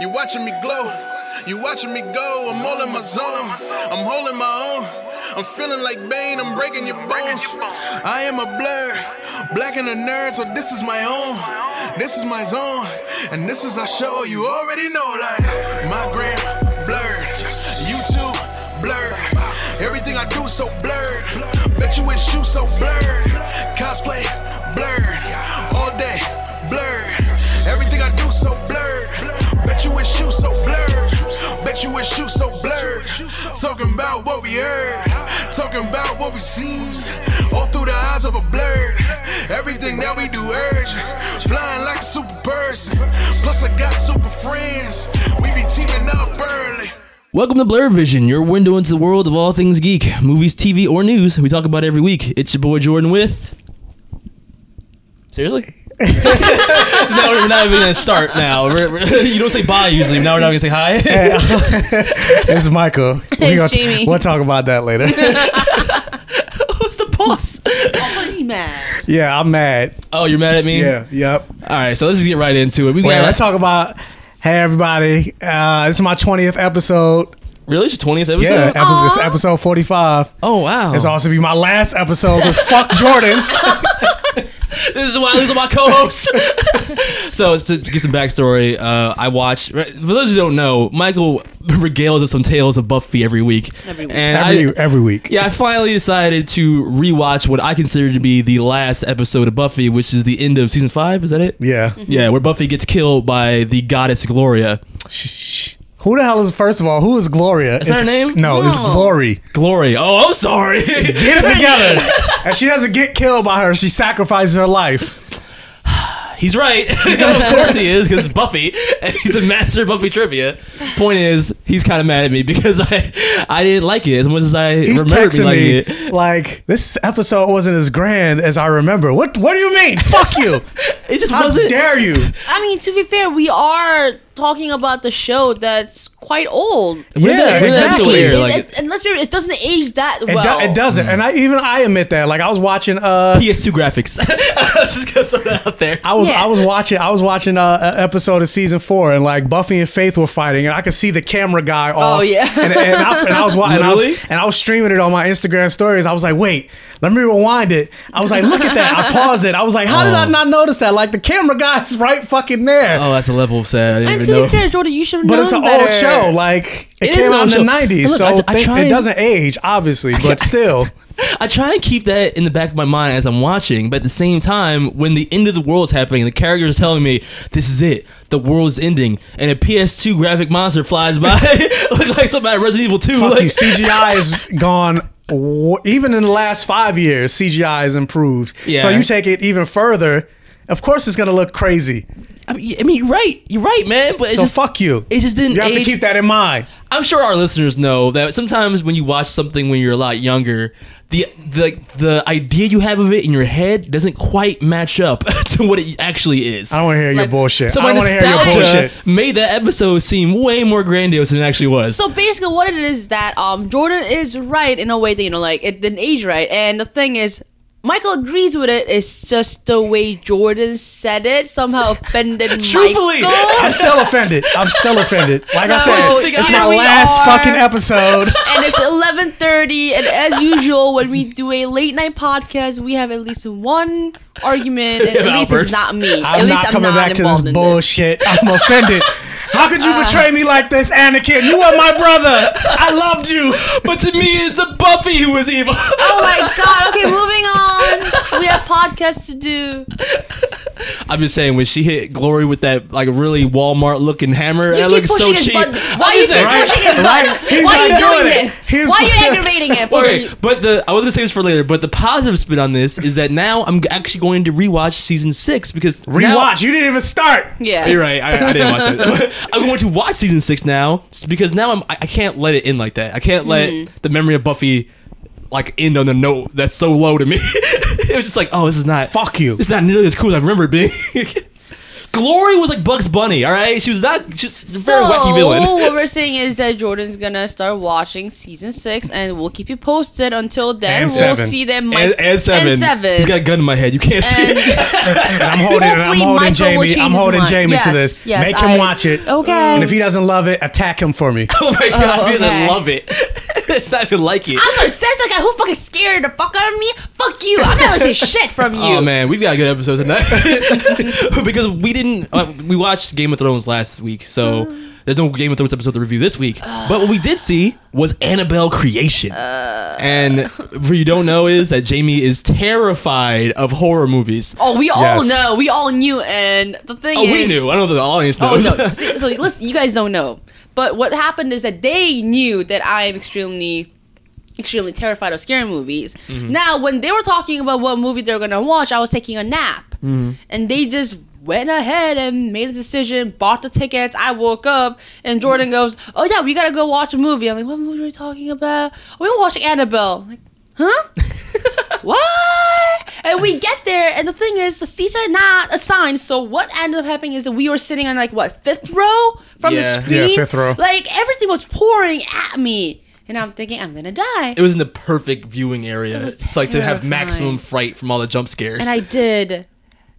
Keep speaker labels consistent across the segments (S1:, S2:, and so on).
S1: You watching me glow, you watching me go. I'm all in my zone, I'm holding my own. I'm feeling like Bane, I'm breaking your bones. I am a blur, black and a nerd, so this is my own. This is my zone, and this is our show. You already know, like my gram blurred, YouTube blurred. Everything I do so blurred. Bet you wish you so blurred. Cosplay blurred, all day blurred. Everything I do so blurred. Bet you wish you so blurred. Bet you wish you so blurred. Talking about what we heard. Talking about what we seen. All through the eyes of a blur. Everything that we do urge. Flying like a super person. Plus I got super friends. We be teaming up early.
S2: Welcome to Blur Vision, your window into the world of all things geek, movies, TV, or news. We talk about it every week. It's your boy Jordan with. Seriously? so now we're not even gonna start. Now We're- we're- you don't say bye usually. Now we're not gonna say hi.
S3: It's Michael.
S4: It's
S3: gonna-
S4: Jamie.
S3: We'll talk about that later.
S2: Who's the boss?
S4: Pretty mad.
S3: yeah, I'm mad.
S2: Oh, you're mad at me?
S3: Yeah, yep.
S2: All right, so let's just get right into it. We got
S3: Wait, let's talk about. Hey, everybody. Uh, this is my 20th episode.
S2: really it's your twentieth episode.
S3: Yeah, episode, this is
S4: Aw.
S3: episode 45.
S2: Oh wow.
S3: It's also be my last episode because fuck Jordan.
S2: This is why I lose all my co-hosts. so to give some backstory, uh, I watch. For those who don't know, Michael regales us some tales of Buffy every week.
S4: Every week.
S2: And
S3: Every,
S2: I-
S3: every week.
S2: yeah, I finally decided to rewatch what I consider to be the last episode of Buffy, which is the end of season five. Is that it?
S3: Yeah.
S2: Yeah, where Buffy gets killed by the goddess Gloria.
S3: Who the hell is, first of all, who is Gloria? Is
S2: that her name?
S3: No, it's
S4: No.
S3: Glory.
S2: Glory. Oh, I'm sorry.
S3: Get it together. and she doesn't get killed by her. She sacrifices her life.
S2: He's right. of course he is, because Buffy. and He's the master of Buffy trivia. Point is, he's kind of mad at me because I I didn't like it as much as I
S3: He's
S2: remember
S3: texting
S2: liking
S3: me
S2: it.
S3: like this episode wasn't as grand as I remember. What What do you mean? Fuck you!
S2: It just
S3: How
S2: wasn't.
S3: dare you?
S4: I mean, to be fair, we are talking about the show that's quite old.
S2: When did-
S3: Yeah,
S2: when did that
S3: exactly.
S2: premiere?
S4: It-
S2: Like-
S4: it- and let's be real, it doesn't age that
S3: It, do-
S4: well.
S3: it doesn't, and I even I admit that. Like I was watching. Uh,
S2: PS2 graphics. I'm just gonna throw that out there.
S3: I was
S4: Yeah.
S3: I was watching I was watching uh, an episode of season four, and like Buffy and Faith were fighting, and I could see the camera guy off.
S4: Oh, yeah.
S3: and, and, I, and I was watching, and, I was-
S2: Really?
S3: and I was streaming it on my Instagram stories. I was like, wait, let me rewind it. I was like, look at that. I paused it. I was like, how did I
S2: Oh.
S3: not notice that? Like the camera guy's right fucking there.
S2: Oh, that's a level of sad. I didn't
S4: And
S2: even
S4: to
S2: know.
S4: be fair, Jordan, you should have known
S3: But it's an
S4: better.
S3: old show. Like it,
S2: It is
S3: came
S2: an
S3: out
S2: old
S3: in
S2: show.
S3: the nineties,
S2: Look,
S3: so
S2: I- I
S3: thi-
S2: try
S3: it
S2: and-
S3: doesn't age, obviously. But still,
S2: I try and keep that in the back of my mind as I'm watching, but at the same time, when the end of the world's happening, the character is telling me, "This is it, the world's ending," and a PS2 graphic monster flies by, look like something out of Resident Evil 2.
S3: fuck
S2: like,
S3: you. CGI is gone. wa- Even in the last five years, CGI has improved. So
S2: Yeah.
S3: you take it even further. Of course, it's gonna look crazy.
S2: I mean, I mean, you're right, you're right, man. But it
S3: so
S2: just,
S3: fuck you.
S2: It just didn't.
S3: You have
S2: age.
S3: to keep that in mind.
S2: I'm sure our listeners know that sometimes when you watch something when you're a lot younger, the the the idea you have of it in your head doesn't quite match up to what it actually is.
S3: I don't want to hear your
S4: Like,
S3: bullshit.
S2: So
S3: I
S2: my
S3: don't want to hear your bullshit.
S2: nostalgia made that episode seem way more grandiose than it actually was.
S4: So basically, what it is that um Jordan is right in a way that you know, like it didn't age right. And the thing is, Michael agrees with it. It's just the way Jordan said it somehow offended
S2: Truthfully,
S3: I'm
S4: Michael.
S3: still offended. I'm still offended. Like I
S4: So,
S3: said, it's my
S4: here we
S3: last
S4: are.
S3: fucking episode.
S4: and it's 11:30 and as usual when we do a late night podcast we have at least one argument and
S2: Yeah,
S4: at least
S2: outbursts.
S4: it's not me
S3: I'm
S4: at least
S3: not coming back to this
S4: involved in
S3: bullshit. I'm offended. How could you betray me like this, Anakin? You were my brother. I loved you.
S2: but to me, it's the Buffy who was evil.
S4: oh my god okay moving on we have podcasts to do
S2: I'm just saying when she hit Glory with that like really Walmart looking hammer,
S4: you
S2: that
S4: keep
S2: looks so
S4: pushing his
S2: cheap.
S4: button
S2: I'm
S4: why are you
S2: just saying-
S3: Right.
S4: pushing his
S3: Right.
S4: button
S3: He's
S4: why are
S3: like
S4: you doing
S3: doing it.
S4: this
S3: He's-
S4: why are you aggravating it for
S2: Okay,
S4: me?
S2: but the I was gonna save this for later. But the positive spin on this is that now I'm actually going to rewatch season six because now-
S3: Rewatch. You didn't even start.
S4: yeah
S2: You're right. I, I didn't watch it. But I'm going to watch season six now s- because now I'm. I, I can't let it end like that. I can't let
S4: Mm-hmm.
S2: the memory of Buffy like end on a note that's so low to me. it was just like, oh, this is not.
S3: Fuck you.
S2: It's not nearly as cool as I remember it being. Glory was like Bugs Bunny, all right? She was not. She was a very wacky
S4: So,
S2: villain.
S4: what we're saying is that Jordan's gonna start watching season six, and we'll keep you posted. Until then,
S3: And
S4: we'll
S3: seven.
S4: see that Mike
S2: And, and seven.
S4: and seven.
S2: He's got a gun in my head. You can't see. it.
S3: And I'm holding, and I'm
S4: Hopefully
S3: holding
S4: Michael will
S3: Jamie.
S4: change
S3: I'm
S4: his
S3: holding
S4: mind.
S3: Jamie to
S4: Yes,
S3: this.
S4: yes,
S3: Make him
S4: I-
S3: watch it.
S4: Okay.
S3: And if he doesn't love it, attack him for me.
S2: Oh my god,
S4: Oh,
S2: he doesn't
S4: okay.
S2: love it. it's not even like it.
S4: I'm sorry, says like who fucking scared the fuck out of me? Fuck you! I'm not listening to shit from you.
S2: Oh man, we've got a good episode tonight because we didn't. Uh, we watched Game of Thrones last week, so
S4: Mm.
S2: there's no Game of Thrones episode to review this week. but what we did see was Annabelle creation, and what you don't know is that Jamie is terrified of horror movies.
S4: Oh, we all
S3: Yes.
S4: know. We all knew, and the thing
S2: Oh,
S4: is,
S2: we knew. I don't know if the audience
S4: Oh
S2: knows.
S4: no! See, so listen, you guys don't know, but what happened is that they knew that I am extremely, extremely terrified of scary movies. Now, when they were talking about what movie they were gonna watch, I was taking a nap, and they just went ahead and made a decision, bought the tickets. I woke up, and Jordan goes, "Oh yeah, we gotta go watch a movie." I'm like, "What movie are we talking about? We were watching Annabelle." I'm like, huh? what? And we get there, and the thing is, the seats are not assigned. So what ended up happening is that we were sitting on like what fifth row from the
S2: Yeah. Yeah,
S4: screen.
S3: fifth row.
S4: Like everything was pouring at me, and I'm thinking I'm gonna die.
S2: It was in the perfect viewing area.
S4: It was
S2: It's like to have
S4: terrifying.
S2: maximum fright from all the jump scares.
S4: and I did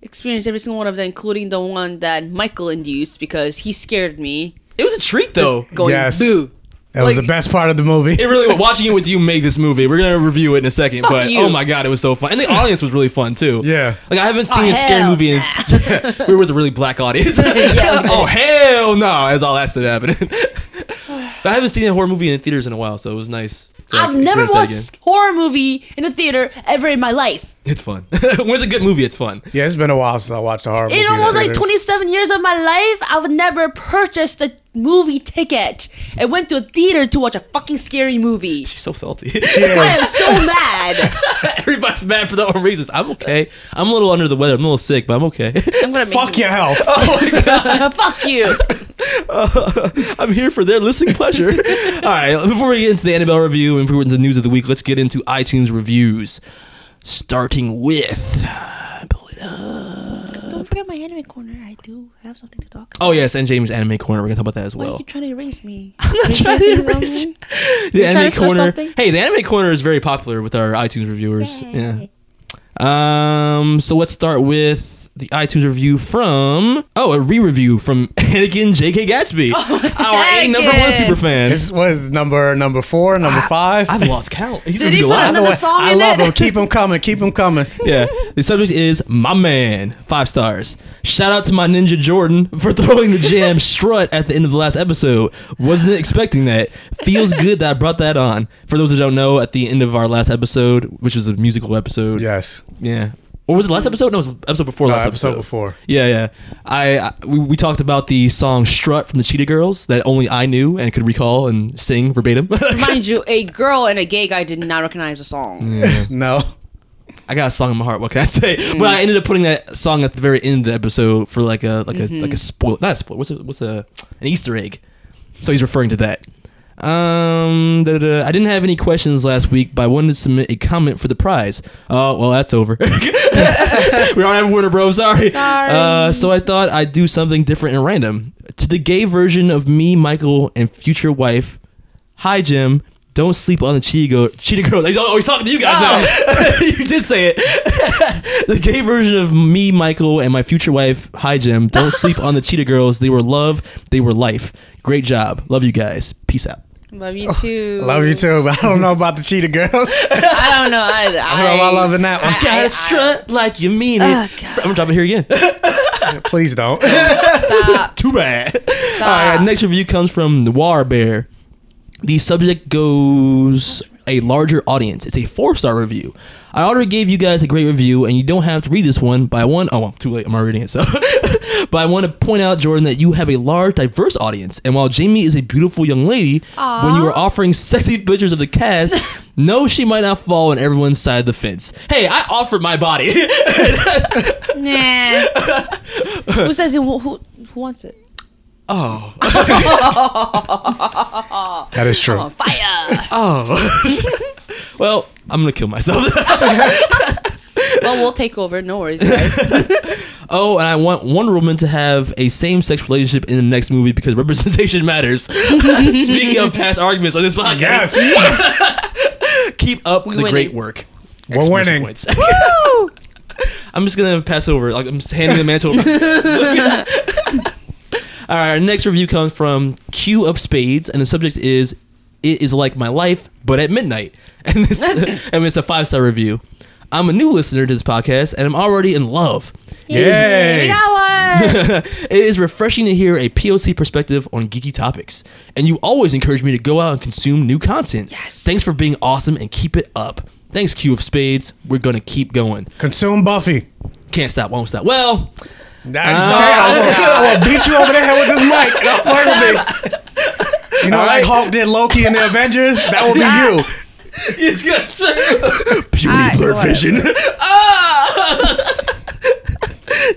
S4: experience every single one of them, including the one that Michael induced because he scared me.
S2: it was a treat though.
S4: Going
S3: Yes.
S4: boo.
S3: That was
S4: Like-
S3: the best part of the movie.
S2: It really was watching it with you make this movie. We're gonna review it in a second, but
S4: you.
S2: oh my god, it was so fun, and the audience was really fun too.
S3: Yeah.
S2: like I haven't seen a scary
S4: Oh, hell
S2: movie. In, we were with a really black audience.
S4: Yeah, we
S2: oh hell no, as all that stuff happening. but I haven't seen a horror movie in theaters in a while, so it was nice. To like,
S4: I've never
S2: experience that again.
S4: watched horror movie in a theater ever in my life.
S2: It's fun. when it's a good movie, it's fun.
S3: Yeah, it's been a while since I watched a horror movie.
S4: in almost like
S3: theaters.
S4: 27 years of my life, I've never purchased a movie ticket and went to a theater to watch a fucking scary movie.
S2: She's so salty.
S4: I am so mad.
S2: Everybody's mad for their own reasons. I'm okay. I'm a little under the weather. I'm a little sick, but I'm okay.
S4: I'm gonna make
S3: Fuck
S4: you.
S3: your health.
S4: Fuck you.
S2: I'm here for their listening pleasure. All right, before we get into the Annabelle review and before we get into the news of the week, let's get into iTunes reviews. Starting with. pull it up.
S4: Don't forget my anime corner. I do have something to talk about.
S2: Oh, yes, and Jamie's Anime Corner. We're going to talk about that as
S4: Why are
S2: well.
S4: you trying to erase me?
S2: Try
S4: Erase
S2: to
S4: me from
S2: erase-
S4: me?
S2: the
S4: trying
S2: Anime
S4: to search
S2: Corner.
S4: something?
S2: Hey, the Anime Corner is very popular with our iTunes reviewers. Yeah. Um. So let's start with. The iTunes review from oh a re-review from Anakin J.K. Gatsby, our A number one
S4: Oh, Anakin.
S2: superfan.
S3: This was number number four, number five.
S2: I've lost count. He's
S4: Did he
S2: reviewed a
S4: put
S2: lot.
S4: another song
S3: I
S4: in
S3: love
S4: it?
S3: him. Keep him coming. Keep him coming.
S2: yeah. The subject is my man. Five stars. Shout out to my ninja Jordan for throwing the jam strut at the end of the last episode. Wasn't expecting that. Feels good that I brought that on. For those who don't know, at the end of our last episode, which was a musical episode.
S3: Yes.
S2: Yeah. Or was it last episode? No, it was episode before
S3: No,
S2: last
S3: episode
S2: episode.
S3: before.
S2: Yeah, yeah. I, I we, we talked about the song "Strut" from the Cheetah Girls that only I knew and could recall and sing verbatim.
S4: Mind you, a girl and a gay guy did not recognize the song.
S3: No.
S2: I got a song in my heart. What can I say? But I ended up putting that song at the very end of the episode for like a like a like a spoil. Not a spoil. What's a, what's a an Easter egg? So he's referring to that. Um, da, da, da. I didn't have any questions last week, but I wanted to submit a comment for the prize. Oh, well, that's over. we don't have a winner, bro. Sorry.
S4: Sorry.
S2: Uh, so I thought I'd do something different and random. To the gay version of me, Michael, and future wife. Hi, Jim. Don't sleep on the cheetah girl. Cheetah girl. He's always talking to you guys now. you did say it. the gay version of me, Michael, and my future wife. Hi, Jim. Don't sleep on the cheetah girls. They were love. They were life. Great job. Love you guys. Peace out.
S4: Love you too.
S3: Love you too, but I don't know about the cheetah girls.
S4: I don't know either. I
S3: don't know if I love in that one.
S4: I-
S2: Gotta
S4: I-
S2: strut like you mean it.
S4: Oh,
S2: I'm
S4: God.
S2: gonna drop it here again.
S3: Please don't.
S4: Stop.
S2: Too bad. All right. Next review comes from Noir Bear. The subject goes a larger audience. It's a four star review. I already gave you guys a great review, and you don't have to read this one. But I want oh, well, too late. I'm already reading it. So, but I want to point out, Jordan, that you have a large, diverse audience. And while Jamie is a beautiful young lady, when you are offering sexy pictures of the cast, no, she might not fall on everyone's side of the fence. Hey, I offered my body.
S4: Nah. who says it? Who, who who wants it?
S2: oh,
S3: that is true.
S4: On Oh, fire.
S2: well, I'm gonna kill myself.
S4: well, we'll take over. No worries, guys.
S2: oh, and I want Wonder Woman to have a same sex relationship in the next movie because representation matters. Speaking of past arguments on this podcast,
S3: Yes.
S2: keep up the
S4: winning.
S2: great work.
S3: We're winning.
S2: Points. I'm just gonna pass over. Like I'm just handing the mantle. over. All right, our next review comes from Q of Spades, and the subject is "It is like my life, but at midnight." And this, and it's a five star review. I'm a new listener to this podcast, and I'm already in love.
S4: We
S3: Yay.
S4: got one.
S2: it is refreshing to hear a POC perspective on geeky topics, and you always encourage me to go out and consume new content. Yes. Thanks for being awesome and keep it up. Thanks, Q of Spades. We're gonna keep going.
S3: Consume Buffy.
S2: Can't stop, won't stop. Well,
S3: Nah, just say, I will- I will beat you over the head with this mic. And I'll fuck with this. You know, like Hulk did Loki in the Avengers. That would be you.
S2: Ah. it's gonna puny
S4: Alright,
S2: blur
S4: whatever.
S2: vision. Ah!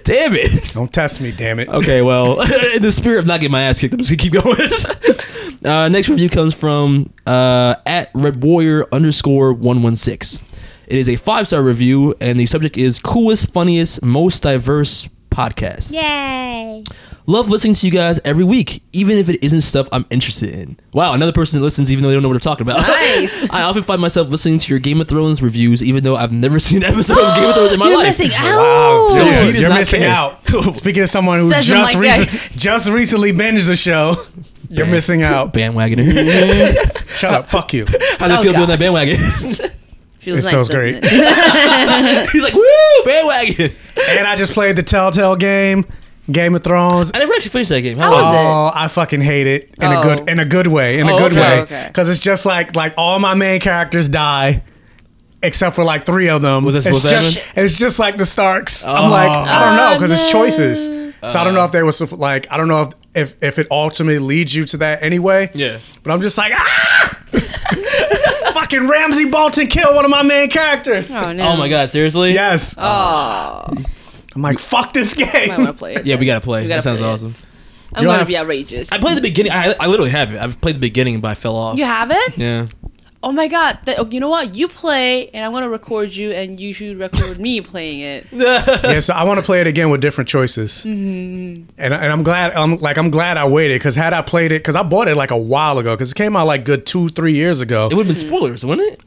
S2: Damn it.
S3: Don't test me, damn it.
S2: Okay, well, in the spirit of not getting my ass kicked, I'm just gonna keep going. uh, next review comes from uh, at Red Warrior underscore one one six. It is a five star review, and the subject is coolest, funniest, most diverse podcast.
S5: Yay.
S2: Love listening to you guys every week, even if it isn't stuff I'm interested in. Wow, another person that listens even though they don't know what I'm talking about.
S4: Nice.
S2: I often find myself listening to your Game of Thrones reviews, even though I've never seen an episode of Game of Thrones in my
S4: You're
S2: life.
S4: missing out.
S3: Wow,
S2: So
S3: dude,
S2: he does
S3: Oh, you're
S2: not
S3: missing
S2: care.
S3: out. Speaking of someone who
S4: Says it
S3: just,
S4: like that.
S3: recent- just recently binged the show, you're missing out.
S2: Bandwagoner.
S3: Shut up. Fuck you.
S2: How does it
S4: Oh,
S2: feel
S4: God.
S2: doing that bandwagon?
S4: Feels
S3: It feels
S4: doesn't
S3: great.
S4: it?
S2: He's like, woo, bandwagon.
S3: And I just played the Telltale game, Game of Thrones.
S2: I never actually finished that game. How
S4: How
S2: was
S4: was it?
S3: Oh, I fucking hate it in a
S4: Oh.
S3: good in a good way in a
S2: Oh,
S3: good
S2: okay.
S3: way
S4: Okay.
S3: because it's just like like all my main characters die except for like three of them.
S2: Was that
S3: it's
S2: supposed to
S3: just it's just like the Starks. I'm like
S2: Oh.
S3: I don't know
S4: Oh,
S3: because it's choices. So I don't
S2: Uh.
S3: know if they were supp- like I don't know if, if if it ultimately leads you to that anyway.
S2: Yeah.
S3: But I'm just like ah, fucking Ramsey Bolton killed one of my main characters.
S4: Oh, no.
S2: Oh my god, seriously?
S3: Yes.
S4: Oh,
S3: I'm like fuck this
S4: I want to
S3: game.
S4: play it.
S2: Yeah, we gotta play.
S4: We gotta
S2: that sounds
S4: play it.
S2: awesome.
S4: I'm
S3: You
S4: gonna
S3: have-
S4: be outrageous.
S2: I played the beginning. I, I literally have it. I've played the beginning, but I fell off.
S4: you have it?
S2: Yeah.
S4: Oh my god! That, oh, you know what? You play, and I'm gonna record you, and you should record me playing it.
S3: yeah, so I want to play it again with different choices. And, and I'm glad I'm like I'm glad I waited because had I played it because I bought it like a while ago because it came out like good two three years ago.
S2: It would have been spoilers, wouldn't it?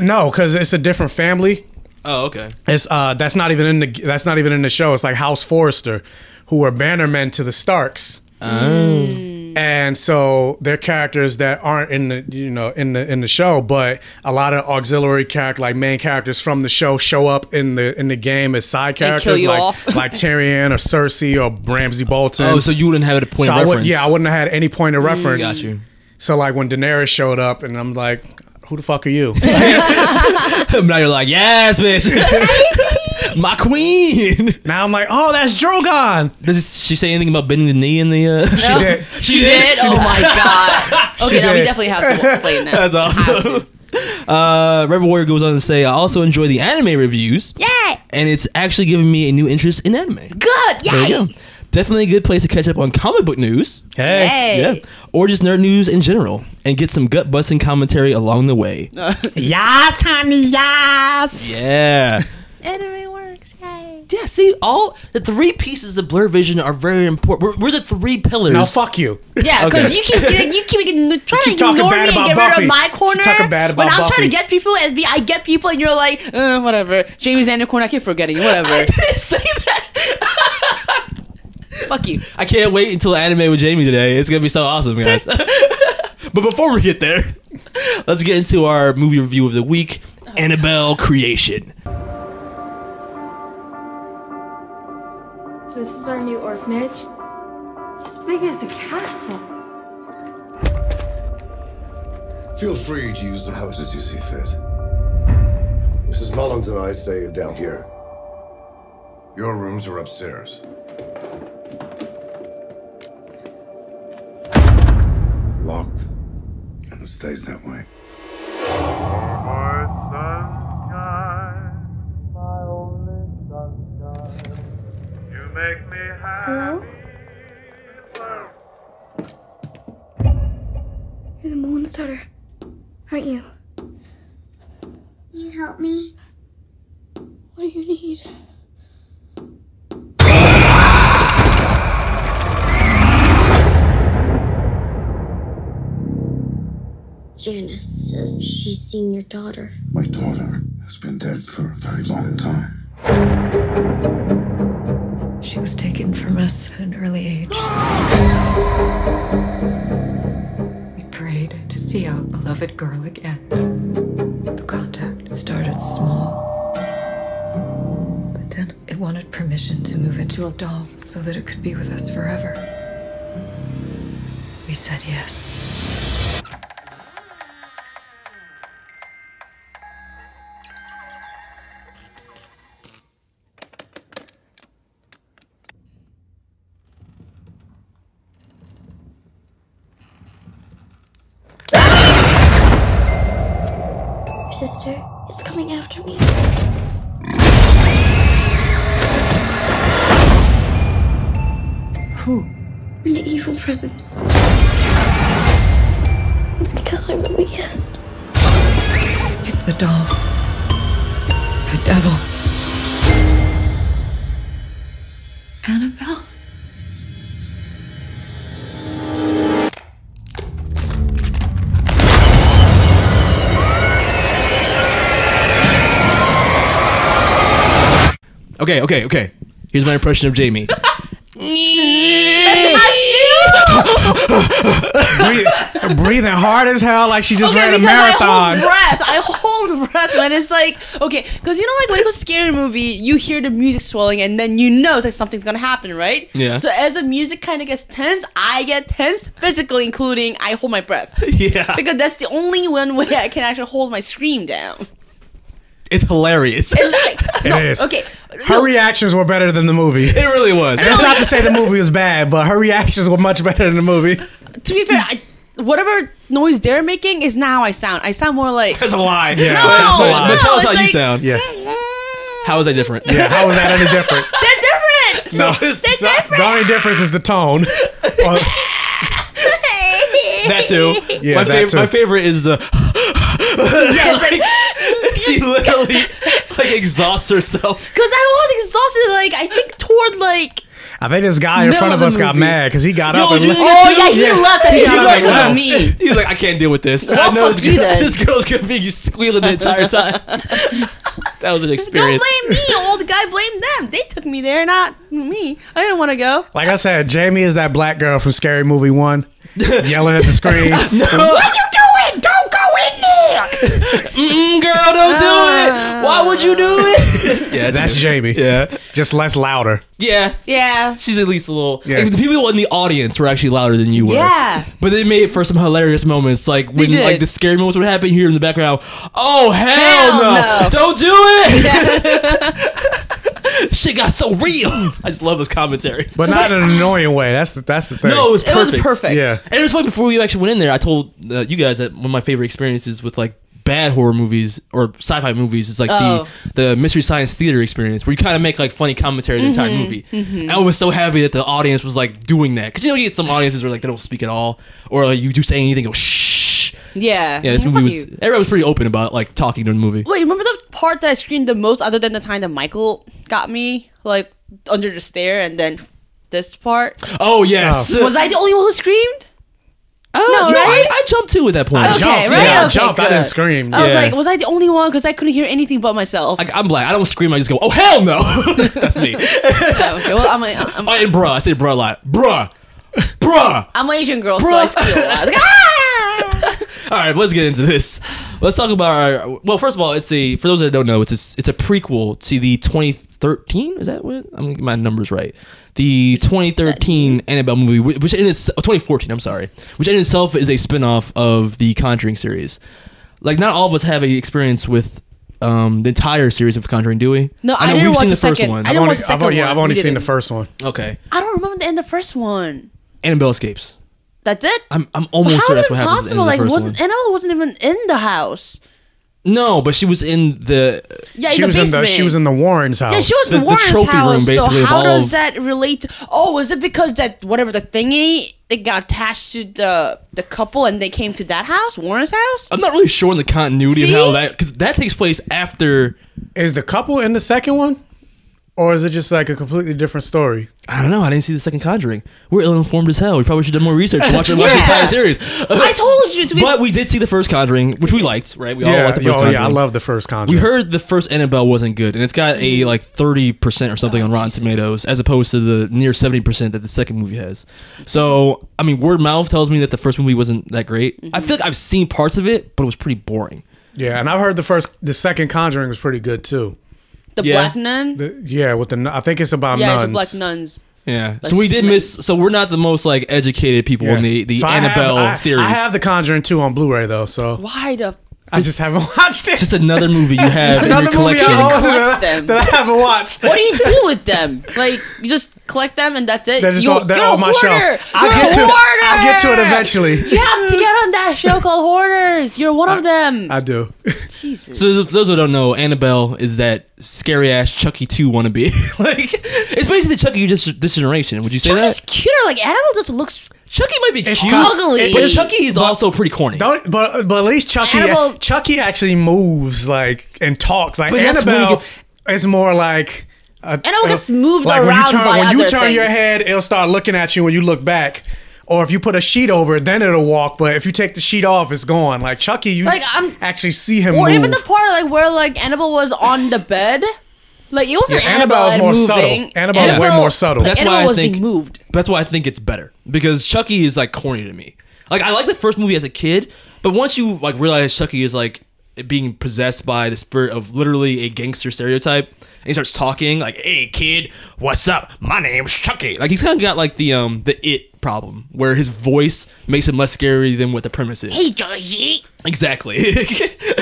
S3: no, because it's a different family.
S2: Oh, okay.
S3: It's uh that's not even in the that's not even in the show. It's like House Forrester, who were bannermen to the Starks.
S4: Oh.
S3: And so they're characters that aren't in the you know in the in the show, but a lot of auxiliary character like main characters from the show show up in the in the game as side
S4: kill
S3: characters
S4: you
S3: like
S4: off.
S3: like Tyrion or Cersei or Ramsay Bolton.
S2: Oh, so you wouldn't have it a point
S3: So
S2: of
S3: I
S2: reference.
S3: would, yeah, I wouldn't have had any point
S4: Mm.
S3: of reference.
S2: Got you.
S3: So like when Daenerys showed up, and I'm like, who the fuck are you?
S2: now you're like, yes, bitch. My queen.
S3: now I'm like, oh, that's Drogon.
S2: Does she say anything about bending the knee in the? Uh...
S3: She did.
S4: She, did? Oh my god! Okay, now we
S3: did.
S4: definitely have to play it now.
S2: That's awesome. Uh, Rebel Warrior goes on to say, I also enjoy the anime reviews,
S5: Yay.
S2: and it's actually giving me a new interest in anime.
S4: Good.
S2: There
S4: Yeah.
S2: you go. Definitely a good place to catch up on comic book news.
S3: Hey,
S4: Hey.
S2: Yeah. Or just nerd news in general and get some gut busting commentary along the way.
S3: yes, honey, yes.
S2: Yeah.
S5: Anime works. Yay.
S2: yeah, see, all the three pieces of Blur Vision are very important. We're, we're the three pillars.
S3: Now fuck you.
S4: Yeah, because
S2: Okay.
S4: you keep like, you keep ign- trying
S3: keep
S4: to
S3: talking
S4: ignore
S3: bad
S4: me and
S3: about
S4: get rid
S3: Buffy.
S4: of my
S3: Keep
S4: corner.
S3: talking bad
S4: when
S3: about
S4: I'm trying
S3: Buffy.
S4: to get people, and be, I get people, and you're like, uh, whatever. Jamie's in the corner. I keep forgetting. Whatever.
S2: didn't say that.
S4: Fuck you.
S2: I can't wait until anime with Jamie today. It's gonna be so awesome, guys. but before we get there, let's get into our movie review of the week,
S3: Oh,
S2: Annabelle Creation.
S6: This is our new orphanage. It's as big as a castle.
S7: Feel free to use the houses you see fit. Mrs. Mullins and I stay down here. Your rooms are upstairs. Locked. And it stays that way.
S8: My sunshine, my only sunshine. You make me happy. Hello?
S6: You're the Mullen's daughter, aren't you?
S5: You help me?
S6: What do you need?
S5: Janice says she's seen your daughter.
S7: My daughter has been dead for a very long time.
S6: She was taken from us at an early age. We prayed to see our beloved girl again. The contact started small, but then it wanted permission to move into a doll so that it could be with us forever. We said yes.
S5: Your sister is coming after me.
S6: Who?
S5: An evil presence. It's because I'm the weakest.
S6: It's the doll. The devil. Annabelle.
S2: Okay, okay, okay. Here's my impression of Jamie.
S3: Breathe- breathing hard as hell, like she just
S4: Okay,
S3: ran a
S4: because I
S3: marathon.
S4: hold breath. I hold breath when it's like okay, because you know, like when you go to a scary movie, you hear the music swelling, and then you know it's like something's gonna happen, right?
S2: Yeah.
S4: So as the music kind of gets tense, I get tense physically, including I hold my breath
S2: yeah,
S4: because that's the only one way I can actually hold my scream down.
S2: it's hilarious. It
S4: Like,
S3: It is.
S4: okay.
S3: Her reactions were better than the movie.
S2: really was.
S3: That's not to say the movie was bad, but her reactions were much better than the movie.
S4: to be fair, I, whatever noise they're making is now I sound. I sound more like.
S2: That's a lie.
S3: Yeah,
S4: No,
S3: that's a
S2: but,
S3: lie.
S2: but tell us
S4: No,
S2: how
S4: it's
S2: you
S4: like-
S2: sound.
S3: Yeah.
S2: How is that different?
S3: Yeah, how is that any different?
S4: They're different.
S2: No, it's
S4: they're
S2: not-
S4: different.
S3: The only difference is the tone. Or-
S2: that too.
S3: Yeah,
S2: my,
S3: that
S2: fav-
S3: too.
S2: my favorite is the.
S4: Yes, like-
S2: like, she literally like exhausts herself.
S4: Because I was exhausted, like, I think toward, like.
S3: I think this guy in
S4: Middle
S3: front of
S4: of
S3: us
S4: the
S3: got
S4: movie.
S3: mad because he got
S2: Yo,
S3: up and
S2: you-
S3: left.
S2: Oh,
S4: Oh, yeah, he
S3: yeah.
S4: left and he
S3: Yeah,
S4: left
S3: like,
S4: because
S3: wow.
S4: of me.
S2: He's like, I can't deal with this. I
S4: Well,
S2: know this,
S4: fuck you
S2: girl,
S4: then.
S2: this girl's gonna be you squealing the entire time. that was an
S4: Don't
S2: experience.
S4: blame me, old guy. Blame them. They took me there, not me. I didn't want to go.
S3: Like I said, Jamie is that black girl from Scary Movie One, yelling at the screen.
S4: What are you doing? Don't go in there. Uh.
S2: Mm, girl, don't do it. Why would you do it? yeah,
S3: That's
S2: you.
S3: Jamie.
S2: Yeah,
S3: Just less louder.
S2: yeah.
S4: Yeah.
S2: She's at least a little.
S3: Yeah.
S2: If the people in the audience were actually louder than you were.
S4: Yeah.
S2: But they made it for some hilarious moments, like when
S4: did.
S2: like the scary moments would happen. You hear in the background, "Oh hell,
S4: Hell
S2: no.
S4: no.
S2: Don't do it!" Shit got so real. I just love this commentary.
S3: But not in an annoying way. That's the that's the thing.
S2: No, it was
S4: It
S2: perfect.
S4: was perfect.
S3: yeah.
S2: And it was funny before we actually went in there. I told uh, you guys that one of my favorite experiences with like bad horror movies or sci-fi movies is like
S4: Oh.
S2: the the mystery science theater experience where you kind of make like funny commentary the entire
S4: Mm-hmm,
S2: movie. I was so happy that the audience was like doing that because you know you get some audiences where like they don't speak at all or like, you do say anything go shh.
S4: Yeah.
S2: Yeah, this
S4: Fuck
S2: movie was
S4: you.
S2: everyone was pretty open about like talking during the movie.
S4: Wait, remember the part that I screamed the most, other than the time that Michael got me, like under the stair, and then this part?
S2: Oh yes,
S4: Was I the only one who screamed?
S2: Uh,
S4: No,
S2: I-
S4: right? Oh,
S2: I, jumped too at that point.
S4: Okay,
S3: jumped.
S4: right?
S3: Yeah, I
S4: Okay,
S3: jumped. I
S4: good.
S3: didn't scream.
S4: I was
S2: Yeah.
S4: like, was I the only one? Because I couldn't hear anything but myself.
S2: Like I'm black. I don't scream. I just go, oh hell no. That's me.
S4: okay, well, I'm, a, I'm,
S2: Oh, and bruh, I say bruh a lot. Bruh, bruh.
S4: I'm an Asian girl, so I squeal a lot. I was like, ah!
S2: All right, let's get into this. Let's talk about our. Well, first of all, it's a for those that don't know, it's a, it's a prequel to the 2013. Is that what I'm gonna get my numbers right? The 2013 Annabelle movie, whi- which in its oh, 2014, I'm sorry, which in itself is a spin-off of the Conjuring series. Like, not all of us have a experience with um, the entire series of Conjuring, do we?
S4: No, I didn't watch the second. I
S2: I
S4: didn't
S3: I've
S4: watch
S3: only,
S4: the
S3: I've,
S4: second
S3: only- yeah,
S4: one.
S3: I've only
S4: We
S3: seen the
S4: didn't.
S3: first one.
S2: okay,
S4: I don't remember the end of the first one.
S2: Annabelle escapes.
S4: That's it.
S2: I'm I'm almost
S4: How
S2: sure
S4: is
S2: that's
S4: it
S2: what happens.
S4: possible?
S2: in the
S4: Like,
S2: first
S4: wasn't
S2: one.
S4: Annabelle wasn't even in the house?
S2: no, but she was in the
S4: Yeah,
S3: She
S4: in the
S3: was in
S4: basement.
S3: the she was in the Warrens house.
S4: Yeah, she was
S2: the-
S4: in
S2: the
S4: Warren's
S2: trophy room,
S4: house.
S2: basically,
S4: so
S2: of
S4: how
S2: all
S4: does
S2: of-
S4: that relate? to... Oh, is it because that whatever the thingy it got attached to the the couple and they came to that house, Warren's
S3: Uh,
S4: house?
S2: I'm not really sure on the continuity
S4: See?
S2: of how that because that takes place after.
S3: Is the couple in the second one? or is it just like a completely different story?
S2: I don't know. I didn't see the second Conjuring. We're ill informed as hell. We probably should have done more research and watch, watch the
S4: Yeah.
S2: entire series.
S4: I told you to be.
S2: but we did see the first Conjuring, which we liked, right? We all
S3: yeah,
S2: liked Oh, the first
S3: yo,
S2: Conjuring.
S3: yeah, I love the first Conjuring.
S2: We heard the first Annabelle wasn't good, and it's got a like thirty percent or something
S4: Oh,
S2: on Rotten Tomatoes, as opposed to the near seventy percent that the second movie has. So, I mean, word of mouth tells me that the first movie wasn't that great.
S4: Mm-hmm.
S2: I feel like I've seen parts of it, but it was pretty boring.
S3: Yeah, and I've heard the first, the second Conjuring was pretty good too.
S4: the
S2: yeah.
S4: black nun.
S3: The, yeah, with the nun- I think it's about
S4: yeah,
S3: nuns.
S4: it's the black nuns.
S2: Yeah.
S4: Like
S2: so we did
S4: Smith-
S2: miss. So we're not the most like educated people
S3: Yeah.
S2: in the the
S3: So I have-
S2: Annabelle
S3: I-
S2: series.
S3: I have the Conjuring two on Blu-ray though, so
S4: Why the?
S3: I just haven't watched it.
S2: Just another movie you have in your
S3: Another movie
S2: collection.
S3: I own
S4: Collects
S3: that, I-
S4: them.
S3: that I haven't watched.
S4: What do you do with them? Like you just collect them and that's it.
S3: They're just
S4: you,
S3: all, they're
S4: you're
S3: all
S4: a
S3: my show.
S4: hoarder.
S3: I'll
S4: You're a
S3: get to
S4: hoarder.
S3: I'll get to it eventually.
S4: You have to get on that show called Hoarders. You're one of them.
S3: I do.
S4: Jesus.
S2: So th- for those who don't know, Annabelle is that scary ass Chucky two wannabe. like it's basically the Chucky just this generation. Would you say
S4: Chucky's
S2: that?
S4: cuter. Like Annabelle just looks
S2: Chucky might be cute,
S3: got-
S4: ugly.
S2: but Chucky is also pretty corny.
S3: Don't, but but at least Chucky
S4: Annabelle-
S3: Chucky actually moves like and talks like
S2: But that's when he
S3: Annabelle
S2: gets-
S3: is more like a,
S4: Annabelle gets moved
S3: like when you
S4: around
S3: turn,
S4: by
S3: when you
S4: other
S3: turn your
S4: things.
S3: head it'll start looking at you when you look back or if you put a sheet over it then it'll walk but if you take the sheet off it's gone like Chucky you
S4: Like, I'm-
S3: actually see him
S4: Or
S3: move.
S4: even the part like where like Annabelle was on the bed, like it wasn't
S3: Yeah,
S4: Annabelle
S3: Annabelle's more
S4: moving.
S3: subtle. Annabelle's way more subtle.
S4: Like,
S2: That's why
S4: Annabelle
S2: I
S4: was
S2: think-
S4: being moved.
S2: That's why I think it's better because Chucky is like corny to me. Like I like the first movie as a kid, but once you like realize Chucky is like being possessed by the spirit of literally a gangster stereotype, and he starts talking like, "Hey kid, what's up? My name's Chucky." Like he's kind of got like the um the it problem where his voice makes him less scary than what the premise is.
S4: Hey, Georgie.
S2: Exactly.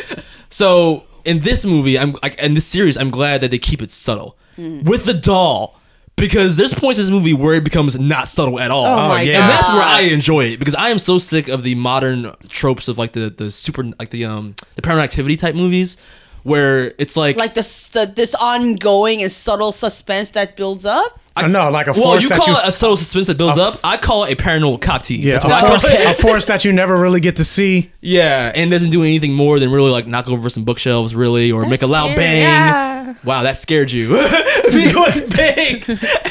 S2: so in this movie, I'm like in this series, I'm glad that they keep it subtle
S4: Mm.
S2: with the doll because there's points in this movie where it becomes not subtle at all.
S4: Oh my
S3: yeah.
S2: And that's where I
S4: God.
S2: enjoy it because I am so sick of the modern tropes of like the the super like the um the paranormal activity type movies where it's like,
S4: Like this, the, this ongoing and subtle suspense that builds up.
S3: I know like a force
S2: well you
S3: that
S2: call
S3: you
S2: it a subtle suspense that builds up. I call it a paranormal cop tease.
S3: yeah,
S2: That's
S3: a
S2: what I call
S3: force,
S2: it.
S3: a force that you never really get to see.
S2: Yeah, and doesn't do anything more than really like knock over some bookshelves, really, or make a loud
S4: scary.
S2: bang.
S4: Yeah.
S2: Wow, that scared you. Me going bang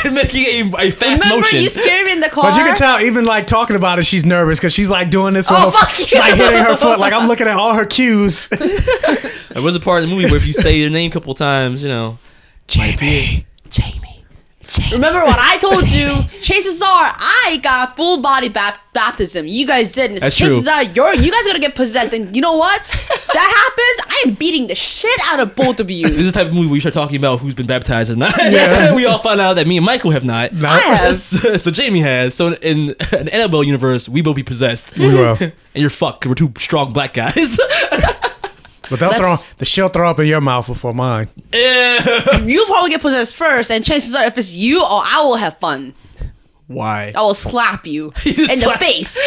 S2: and making a, a fast
S4: Remember,
S2: motion.
S4: you scared me in the car.
S3: But you can tell, even like talking about it, she's nervous because she's like doing this. with
S4: Oh,
S3: her,
S4: fuck
S3: she's
S4: you.
S3: like hitting her foot. Like I'm looking at all her cues.
S2: there was a part of the movie where if you say their name a couple times, you know, Jamie, Jamie.
S4: Remember what I told you? Chances are, I got full body bap- baptism. You guys didn't.
S2: That's
S4: Chances
S2: true.
S4: are, you're you guys are gonna get possessed. And you know what? that happens. I am beating the shit out of both of you.
S2: This is the type of movie where you start talking about who's been baptized or not. we all found out that me and Michael have not.
S4: I have.
S2: So, so Jamie has. So in an Annabelle universe, we both be possessed.
S3: We will.
S2: and you're fucked. 'cause We're two strong black guys.
S3: But they'll throw,
S4: That's-
S3: the she'll throw up in your mouth before mine.
S4: You'll probably get possessed first, and chances are, if it's you, oh, I will have fun.
S2: Why?
S4: I will slap you
S2: You
S4: in
S2: slap-
S4: the face.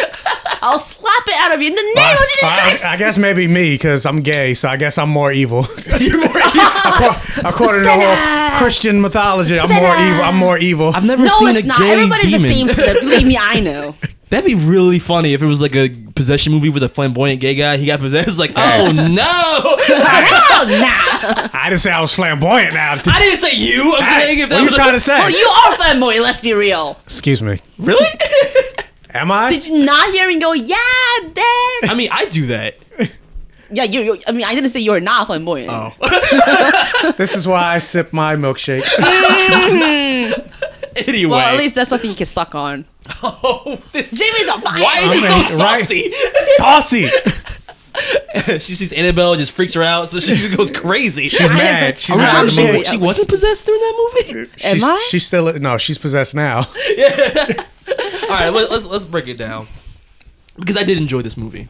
S4: I'll slap it out of you in the name of Jesus
S3: I,
S4: Christ.
S3: I guess maybe me because I'm gay, so I guess I'm more evil. You're more e-, evil. According, to the whole Christian mythology, I'm more
S4: Sinner.
S3: evil. I'm more evil.
S2: I've never
S4: no,
S2: seen
S4: it's
S2: a
S4: not.
S2: gay
S4: Everybody's
S2: demon.
S4: the same. sinner. Believe me, I know.
S2: That'd be really funny if it was like a possession movie with a flamboyant gay guy. He got possessed. Like, oh no!
S4: Hell nah.
S3: I didn't say I was flamboyant now.
S2: I didn't say you. I'm
S3: Hey,
S2: saying if that
S3: what are you
S2: was a-
S3: trying to say?
S4: Well, Oh, you are flamboyant. Let's be real.
S3: Excuse me.
S2: really.
S3: Am I?
S4: Did you not hear and go, yeah, bitch?
S2: I mean, I do that.
S4: Yeah, you. you- I mean, I didn't say you were not flamboyant. Oh.
S3: this is why I sip my milkshake.
S2: Anyway.
S4: Well, at least that's something you can suck on.
S2: oh, this.
S4: Jamie's a fire.
S2: Why is he so
S3: Right.
S2: saucy?
S3: Saucy.
S2: she sees Annabelle, just freaks her out, so she just goes crazy. She's
S4: I am
S3: Mad.
S4: a-
S3: She's
S4: I'm
S3: mad at the
S4: very-
S3: moment.
S2: She wasn't possessed during that movie.
S4: Am
S3: She's,
S4: I?
S3: she's still no. She's possessed now.
S2: All right, let- let's let's break it down because I did enjoy this movie,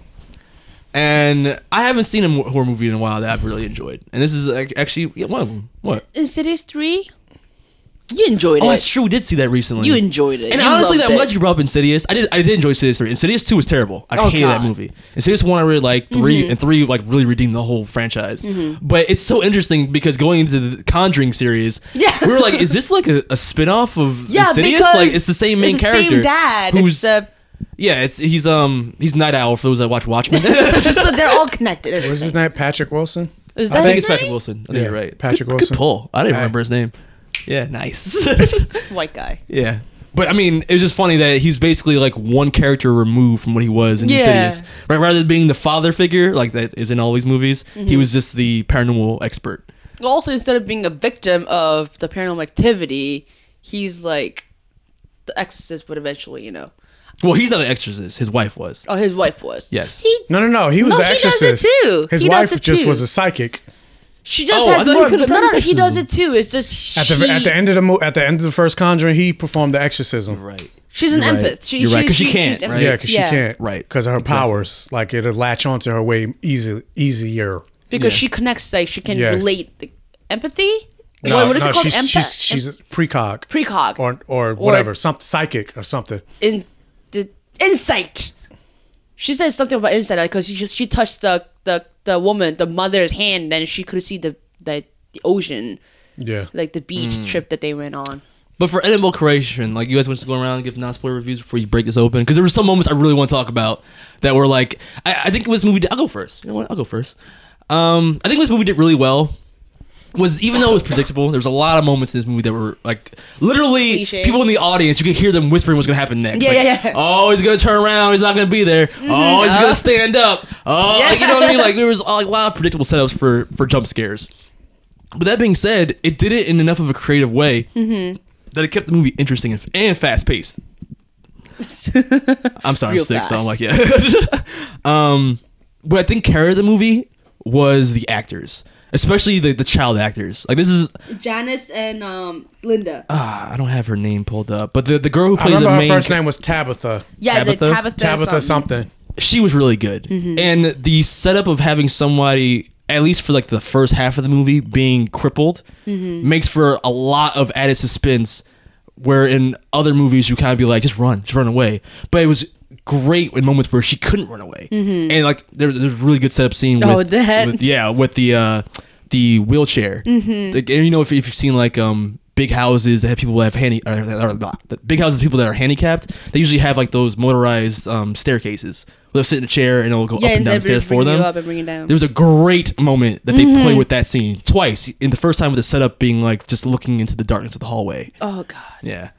S2: and I haven't seen a mo- horror movie in a while that I've really enjoyed, and this is like, actually yeah, one of them. What?
S4: Insidious three. You enjoyed
S2: Oh,
S4: it.
S2: that's true. We did see that recently.
S4: You enjoyed it.
S2: And
S4: You
S2: honestly,
S4: loved
S2: I'm
S4: it.
S2: glad you brought up Insidious. I did. I did enjoy Insidious three. Insidious two was terrible. I
S4: Oh,
S2: hated that
S4: God. Mm-hmm.
S2: movie. Insidious one I really liked. 3 and three like really redeemed the whole franchise. But it's so interesting because going into the Conjuring series,
S4: Yeah.
S2: we were like, is this like a, a spinoff of
S4: Yeah,
S2: Insidious?
S4: because
S2: Like it's the same main
S4: it's the
S2: character.
S4: Same dad.
S2: who's-
S4: It's the,
S2: yeah, it's he's um he's night owl for those that watch Watchmen. I
S4: just so they're all connected.
S3: What's his name? Patrick Wilson.
S4: Is that
S2: think
S4: his
S2: it's Patrick
S4: name?
S2: Wilson. I think
S3: Yeah,
S2: you're right.
S3: Patrick
S2: Good-
S3: Wilson.
S2: Good pull. I didn't remember his name. Yeah, nice.
S4: White guy.
S2: yeah. But I mean, it's just funny that he's basically like one character removed from what he was in
S4: Yeah.
S2: Insidious. Right, rather than being the father figure like that is in all these movies,
S4: Mm-hmm.
S2: he was just the paranormal expert.
S4: Also, instead of being a victim of the paranormal activity, he's like the exorcist, but eventually, you know.
S2: Well, he's not an exorcist. His wife was.
S4: Oh, his wife was.
S2: Yes.
S4: He
S3: No, no, no. He was
S4: No,
S3: the
S4: he does
S3: exorcist.
S4: it too.
S3: His
S4: He
S3: wife
S4: does it
S3: just
S4: too.
S3: was a psychic.
S4: she just
S2: Oh, I
S4: has
S2: thought
S4: no,
S2: he could've
S4: no, no,
S2: done
S4: he does
S2: exorcism.
S4: it too. It's just
S3: At
S4: she,
S3: the at the end of the mo- at the end of the first Conjuring, he performed the exorcism.
S2: Right.
S4: she's an
S2: You're right.
S4: empath. She,
S2: You're right, 'cause she
S4: she's
S2: can't, right?
S3: Yeah, because
S4: Yeah.
S3: she can't.
S2: Right.
S3: Because of her
S2: Exactly.
S3: powers, like it'll latch onto her way easy, easier.
S4: Because
S2: Yeah.
S4: she connects, like she can
S3: Yeah.
S4: relate the empathy.
S3: No,
S4: what, what is
S3: no,
S4: it called?
S3: She's,
S4: Empath.
S3: she's, she's a precog.
S4: precog.
S3: Or, or whatever, some psychic or something.
S4: in the insight. She said something about insight because she just she touched the the the woman, the mother's hand, and she could see the the, the ocean,
S3: Yeah.
S4: like the beach
S2: Hmm.
S4: trip that they went on.
S2: But for edible creation, like you guys want to go around and give non-spoiler reviews before you break this open, because there were some moments I really want to talk about that were like, I, I think this movie. I'll go first. You know what? I'll go first. Um, I think this movie did really well. Was even though it was predictable, there was a lot of moments in this movie that were like literally
S4: Cliche.
S2: people in the audience. You could hear them whispering what's gonna happen next.
S4: Yeah,
S2: Like,
S4: yeah, Mm-hmm. Uh-huh. yeah.
S2: Oh, he's gonna turn around. He's not gonna be there. Oh, he's gonna stand up. Oh, like, you know what I mean? Like there was uh, like, a lot of predictable setups for for jump scares. But that being said, it did it in enough of a creative way that it kept the movie interesting and, and fast paced. I'm sorry,
S4: Real
S2: I'm sick, so I'm
S4: fast.
S2: like, yeah. um, what I think carried the movie was the actors, especially the, the child actors. Like this is
S4: Janice and um Linda.
S2: ah, I don't have her name pulled up, but the, the girl who
S3: I
S2: played
S3: remember
S2: the
S3: her
S2: main
S3: first
S2: ca-
S3: name was Tabitha.
S4: yeah, the
S2: Tabitha?
S4: Tabitha.
S3: Tabitha
S4: something.
S3: something.
S2: she was really good. And the setup of having somebody, at least for like the first half of the movie, being crippled makes for a lot of added suspense. Where in other movies you kind of be like, just run, just run away. But it was great in moments where she couldn't run away, and like there, there's a really good setup scene. With,
S4: Oh, the head.
S2: with- yeah, with the uh, the wheelchair.
S4: Mm-hmm.
S2: Like, and you know, if, if you've seen like um big houses that have people that have handy or, that are- blah, the big houses people that are handicapped, they usually have like those motorized um staircases. They'll sit in a chair and it'll go
S4: Yeah,
S2: up and
S4: and
S2: down
S4: they'll
S2: the stairs
S4: bring
S2: for them.
S4: you up and bring you down. Mm-hmm.
S2: There was a great moment that they play with that scene twice. In the first time with the setup being like just looking into the darkness of the hallway.
S4: Oh God. Mm-hmm.
S2: Yeah.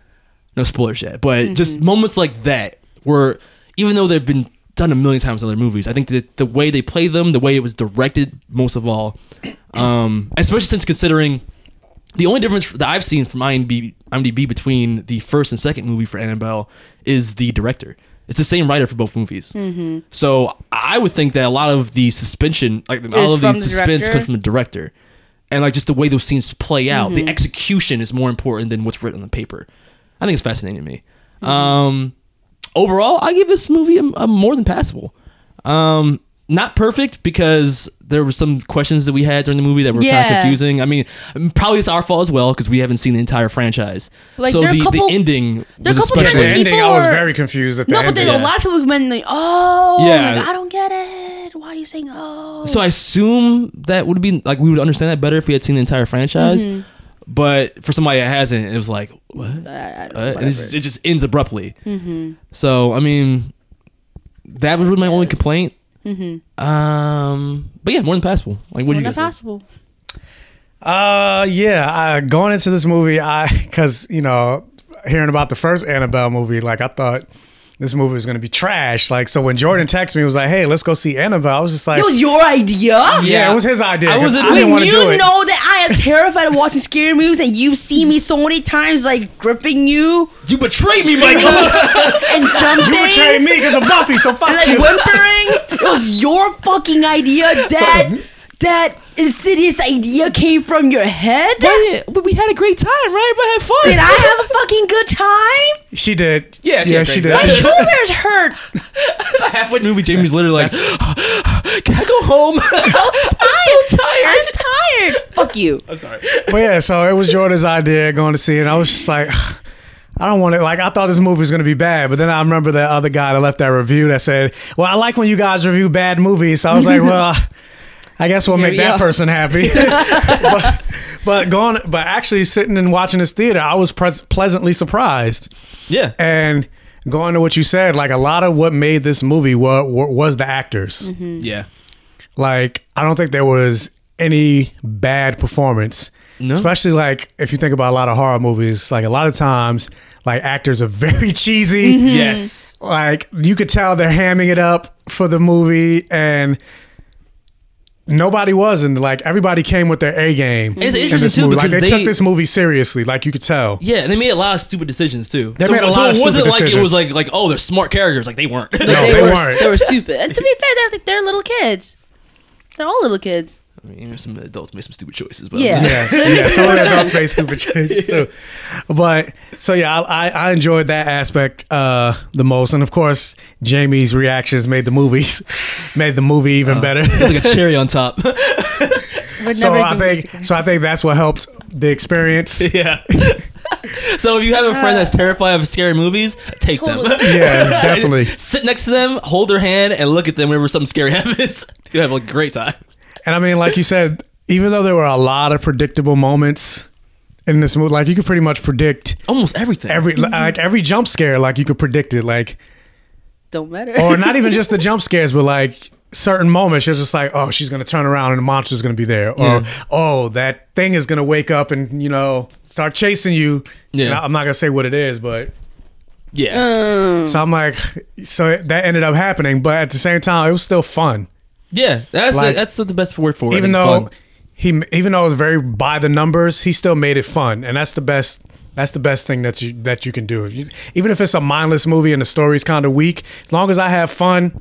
S2: No spoilers yet. But just moments like that where even though they've been done a million times in other movies, I think that the way they play them, the way it was directed most of all, um, especially since considering the only difference that I've seen from IMDb, IMDb between the first and second movie for Annabelle is the director. It's the same writer for both movies. Mm-hmm. So I would think that a lot of the suspension, like all of the
S4: from the
S2: suspense
S4: director?
S2: comes from the director. And like just the way those scenes play out,
S4: Mm-hmm.
S2: the execution is more important than what's written on the paper. I think it's fascinating to me. Um, overall, I give this movie a, a more than passable. Um, not perfect because there were some questions that we had during the movie that were kind
S4: Yeah.
S2: of confusing. I mean, um, probably it's our fault as well because we haven't seen the entire franchise.
S4: Like,
S2: so
S4: there are
S2: the,
S4: a couple-
S2: the ending
S4: there are
S2: was
S4: a couple
S3: Yeah,
S4: times
S3: the
S2: especially.
S4: when
S3: ending,
S4: people
S3: I was
S4: were-
S3: very confused at the
S4: No, but
S3: ending.
S4: there's a lot of people who been like, oh,
S2: Yeah.
S4: like, I don't get it. Why are you saying oh?
S2: so I assume that would be like we would understand that better if we had seen the entire franchise.
S4: Mm-hmm.
S2: But for somebody that hasn't, it was like what? What? And it just, it just ends abruptly.
S4: Mm-hmm.
S2: So I mean, that was really my only complaint.
S4: Mm-hmm.
S2: Um, but yeah, more than passable. Like, what do you guys? think?
S4: not possible.
S3: Uh, yeah. I, going into this movie, I because you know, hearing about the first Annabelle movie, like I thought this movie was gonna be trash. Like, so when Jordan texted me, he was like, "Hey, let's go see Annabelle," I was just like,
S4: It was your idea.
S3: yeah, it was his idea.
S2: I
S3: 'cause
S2: wasn't-
S3: I
S2: When
S3: didn't
S4: When
S3: want to
S4: you
S3: do it.
S4: know that I am terrified of watching scary movies and you've seen me so many times like gripping you
S2: You betrayed me, Michael.
S4: and jumping
S3: You betrayed me because of Buffy, so fuck
S4: and like
S3: you.
S4: whimpering. It was your fucking idea that that insidious idea came from your head.
S2: but we had a great time, right? We had fun.
S4: Did I have a fucking good time?
S3: She did.
S2: Yeah, she
S3: yeah,
S2: had
S3: she
S2: great
S3: did.
S2: time.
S4: My shoulders hurt.
S2: halfway through the movie? Jamie's literally like, "Can I go home?"
S4: I'm so tired. I'm tired. Fuck you.
S3: But yeah, so it was Jordan's idea going to see, it, and I was just like, I don't want it. Like, I thought this movie was going to be bad, but then I remember that other guy that left that review that said, "Well, I like when you guys review bad movies." So I was like, well. I guess we'll make
S4: we
S3: that
S4: are.
S3: person happy. but, but going, but actually sitting and watching this theater, I was pres- pleasantly surprised.
S2: yeah,
S3: And going to what you said, like a lot of what made this movie wa- wa- was the actors.
S4: Mm.
S2: yeah.
S3: Like, I don't think there was any bad performance.
S2: No.
S3: Especially like if you think about a lot of horror movies, like a lot of times, like actors are very cheesy.
S2: Mm-hmm.
S4: Mm.
S2: Yes.
S3: Like you could tell they're hamming it up for the movie, and nobody was, and like everybody came with their A game.
S2: It's
S3: in
S2: interesting,
S3: this
S2: too,
S3: movie. Like
S2: because
S3: they,
S2: they-
S3: took this movie seriously. Like you could tell.
S2: Yeah, and they made a lot of stupid decisions too.
S3: They
S2: so,
S3: made a
S2: so
S3: lot
S2: it
S3: of stupid
S2: wasn't like it
S3: decisions.
S2: was like like oh they're smart characters like they weren't.
S4: But
S3: No,
S4: they,
S3: they
S4: were
S3: weren't.
S4: they were stupid. And to be fair, they're like, they're little kids. They're all little kids.
S2: I mean, there's some adults made some stupid choices, but
S4: Yeah.
S2: yeah.
S3: yeah, yeah. Some of that's face stupid choice too. But so yeah, I, I I enjoyed that aspect uh the most, and of course Jamie's reactions made the movies made the movie even better.
S2: it's like a cherry on top.
S4: We're
S3: so
S4: never
S3: I
S4: doing this
S3: think so I think that's what helped the experience.
S2: yeah. so if you have a friend that's terrified of scary movies, take them.
S4: Totally.
S3: Yeah, definitely.
S2: Sit next to them, hold their hand, and look at them whenever something scary happens. You have a great time.
S3: And I mean, like you said, even though there were a lot of predictable moments in this movie, like you could pretty much predict
S2: Almost everything.
S3: every like every jump scare, like you could predict it, like
S4: Don't matter.
S3: or not even just the jump scares, but like certain moments, you're just like, oh, she's gonna turn around and the monster's gonna be there, or oh, that thing is gonna wake up and you know start chasing you.
S2: Yeah.
S3: And I- I'm not gonna say what it is, but
S2: yeah,
S3: so I'm like, so that ended up happening, but at the same time, it was still fun,
S2: yeah. That's
S3: like-
S2: the, that's the, the best word for it. I think,
S3: even though.
S2: fun.
S3: He, even though it was very by the numbers, he still made it fun, and that's the best. That's the best thing that you that you can do. If you, even if it's a mindless movie and the story's kind of weak, as long as I have fun,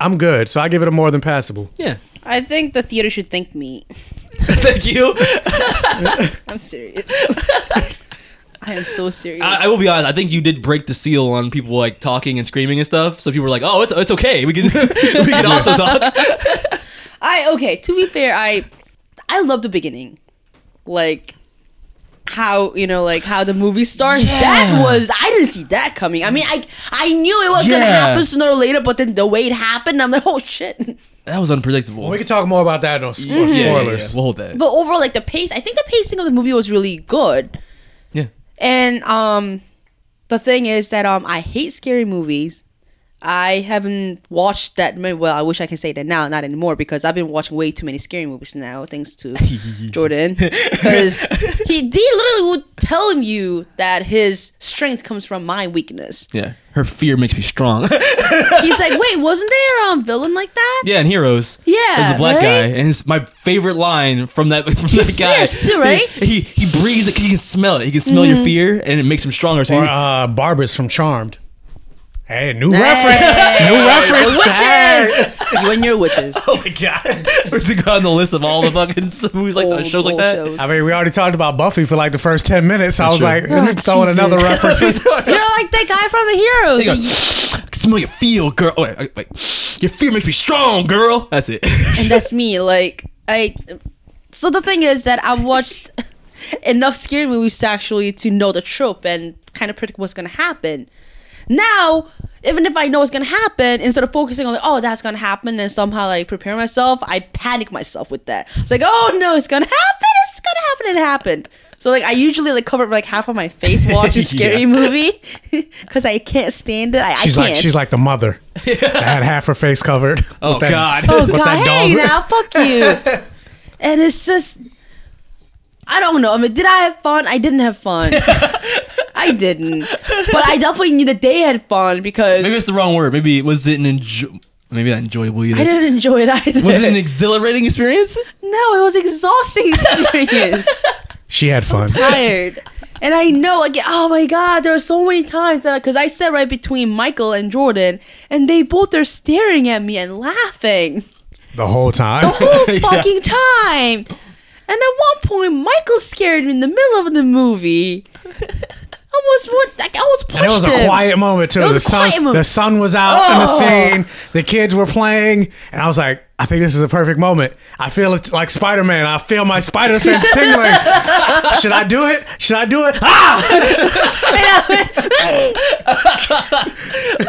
S3: I'm good. So I give it a more than passable.
S2: yeah.
S4: I think the theater should thank me.
S2: Thank you.
S4: I'm serious. I am so serious.
S2: I, I will be honest. I think you did break the seal on people like talking and screaming and stuff. So people were like, "Oh, it's it's okay. We can we can also talk."
S4: I okay. To be fair, I I love the beginning, like how you know, like how the movie starts. That was I didn't see that coming. I mean, I I knew it was gonna
S2: Yeah.
S4: happen sooner or later, but then the way it happened, I'm like, oh shit.
S2: That was unpredictable.
S3: We can talk more about that on spo- spoilers.
S2: Yeah, yeah, yeah, yeah. We'll hold that.
S4: But overall, like the pace, I think the pacing of the movie was really good.
S2: Yeah.
S4: And um, the thing is that um, I hate scary movies. I haven't watched that many. Well, I wish I can say that now, not anymore, because I've been watching way too many scary movies now, thanks to Jordan. Because he, he literally would tell you that his strength comes from my weakness.
S2: yeah, her fear makes me strong.
S4: He's like, wait, wasn't there um, villain like that?
S2: yeah, and heroes.
S4: Yeah,
S2: there's a black
S4: right?
S2: guy, and his, my favorite line from that from that guy.
S4: sniffs too, right? Mm-hmm.
S2: He, he he breathes. Like, he can smell it. He can smell your fear, and it makes him stronger. So
S3: Or
S2: he-
S3: uh, Barbara's from Charmed. Hey, new
S4: Hey.
S3: reference. New reference.
S4: Witches! you and your witches.
S2: oh my god, where's he got on the list of all the fucking movies like uh,
S4: Old-
S2: shows like
S4: old
S2: that?
S4: shows.
S3: I mean, we already talked about Buffy for like the first 10 minutes. I was
S2: true.
S3: like, let me throw in another reference. in.
S4: You're like that guy from the heroes.
S2: He goes, "I can smell your feel, girl. Oh, wait, wait, wait. Your fear makes me strong, girl. That's it.
S4: and that's me. Like I. So the thing is that I've watched enough scary movies to actually to know the trope and kind of predict what's gonna happen. Now, even if I know what's gonna happen, instead of focusing on like, oh, that's gonna happen, and somehow like prepare myself, I panic myself with that. It's like, oh no, it's gonna happen. It's gonna happen. It happened. So like I usually like cover like half of my face watching scary
S2: Yeah.
S4: movie because I can't stand it. I,
S3: She's
S4: I can't.
S3: like, she's like the mother. that had half her face covered.
S2: Oh,
S3: with that-
S2: God.
S4: Oh
S3: with
S4: god,
S3: that
S4: hey
S3: dog.
S4: now, fuck you. and it's just I don't know. I mean, did I have fun? I didn't have fun. I didn't. But I definitely knew that they had fun because
S2: Maybe it's the wrong word. Maybe it was didn't enjoy. Maybe not enjoyable either.
S4: I didn't enjoy it either.
S2: was it an exhilarating experience?
S4: no, it was exhausting experience.
S3: She had fun.
S4: tired. And I know again. Oh my God! There are so many times that because I sat right between Michael and Jordan, and they both are staring at me and laughing.
S3: The whole time.
S4: whole fucking time. And at one point, Michael scared me in the middle of the movie. Almost what? Like, I almost pushed
S3: And it was a
S4: him.
S3: quiet moment too.
S4: It was
S3: the
S4: a quiet
S3: sun,
S4: moment.
S3: the sun was out in the
S4: Oh.
S3: scene. The kids were playing, and I was like, I think this is a perfect moment. I feel it like Spider Man. I feel my spider sense tingling. Should I do it? Should I do it? Ah!
S4: And I went,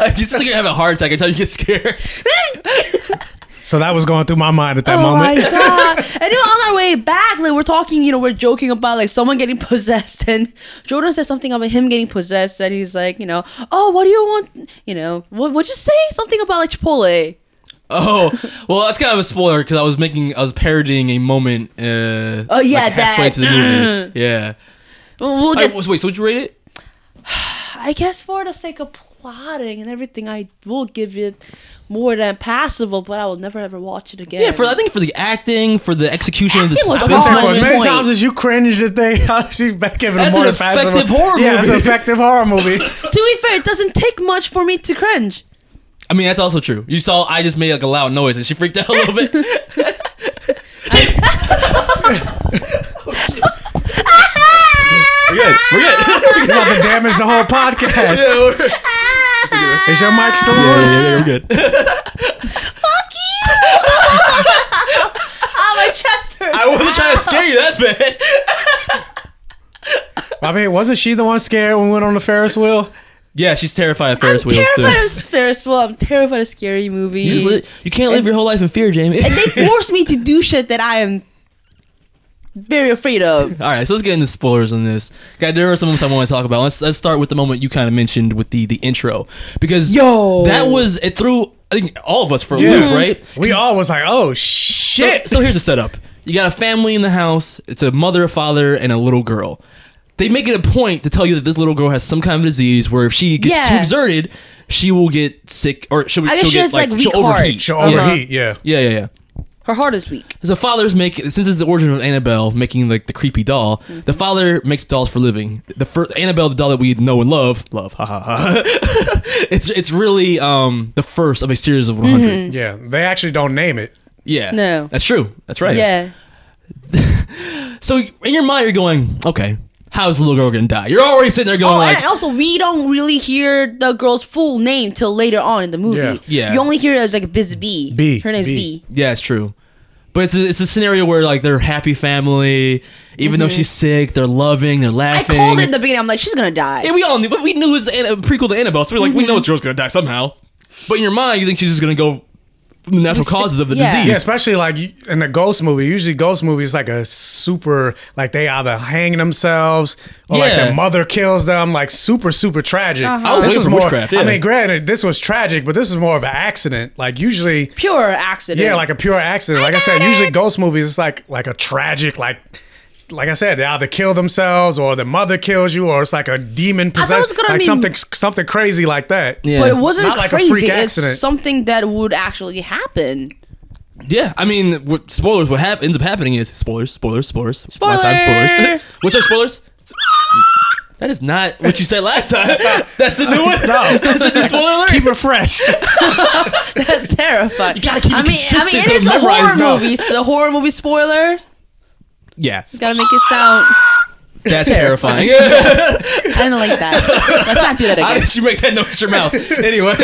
S2: Like, you sound like you're having a heart attack until you get scared.
S3: So that was going through my mind at that
S4: oh my
S3: moment.
S4: god! And then on our way back, like we're talking, you know, we're joking about like someone getting possessed, and Jordan says something about him getting possessed, and he's like, you know, oh, what do you want? You know, what would you say? Something about like Chipotle.
S2: Oh, well, that's kind of a spoiler because I was making, I was parodying a moment. Uh,
S4: Oh, yeah,
S2: like halfway
S4: that-
S2: to the movie. yeah.
S4: We'll, we'll
S2: I,
S4: get.
S2: wait, so would you rate it?
S4: I guess for the sake of plotting and everything, I will give it more than passable, but I will never ever watch it again.
S2: Yeah, for I think for the acting, for the execution of the
S4: Acting was
S2: suspense.
S4: That's
S3: Oh,
S4: my
S3: as many
S4: point.
S3: times as you cringe at they, she's back in the
S2: That's an
S3: more fast.
S2: effective horror
S3: yeah, it's an
S2: movie.
S3: effective horror movie.
S4: to be fair, it doesn't take much for me to cringe.
S2: I mean, that's also true. You saw I just made like a loud noise and she freaked out a little bit. We're good. We're good.
S3: You're about to damage the whole podcast. Is your mic still on?
S2: we're good.
S4: Ah, my chest hurts.
S2: I wasn't trying to scare you that bad.
S3: I mean, wasn't she the one scared when we went on the Ferris wheel?
S2: Yeah, she's terrified of Ferris
S4: I'm
S2: wheels too.
S4: terrified of Ferris wheel. I'm terrified of scary
S2: You
S4: movies.
S2: just li- you can't live your whole life in fear, Jamie.
S4: they force me to do shit that I am very afraid of.
S2: All right, so let's get into spoilers on this. God, there are some moments I want to talk about. Let's, let's start with the moment you kind of mentioned with the the intro because
S4: Yo.
S2: that was it threw I think all of us for a loop, right?
S3: We all was like, oh
S2: So-
S3: shit.
S2: So, here's the setup. You got a family in the house. It's a mother, a father, and a little girl. They make it a point to tell you that this little girl has some kind of disease where if she gets too
S4: Yeah.
S2: exerted, she will get sick or she'll,
S4: I guess
S2: she'll
S4: she
S2: get
S4: has,
S2: like,
S4: like,
S2: she'll
S4: weak heart.
S2: overheat.
S3: She'll
S4: Uh-huh.
S3: overheat, yeah.
S2: Yeah, yeah, yeah.
S4: Her heart is weak.
S2: So fathers make since it's the origin of Annabelle making like the creepy doll.
S4: Mm-hmm.
S2: The father makes dolls for a living. The first Annabelle, the doll that we know and love, love, ha ha ha. it's it's really um the first of a series of 100.
S3: Yeah. They actually don't name it.
S2: Yeah,
S4: Mm-hmm. No.
S2: that's true. That's right.
S4: Yeah.
S2: So in your mind, you're going, okay, how is the little girl gonna die? You're already sitting there going
S4: Oh,
S2: like,
S4: and also we don't really hear the girl's full name till later on in the movie.
S3: Yeah.
S2: Yeah.
S4: You only hear it as like Biz B.
S3: B,
S4: Her name's
S3: B.
S4: B.
S2: yeah, it's true. But it's a, it's a scenario where like they're a happy family, even though she's sick, they're loving, they're
S4: Mm-hmm. I
S2: laughing.
S4: called it in the beginning. I'm like, she's gonna die.
S2: And we all knew, but we knew it was an- a prequel to Annabelle, so we're like, we
S4: Mm-hmm.
S2: know this girl's gonna die somehow. But in your mind, you think she's just gonna go from the natural
S4: We si-
S2: causes of the
S4: yeah.
S3: Yeah,
S2: disease.
S3: especially like you- in the ghost movie. Usually, ghost movies like a super like they either hang themselves or like
S2: Yeah.
S3: their mother kills them. Like super, super tragic.
S4: Uh-huh.
S2: I was
S3: This
S2: waiting
S3: is
S2: for
S3: more.
S2: witchcraft, yeah.
S3: I mean, granted, this was tragic, but this is more of an accident. Like usually,
S4: Pure accident.
S3: yeah, like a pure accident. Like I, said, usually ghost movies it's like like a tragic like. Like I said, they either kill themselves, or the mother kills you, or it's like a demon
S4: thought it was
S3: possession,
S4: gonna
S3: like
S4: be-
S3: something something crazy like that.
S2: Yeah.
S4: But it wasn't
S3: Not like a
S4: crazy.
S3: freak
S4: it's
S3: accident.
S4: something that would actually happen.
S2: Yeah, I mean, what, spoilers. What hap- ends up happening is spoilers, spoilers, spoilers. Last time,
S4: Spoiler!
S2: spoilers. What's our spoilers? That is not what you said last time. That's the new one.
S3: No.
S2: That's the new spoiler alert.
S3: Keep it fresh.
S4: That's terrifying. You
S2: gotta keep it
S4: I mean, I
S2: consistent
S4: mean, it
S2: so
S4: is a
S2: memorize
S4: horror
S2: now.
S4: movie. It's a horror movie spoiler.
S2: yeah,
S4: Gotta make it sound.
S2: that's terrifying.
S4: I don't like that. Let's not do that
S2: How
S4: again.
S2: did you make that noise in your mouth? Anyway,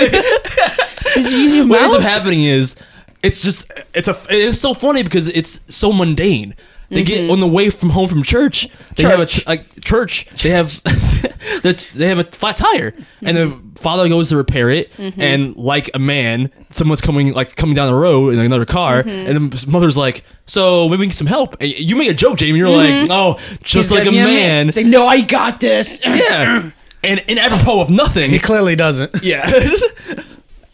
S2: what ends up happening is it's just it's a it's so funny because it's so mundane. They get on the way from home from church. They have a
S4: Church.
S2: like church. They have the- they have a flat tire, and the father goes to repair it. And like a man, someone's coming like coming down the road in another car, and the mother's like, "So maybe we can get some help." And You made a joke, Jamie. You're like, "Oh, just like a man."
S4: It's like, no, I got this.
S2: Yeah. And, and apropos of nothing,
S3: he clearly doesn't.
S2: yeah.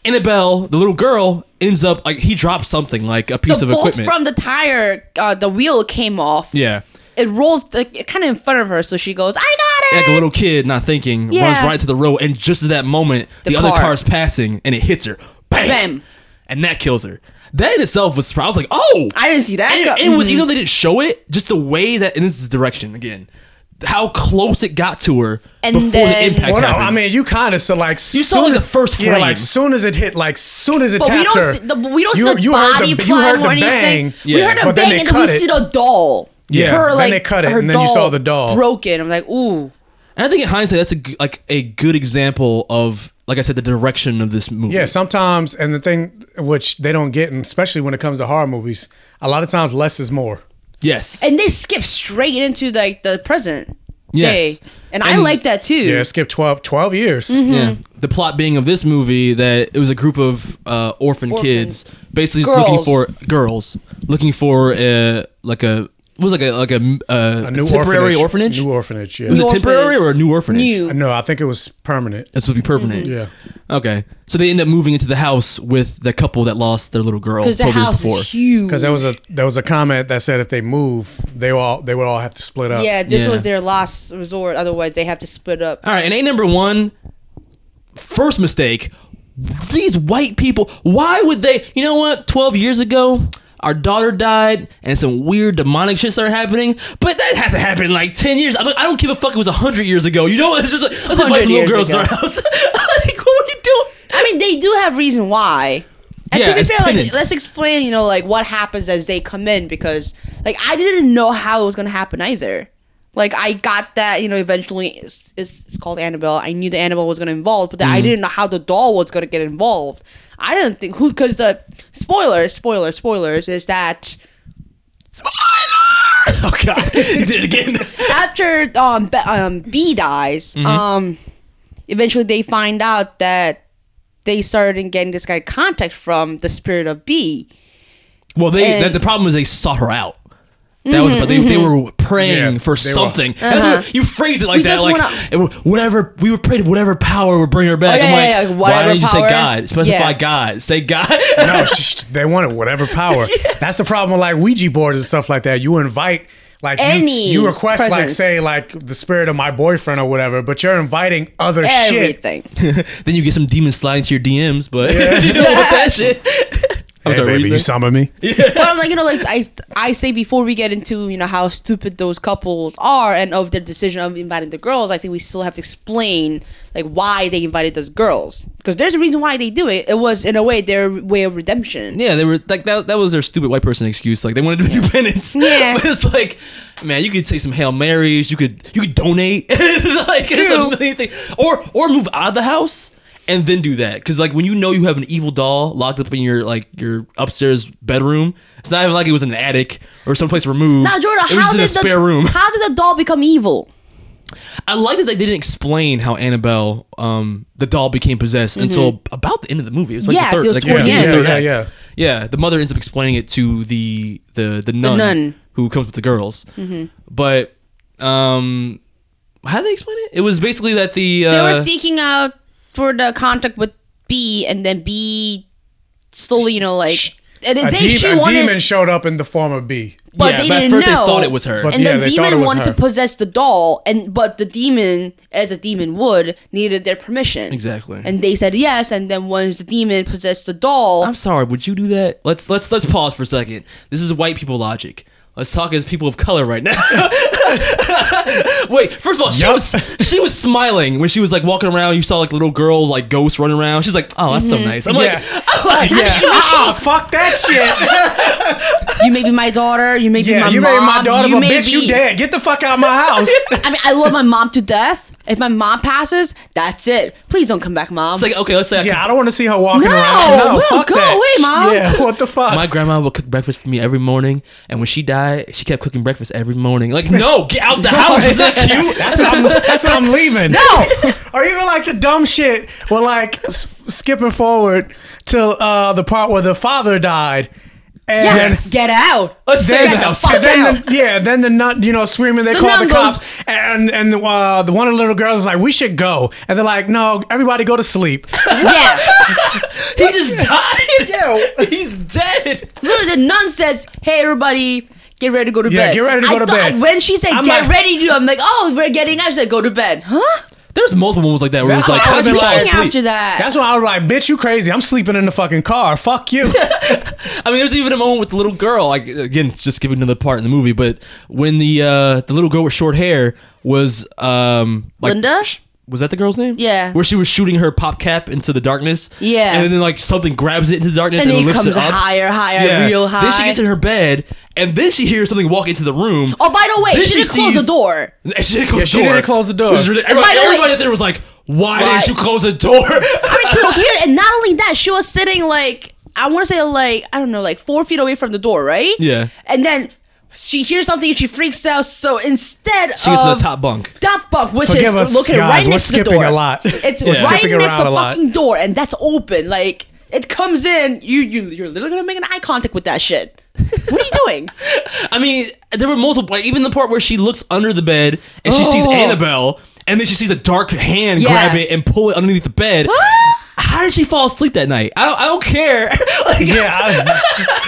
S2: Annabelle, the little girl, ends up like he drops something like a piece
S4: the
S2: of
S4: bolt
S2: equipment.
S4: from the tire, uh, the wheel came off.
S2: yeah.
S4: It rolled like, kind of in front of her, so she goes, "I got
S2: Like
S4: it."
S2: a little kid, not thinking, runs
S4: Yeah.
S2: right to the road, and just at that moment, the,
S4: The
S2: other
S4: car.
S2: car's passing, and it hits her. Bam!
S4: Bam.
S2: And that kills her. That in itself was. I was like, oh!
S4: I didn't see that. mm-hmm.
S2: And
S4: co-
S2: it, it was even though they didn't show it, just the way that and this is the direction again, how close it got to her
S4: And
S2: before
S4: then-
S2: the impact
S3: Well, no,
S2: happened.
S3: I mean, you kind of so like you
S2: saw, like, the first
S3: yeah,
S2: frame.
S3: like soon as it hit, like soon as it
S4: But we
S3: tapped
S4: don't
S3: her,
S4: see the, but we don't
S3: you-
S4: see the
S3: you heard
S4: body
S3: the- you
S4: flying
S3: heard the
S4: or anything.
S3: bang,
S4: We
S2: Yeah.
S4: heard a
S3: but then
S4: bang,
S3: they
S4: and then we
S3: cut it.
S4: see the doll.
S3: Yeah,
S4: her,
S3: then
S4: like,
S3: they cut it,
S4: her
S3: and then you saw the doll.
S4: broken. I'm like, ooh,
S2: and I think in hindsight, that's a g- like a good example of like I said, the direction of this movie.
S3: yeah. Sometimes, and the thing which they don't get, and especially when it comes to horror movies, a lot of times less is more.
S2: Yes.
S4: and they skip straight into like the present
S2: Yes.
S4: day, and, I
S2: And-
S4: like that too.
S3: Yeah, skip 12, 12 years.
S4: Mm-hmm.
S2: Yeah. The plot being of this movie that it was a group of uh, orphan,
S4: Orphan.
S2: kids, basically just
S4: Girls.
S2: looking for girls, looking for uh, like a was it, like a like a, uh,
S3: A new
S2: temporary orphanage.
S3: New orphanage. Yeah. Uh,
S2: It was
S4: New
S2: it temporary
S4: orphanage.
S2: or a new orphanage?
S4: New.
S3: no, I think it was permanent.
S2: That's supposed to be permanent.
S3: Mm-hmm. Yeah.
S2: Okay. So they end up moving into the house with the couple that lost their little girl
S4: Because the
S2: 12 years
S4: house
S2: before.
S4: is huge.
S3: Because there was a there was a comment that said if they move, they all they would all have to split up.
S4: yeah, this
S2: Yeah.
S4: was their last resort. Otherwise, they have to split up.
S2: All right, and A number one, first mistake. These white people, why would they? You know what? 12 years ago, our daughter died and some weird demonic shit started happening, but that hasn't happened in like 10 years. I, mean, I don't give a fuck if it was 100 years ago. You know what? It's just like, let's invite
S4: 100
S2: some little
S4: years
S2: girls to our
S4: ago.
S2: house. like, what are you doing?
S4: I mean, they do have reason why. And
S2: Yeah,
S4: to be
S2: it's
S4: fair, like,
S2: penance.
S4: let's explain, you know, like what happens as they come in because, like, I didn't know how it was gonna happen either. Like, I got that, you know, eventually it's, it's, it's called Annabelle. I knew the Annabelle was gonna involve, but that
S2: Mm-hmm.
S4: I didn't know how the doll was gonna get involved. I didn't think who because the spoilers, spoilers, spoilers is that
S2: Oh, God. You did it again.
S4: after um, B, um, B dies,
S2: Mm-hmm.
S4: um, eventually they find out that they started getting this guy contact from the spirit of B.
S2: Well, they
S4: And- Mm-hmm,
S2: the, the problem is they sought her out. That was but they, they were praying
S3: Yeah,
S2: for
S3: they were.
S2: something. That's what- you phrase it like
S4: Uh-huh. We
S2: that,
S4: just
S2: like
S4: wanna-
S2: it were- whatever we were praying, to whatever power would bring her back.
S4: Oh, yeah,
S2: I'm
S4: yeah,
S2: like,
S4: yeah,
S2: why
S4: whatever
S2: didn't you say
S4: power.
S2: God? Specify
S4: Yeah.
S2: God. Say God.
S3: No, sh- sh- they wanted whatever power. That's the problem with like Ouija boards and stuff like that. You invite like you-
S4: Any
S3: you, request like
S4: presence.
S3: say like the spirit of my boyfriend or whatever, but you're inviting other shit.
S4: Everything.
S2: then you get some demons sliding to your DMs, but you don't want that shit. I'm
S3: Hey,
S2: sorry, what
S3: baby,
S2: you
S3: you
S2: say?
S3: summon me.
S4: but I'm like, you know, like I I say before we get into you know how stupid those couples are and of their decision of inviting the girls, I think we still have to explain like why they invited those girls because there's a reason why they do it. It was in a way their way of redemption.
S2: Yeah, they were like that. That was their stupid white person excuse. Like they wanted to do penance.
S4: Yeah.
S2: but it's like, man, you could say some hail marys. You could you could donate. like there's
S4: True.
S2: a million things. Or or move out of the house and then do that. Because like when you know you have an evil doll locked up in your like your upstairs bedroom, it's not even like it was in an attic or someplace removed.
S4: Now, Jordan,
S2: it was just
S4: how
S2: in
S4: did
S2: a
S4: the
S2: spare room.
S4: how did the doll become evil?
S2: I like that they didn't explain how Annabelle, um, the doll became possessed until about the end of the movie. It was like
S4: Mm-hmm. Yeah,
S2: the third,
S4: it was
S2: like
S4: toward
S2: the
S4: the end.
S2: third
S3: Yeah,
S2: act.
S3: yeah,
S2: Yeah, The mother ends up explaining it to the the the nun,
S4: nun. Mm-hmm.
S2: who comes with the girls. But um, how did they explain it? It was basically that the uh,
S4: they were seeking out for the contact with B, and then B slowly, you know, like and
S3: A,
S4: then
S3: dem-
S4: she
S3: a
S4: wanted,
S3: demon showed up in the form of B.
S4: but
S2: Yeah,
S4: they
S2: but at
S4: didn't
S2: first they
S4: know.
S2: thought it was her. But
S4: and
S3: yeah,
S4: the
S3: they thought it
S4: demon
S3: was
S4: wanted
S3: her.
S4: to possess the doll, and but the demon, as a demon would, needed their permission.
S2: Exactly.
S4: And they said yes, and then once the demon possessed the doll,
S2: I'm sorry, would you do that? Let's let's let's pause for a second. This is white people logic. Let's talk as people of color right now. Wait, first of all, she
S3: Yup.
S2: was she was smiling when she was like walking around. You saw like little girl like ghosts running around. She's like, oh, that's so nice. I'm
S3: Yeah.
S2: like, I'm like,
S3: Yeah. Ah, fuck that shit.
S4: you may be my daughter, you may be
S3: yeah,
S4: my
S3: you
S4: mom,
S3: married my daughter,
S4: you
S3: but
S4: may
S3: bitch,
S4: be-
S3: you dead. Get the fuck out of my house.
S4: I mean, I love my mom to death. If my mom passes, that's it. Please don't come back, mom.
S2: It's like okay, let's say I
S3: yeah, I
S2: cook-
S3: don't want to see her walking
S4: No,
S3: around.
S4: no,
S3: fuck
S4: go
S3: that.
S4: away, Mom.
S3: Yeah, what the fuck?
S2: my grandma would cook breakfast for me every morning, and when she died, she kept cooking breakfast every morning. Like, no, get out the house. Is that cute?
S3: That's what I'm. That's what I'm leaving. No. or even like the dumb shit. Well, like s- skipping forward till uh, the part where the father died. And
S4: yes, get out.
S2: Let's say
S4: Get
S2: the
S4: the
S2: house.
S4: fuck
S3: and then
S4: out.
S3: the, yeah, then the nut, you know, screaming. They
S4: The
S3: call
S4: nun
S3: the
S4: goes-
S3: cops, and and the, uh, the one of the little girls is like, "We should go," and they're like, "No, everybody go to sleep."
S4: yeah.
S2: He just died.
S3: Yo.
S2: he's dead.
S4: Literally, the nun says, "Hey, everybody, get ready to go to
S3: Yeah,
S4: bed."
S3: get ready to go
S4: I
S3: to
S4: thought-
S3: bed.
S4: When she said,
S3: I'm
S4: "Get
S3: like-
S4: ready to," I'm like, "Oh, we're getting." out." She said, "Go to bed," huh?
S2: There's multiple ones like that where it was like,
S3: That's what I
S2: how
S3: was
S2: did you fall
S3: thinking
S2: asleep?
S4: after that.
S3: That's why I was like, "Bitch, you crazy? I'm sleeping in the fucking car. Fuck you."
S2: I mean, there's even a moment with the little girl. Like again, it's just giving another part in the movie, but when the uh, the little girl with short hair was um like
S4: Linda.
S2: was that the girl's name?
S4: Yeah.
S2: where she was shooting her pop cap into the darkness.
S4: Yeah.
S2: and then like something grabs it into the darkness
S4: And
S2: and,
S4: then it
S2: lifts
S4: comes
S2: it up.
S4: higher, higher,
S2: Yeah.
S4: real high.
S2: Then she gets in her bed, and then she hears something walk into the room.
S4: oh, by the way,
S2: Then she
S4: she, didn't close
S2: sees-
S4: the door.
S2: And she didn't close
S3: Yeah,
S2: the
S3: she
S2: door.
S3: didn't close the door.
S2: Which is ridiculous.
S4: And by
S2: Everybody,
S4: the way-
S2: everybody there was like, "Why
S4: Right.
S2: didn't you close the door?"
S4: I mean, dude, here, and not only that, she was sitting like I want to say like I don't know, like four feet away from the door, right?
S2: Yeah.
S4: And then she hears something and she freaks out. So instead
S2: she
S4: of
S2: gets to the top bunk.
S4: Daft Punk, which
S3: Forgive
S4: is
S3: us,
S4: located
S3: guys,
S4: right
S3: we're
S4: next to the
S3: skipping
S4: door.
S3: a lot.
S4: It's
S3: We're
S4: right
S3: skipping
S4: next to
S3: around
S4: the
S3: a lot.
S4: fucking door, and that's open. Like it comes in, you you you're literally gonna make an eye contact with that shit. What are you doing?
S2: I mean, there were multiple. Like even the part where she looks under the bed and she sees
S4: Oh.
S2: Annabelle, and then she sees a dark hand
S4: Yeah.
S2: grab it and pull it underneath the bed. How did she fall asleep that night? I don't. I don't care. like,
S3: Yeah. I-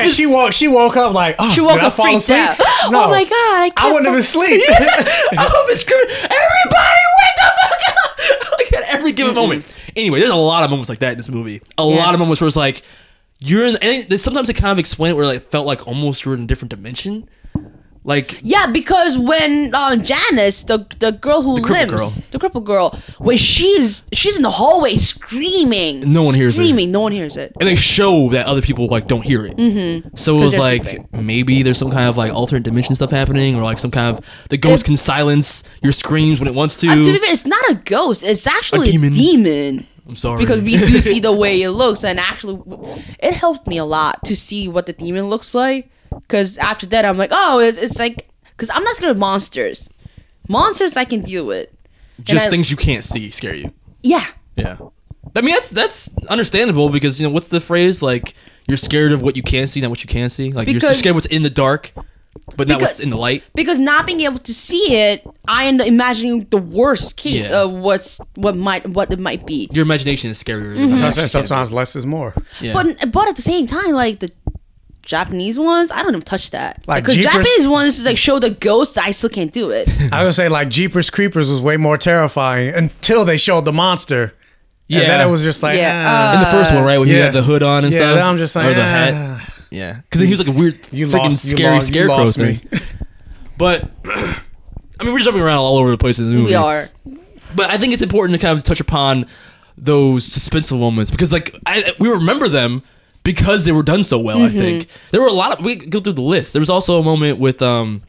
S3: and she woke. She woke up like. Oh,
S4: She woke
S3: did I
S4: up
S3: fall
S4: freaked
S3: asleep?
S4: out.
S3: No.
S4: Oh my god! I,
S3: I
S4: can't
S3: wouldn't even sleep.
S2: I hope it's screaming. Everybody, wake the fuck up! like at every given moment. Anyway, there's a lot of moments like that in this movie. A lot of moments where it's like you're in. And it- sometimes they kind of explain it where like felt like almost you're in a different dimension. Like
S4: Yeah, because when uh, Janice, the the girl who
S2: crippled
S4: limps,
S2: girl.
S4: the cripple girl, when she's she's in the hallway screaming,
S2: No one hears her.
S4: Screaming, no one hears it.
S2: and they show that other people like don't hear it. Mm-hmm. So it was
S4: they're
S2: like
S4: sleeping.
S2: maybe there's some kind of like alternate dimension stuff happening, or like some kind of the ghost
S4: If-
S2: can silence your screams when it wants to.
S4: Uh, to be fair, it's not a ghost. It's actually a
S2: demon.
S4: demon.
S2: I'm sorry
S4: Because we do see the way it looks, and actually, it helped me a lot to see what the demon looks like. Because after that, I'm like, oh, it's, it's like, because I'm not scared of monsters. Monsters I can deal with. And
S2: just
S4: I-
S2: things you can't see scare you.
S4: Yeah.
S2: Yeah. I mean that's that's understandable because you know what's the phrase like you're scared of what you can't see, not what you can see. Like you're
S4: Because-
S2: scared of what's in the dark, but not what's
S4: Because-
S2: in the light.
S4: Because not being able to see it, I end up imagining the worst case
S2: Yeah.
S4: of what's what might what it might be.
S2: Your imagination is scarier.
S4: Mm-hmm.
S2: Than
S3: So I
S2: what
S3: said
S2: you
S3: sometimes less is more.
S2: Yeah.
S4: But but at the same time, like the Japanese ones, I don't even touch that.
S3: Like
S4: Because
S3: Jeepers-
S4: Japanese ones is like show the ghosts, I still can't do it.
S3: I would say like Jeepers Creepers was way more terrifying until they showed the monster. Yeah.
S2: Yeah.
S3: And then it was just like.
S4: Yeah, uh,
S3: ah.
S2: in the first one, right, when he
S3: yeah.
S2: had the hood on and
S3: Yeah,
S2: stuff.
S3: then I'm just like,
S2: or the
S3: ah.
S2: hat. Yeah, because he was like a weird,
S3: You
S2: freaking
S3: lost- you
S2: scary
S3: lost- you
S2: scarecrow
S3: lost me.
S2: thing. But I mean, we're jumping around all over the place in this movie.
S4: we are.
S2: but I think it's important to kind of touch upon those suspenseful moments because like I, we remember them because they were done so well.
S4: Mm-hmm.
S2: I think there were a lot of we could go through the list. There was also a moment with um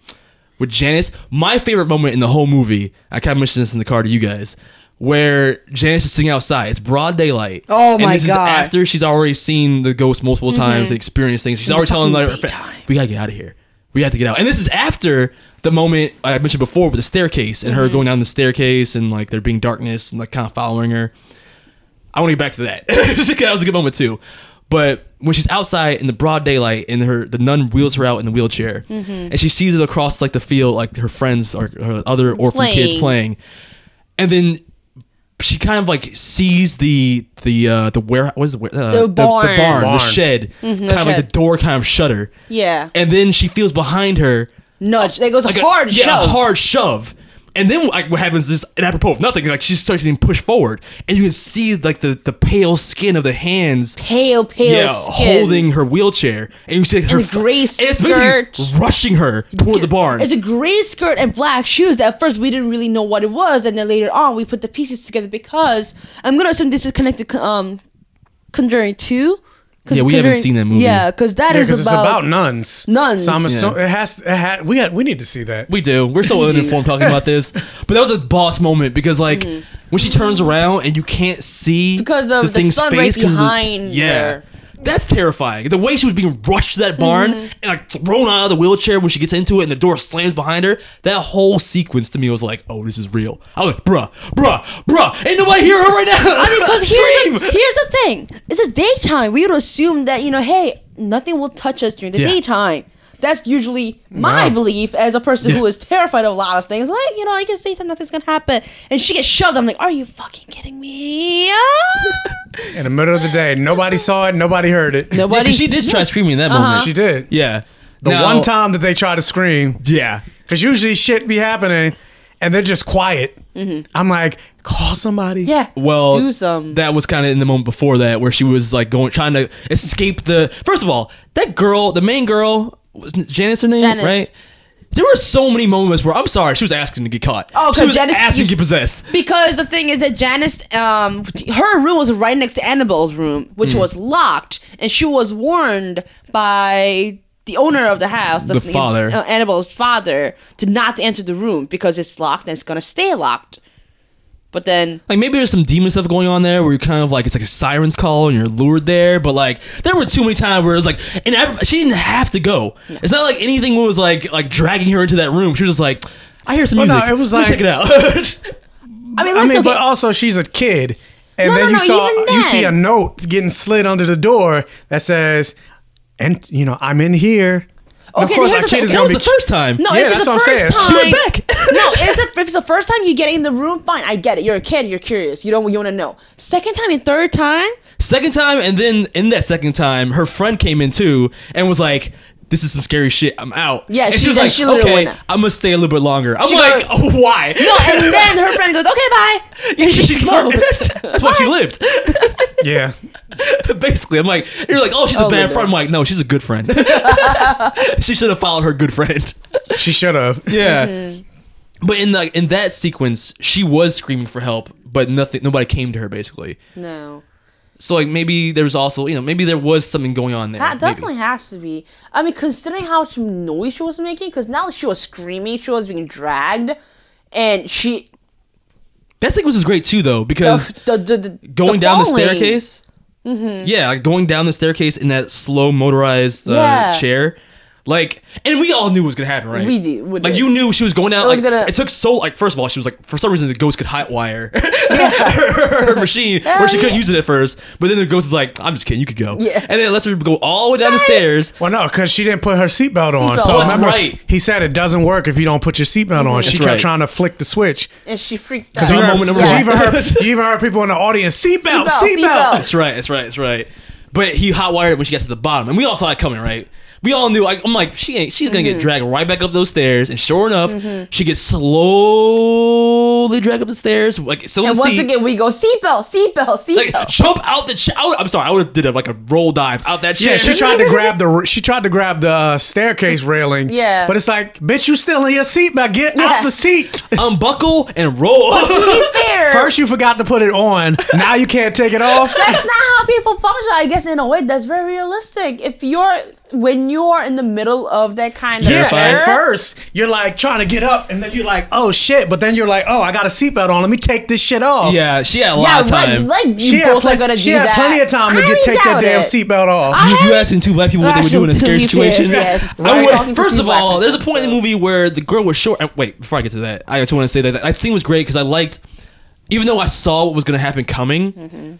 S2: with Janice. My favorite moment in the whole movie. I kind of mentioned this in the car to you guys. Where Janice is sitting outside, it's broad daylight.
S4: Oh my
S2: And this
S4: God. Mm-hmm.
S2: is after she's already seen the ghost multiple times and experienced things. She's already telling
S4: fucking
S2: like, her fa-
S4: daytime.
S2: we gotta get out of here. We have to get out. And this is after the moment I mentioned before with the staircase and her
S4: Mm-hmm.
S2: going down the staircase and like there being darkness and like kind of following her. I want to get back to that. that was a good moment too. But when she's outside in the broad daylight and her the nun wheels her out in the wheelchair
S4: Mm-hmm.
S2: and she sees it across like the field, like her friends or her other orphan kids
S4: Playing.
S2: playing. And then she kind of like sees the the uh the where what is the where uh, the, the
S4: barn.
S2: barn the
S3: Barn.
S2: shed kind
S4: the
S2: of like the
S4: shed.
S2: door kind of shutter
S4: Mm-hmm, Yeah.
S2: and then she feels behind her
S4: Nudge. That goes
S2: like a
S4: hard
S2: yeah,
S4: shove.
S2: a hard shove. And then like what happens is and apropos of nothing, like she starts getting pushed forward, and you can see like the the pale skin of the hands.
S4: pale, pale
S2: yeah,
S4: skin.
S2: holding her wheelchair, and you see her
S4: a gray
S2: and it's basically
S4: skirt.
S2: rushing her toward the barn.
S4: It's a gray skirt and black shoes. that At first, we didn't really know what it was, and then later on, we put the pieces together because I'm gonna assume this is connected to um, Conjuring Two. 'Cause
S2: Yeah, we haven't
S4: Conjuring-
S2: seen that movie.
S4: Yeah, because that
S3: Yeah,
S4: is
S3: 'cause it's
S4: about,
S3: about nuns.
S4: nuns.
S3: So I'm
S4: Yeah.
S3: assuming it has. It ha- we got. We need to see that.
S2: We do. We're so uninformed talking about this, but that was a boss moment because like when she turns around and you can't see
S4: Mm-hmm. Because of the sun right
S2: 'cause of the-
S4: behind
S2: yeah.
S4: her.
S2: That's terrifying. The way she was being rushed to that barn
S4: Mm-hmm.
S2: and like thrown out of the wheelchair when she gets into it and the door slams behind her. That whole sequence to me was like, oh, this is real. I was like, bruh, bruh, bruh. Ain't nobody hear her right now. I mean,
S4: Because here's, the- here's the thing. It's a daytime. We would assume that, you know, hey, nothing will touch us during the
S2: Yeah.
S4: daytime. That's usually my
S3: No.
S4: belief as a person who
S2: Yeah.
S4: is terrified of a lot of things. Like, you know, I guess daytime nothing's gonna happen. And she gets shoved. I'm like, are you fucking kidding me?
S3: In the middle of the day, nobody saw it. Nobody heard it.
S2: Yeah, 'cause
S4: Nobody.
S2: she did try screaming in that
S4: Uh-huh.
S2: moment.
S3: She did.
S2: Yeah.
S3: The
S2: Now-
S3: one time that they try to scream,
S2: Yeah.
S3: because usually shit be happening, and they're just quiet. I'm like, call somebody.
S4: Mm-hmm. yeah.
S2: Well,
S4: do some.
S2: That was kind of in the moment before that, where she was like going, trying to escape the. First of all, that girl, the main girl, was Janice her name,
S4: Janice.
S2: right? There were so many moments where I'm sorry, she was asking to get caught.
S4: Oh,
S2: she
S4: because
S2: was
S4: Janice
S2: asking to
S4: used-
S2: get possessed.
S4: Because the thing is that Janice, um, her room was right next to Annabelle's room, which
S3: Mm.
S4: was locked, and she was warned by the owner of the house,
S2: The father.
S4: uh, Annabelle's father, to not enter the room because it's locked and it's gonna stay locked. But then,
S2: Like maybe there's some demon stuff going on there where you're kind of like it's like a siren's call and you're lured there, but like there were too many times where it was like and I, she didn't have to go. It's not like anything was like like dragging her into that room. She was just like, I hear some
S3: Well, no,
S2: music.
S3: it was
S2: Let me
S3: like-
S2: check it out.
S4: I mean,
S3: I
S4: let's
S3: mean,
S4: okay.
S3: but also she's a kid, and
S4: No,
S3: then
S4: no,
S3: you
S4: no,
S3: saw
S4: even
S3: you see a
S4: then.
S3: note getting slid under the door that says, and you know, I'm in here. And
S4: Okay,
S3: of course,
S4: here's
S3: our
S4: the
S3: kid
S4: thing.
S3: is
S4: That
S2: That
S3: gonna
S2: was
S3: be
S2: the first time.
S4: No,
S3: Yeah,
S4: if it's
S3: that's
S4: the
S3: what I'm
S4: first
S3: saying.
S4: time.
S3: She
S2: went back.
S4: no, it's a, if it's the first time you get in the room, fine. I get it. You're a kid. You're curious. You don't. You want to know. Second time and third time.
S2: Second time, and then in that second time, her friend came in too and was like, "This is some scary shit. I'm out."
S4: Yeah,
S2: and
S4: she-
S2: was
S4: and
S2: like,
S4: she literally
S2: "Okay,
S4: went out.
S2: I'm gonna stay a little bit longer." I'm
S4: She
S2: like,
S4: go-
S2: oh, "Why?"
S4: No, and then her friend goes, "Okay, bye."
S2: Yeah, she- she's smart. That's why she lived.
S3: yeah.
S2: Basically, I'm like, you're like, oh, she's a
S4: Oh,
S2: bad
S4: Linda.
S2: friend. I'm like, no, she's a good friend. she should have followed her good friend.
S3: She should have.
S2: Yeah.
S4: Mm-hmm.
S2: But in the in that sequence, she was screaming for help, but nothing, nobody came to her basically.
S4: No,
S2: So like maybe there was also, you know, maybe there was something going on there.
S4: that
S2: maybe.
S4: definitely has to be. I mean, considering how much noise she was making, because now she was screaming, she was being dragged, and she
S2: That sequence was great too, though, because
S4: the, the, the,
S2: going down
S4: falling. Mm-hmm.
S2: the staircase. Yeah, like going down the staircase in that slow motorized uh,
S4: Yeah.
S2: chair. Like, and we all knew what was gonna happen, right?
S4: We did- we
S2: like,
S4: did.
S2: you knew she was going down.
S4: It was
S2: like,
S4: gonna-
S2: it took so. Like, first of all, she was like, for some reason, the ghost could hot wire her, machine, where she couldn't use it at first. But then the ghost is like, "I'm just kidding, you could go."
S4: Yeah.
S2: And then it lets her go all the way down the stairs.
S3: Well, no, because she didn't put her seatbelt on.
S4: Seatbelt. Mm-hmm.
S3: So
S4: Oh, that's
S3: remember,
S2: right.
S3: he said it doesn't work if you don't put your seatbelt on. She
S2: That's
S3: kept
S2: right.
S3: trying to flick the switch.
S4: and she freaked out.
S3: Because you,
S2: Time
S3: heard-
S2: moment number
S3: 'cause you
S2: one.
S3: even heard, you even heard people in the audience seatbelt,
S4: Seatbelt,
S3: seatbelt.
S4: seatbelt.
S2: That's right. That's right. That's right. But he hot wired when she got to the bottom, and we all saw it coming, right? We all knew. Like, I'm like, she ain't. She's gonna
S4: Mm-hmm.
S2: get dragged right back up those stairs, and sure enough, she gets slowly dragged up the stairs, like still in
S4: and
S2: the
S4: once
S2: seat.
S4: again, we go seatbelt, seatbelt,
S2: like
S4: seatbelt.
S2: jump out the. Ch- I would- I'm sorry. I would have did a, like a roll dive out that
S3: Yeah,
S2: chair.
S3: she tried to grab the she tried to grab the uh, staircase railing.
S4: Yeah.
S3: but it's like, bitch, you still in your seatbelt. Get
S4: Yeah.
S3: out the seat.
S2: unbuckle and roll.
S4: to be fair,
S3: First, you forgot to put it on. Now you can't take it off.
S4: that's not how people function. I guess in a way, that's very realistic. If you're when you're in the middle of that kind of
S3: Yeah,
S2: Terrifying.
S3: at first you're like trying to get up, and then you're like, "Oh shit!" But then you're like, "Oh, I got a seatbelt on. Let me take this shit off."
S2: yeah, she had a
S4: yeah,
S2: lot of
S4: right.
S2: time.
S4: Like
S3: she
S4: you both
S3: pl-
S4: are gonna
S3: she
S4: do
S3: had
S4: that.
S3: plenty of time to
S4: I
S3: get take that
S4: doubt
S3: damn
S4: it.
S3: seatbelt off.
S4: I-
S2: you, you asking two black people what they would do in a scary
S4: Actually, to be fair,
S2: situation.
S4: yes.
S2: I
S4: Right.
S2: would-
S4: Talking to
S2: first
S4: two
S2: of
S4: black
S2: all,
S4: people,
S2: there's a point in the
S4: so.
S2: movie where the girl was short. and- Wait, before I get to that, I just want to say that that scene was great because I liked, even though I saw what was going to happen coming.
S4: Mm-hmm.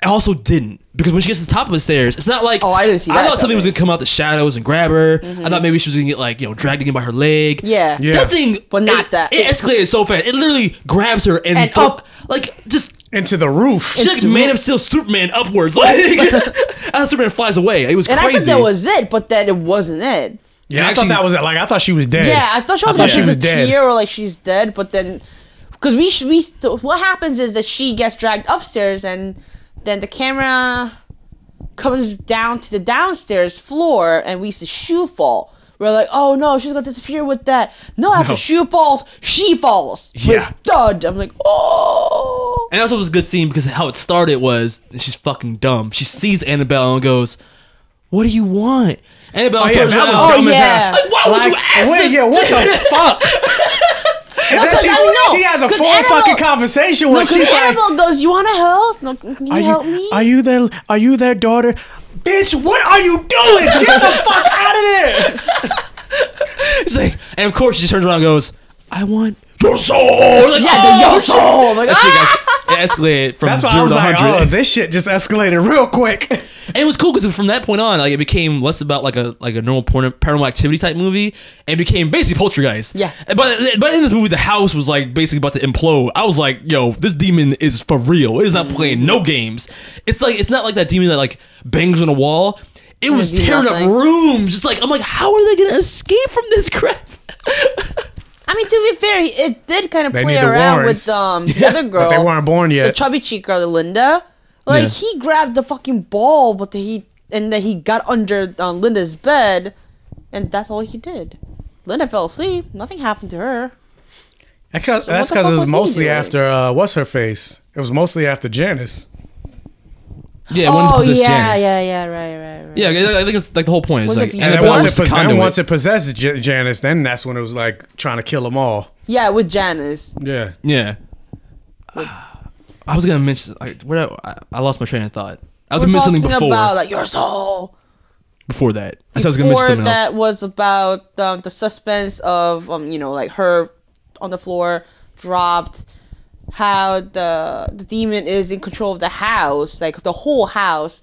S2: I also didn't because when she gets to the top of the stairs, it's not like
S4: Oh, I didn't see
S2: I
S4: that
S2: thought something was gonna
S4: coming. Mm-hmm.
S2: come out the shadows and grab her. I thought maybe she was gonna get like you know dragged again by her leg.
S4: Yeah.
S3: Yeah.
S2: that thing.
S4: But not
S2: it-
S4: that.
S2: It escalated so fast. It literally grabs her and,
S4: And
S2: throw-
S4: up.
S2: like just
S3: Into the roof.
S2: she's like Man of Steel Superman upwards. Like as Superman flies away, it was
S4: and
S2: crazy.
S4: I thought that was it, but that it wasn't it.
S3: yeah, I
S2: actually-
S3: thought that was it. Like I thought she was dead.
S4: Yeah, I thought she was
S3: I
S4: like
S3: thought she
S4: she's
S3: was
S4: a
S3: dead.
S4: tear or like she's dead, but then because we sh- we st- what happens is that she gets dragged upstairs and then the camera comes down to the downstairs floor and we see shoe fall. We're like, oh no, she's gonna disappear with that. No, after
S3: No.
S4: shoe falls, she falls. with
S3: Yeah.
S4: thud. I'm like, oh.
S2: And also it was a good scene because how it started was she's fucking dumb. She sees Annabelle and goes, "What do you want?" Annabelle
S3: Oh, yeah,
S2: turns
S3: that was
S2: around.
S3: dumb
S4: Oh,
S3: as
S4: yeah.
S3: hell.
S2: Like, why would you ask
S3: wait,
S2: it
S3: yeah, what the fuck? And then
S4: what-
S3: she,
S4: I know,
S3: she has a
S4: 'cause
S3: full
S4: Annabelle-
S3: fucking conversation
S4: No,
S3: with.
S4: because
S3: She's like,
S4: Annabelle goes, you wanna help? No, can you
S3: are
S4: help
S3: you,
S4: me?
S3: Are you their? Are you their daughter? Bitch, what are you doing? Get the fuck out of there!
S2: It's like, and of course she just turns around and goes, "I want your soul." Like,
S4: yeah, the
S3: Oh,
S4: yo soul. I'm like,
S2: That shit
S4: ah!
S2: got it escalated from
S3: That's why I
S2: zero
S3: was
S2: to
S3: like,
S2: hundred.
S3: oh, this shit just escalated real quick.
S2: and it was cool because from that point on, like it became less about like a like a normal porn, paranormal activity type movie, and became basically poltergeist.
S4: Yeah.
S2: And But but in this movie, the house was like basically about to implode. I was like, yo, this demon is for real. It is not playing
S4: Mm-hmm.
S2: no games. It's like it's not like that demon that like bangs on a wall. It was
S4: do
S2: tearing
S4: nothing.
S2: up rooms. Just like I'm like, how are they gonna escape from this crap?
S4: I mean, to be fair, he- it did kind of
S3: They
S4: play
S3: need the
S4: around
S3: warrants.
S4: with um, the other girl.
S3: but they weren't born
S4: The
S3: yet.
S4: chubby cheek girl, Linda. Like
S2: Yeah.
S4: he grabbed the fucking ball, but he and then he got under uh, Linda's bed, and that's all he did. Linda fell asleep. Nothing happened to her.
S3: That's 'cause-
S4: what
S3: that's
S4: the
S3: because it
S4: fuck
S3: was
S4: was he
S3: mostly
S4: doing?
S3: after uh, what's her face. It was mostly after Janice.
S2: Yeah, one
S4: oh
S2: possessed
S4: yeah,
S2: Janice.
S4: yeah, yeah, right, right, right.
S2: Yeah, I I think it's like the whole point is
S4: Was
S2: like
S4: it
S3: And then
S4: Annabelle
S3: once
S2: was
S3: it,
S2: the
S3: pos- then
S2: conduit.
S3: once it possesses J- Janice, then that's when it was like trying to kill them all.
S4: yeah, with Janice.
S3: Yeah.
S2: Yeah. I was gonna mention. I, where I, I lost my train of thought. I was gonna
S4: We're
S2: mention something
S4: talking
S2: before
S4: about like your soul.
S2: before that. I said I was gonna mention
S4: Or
S2: something
S4: that
S2: else.
S4: was about um, the suspense of um, you know like her on the floor dropped how the the demon is in control of the house like the whole house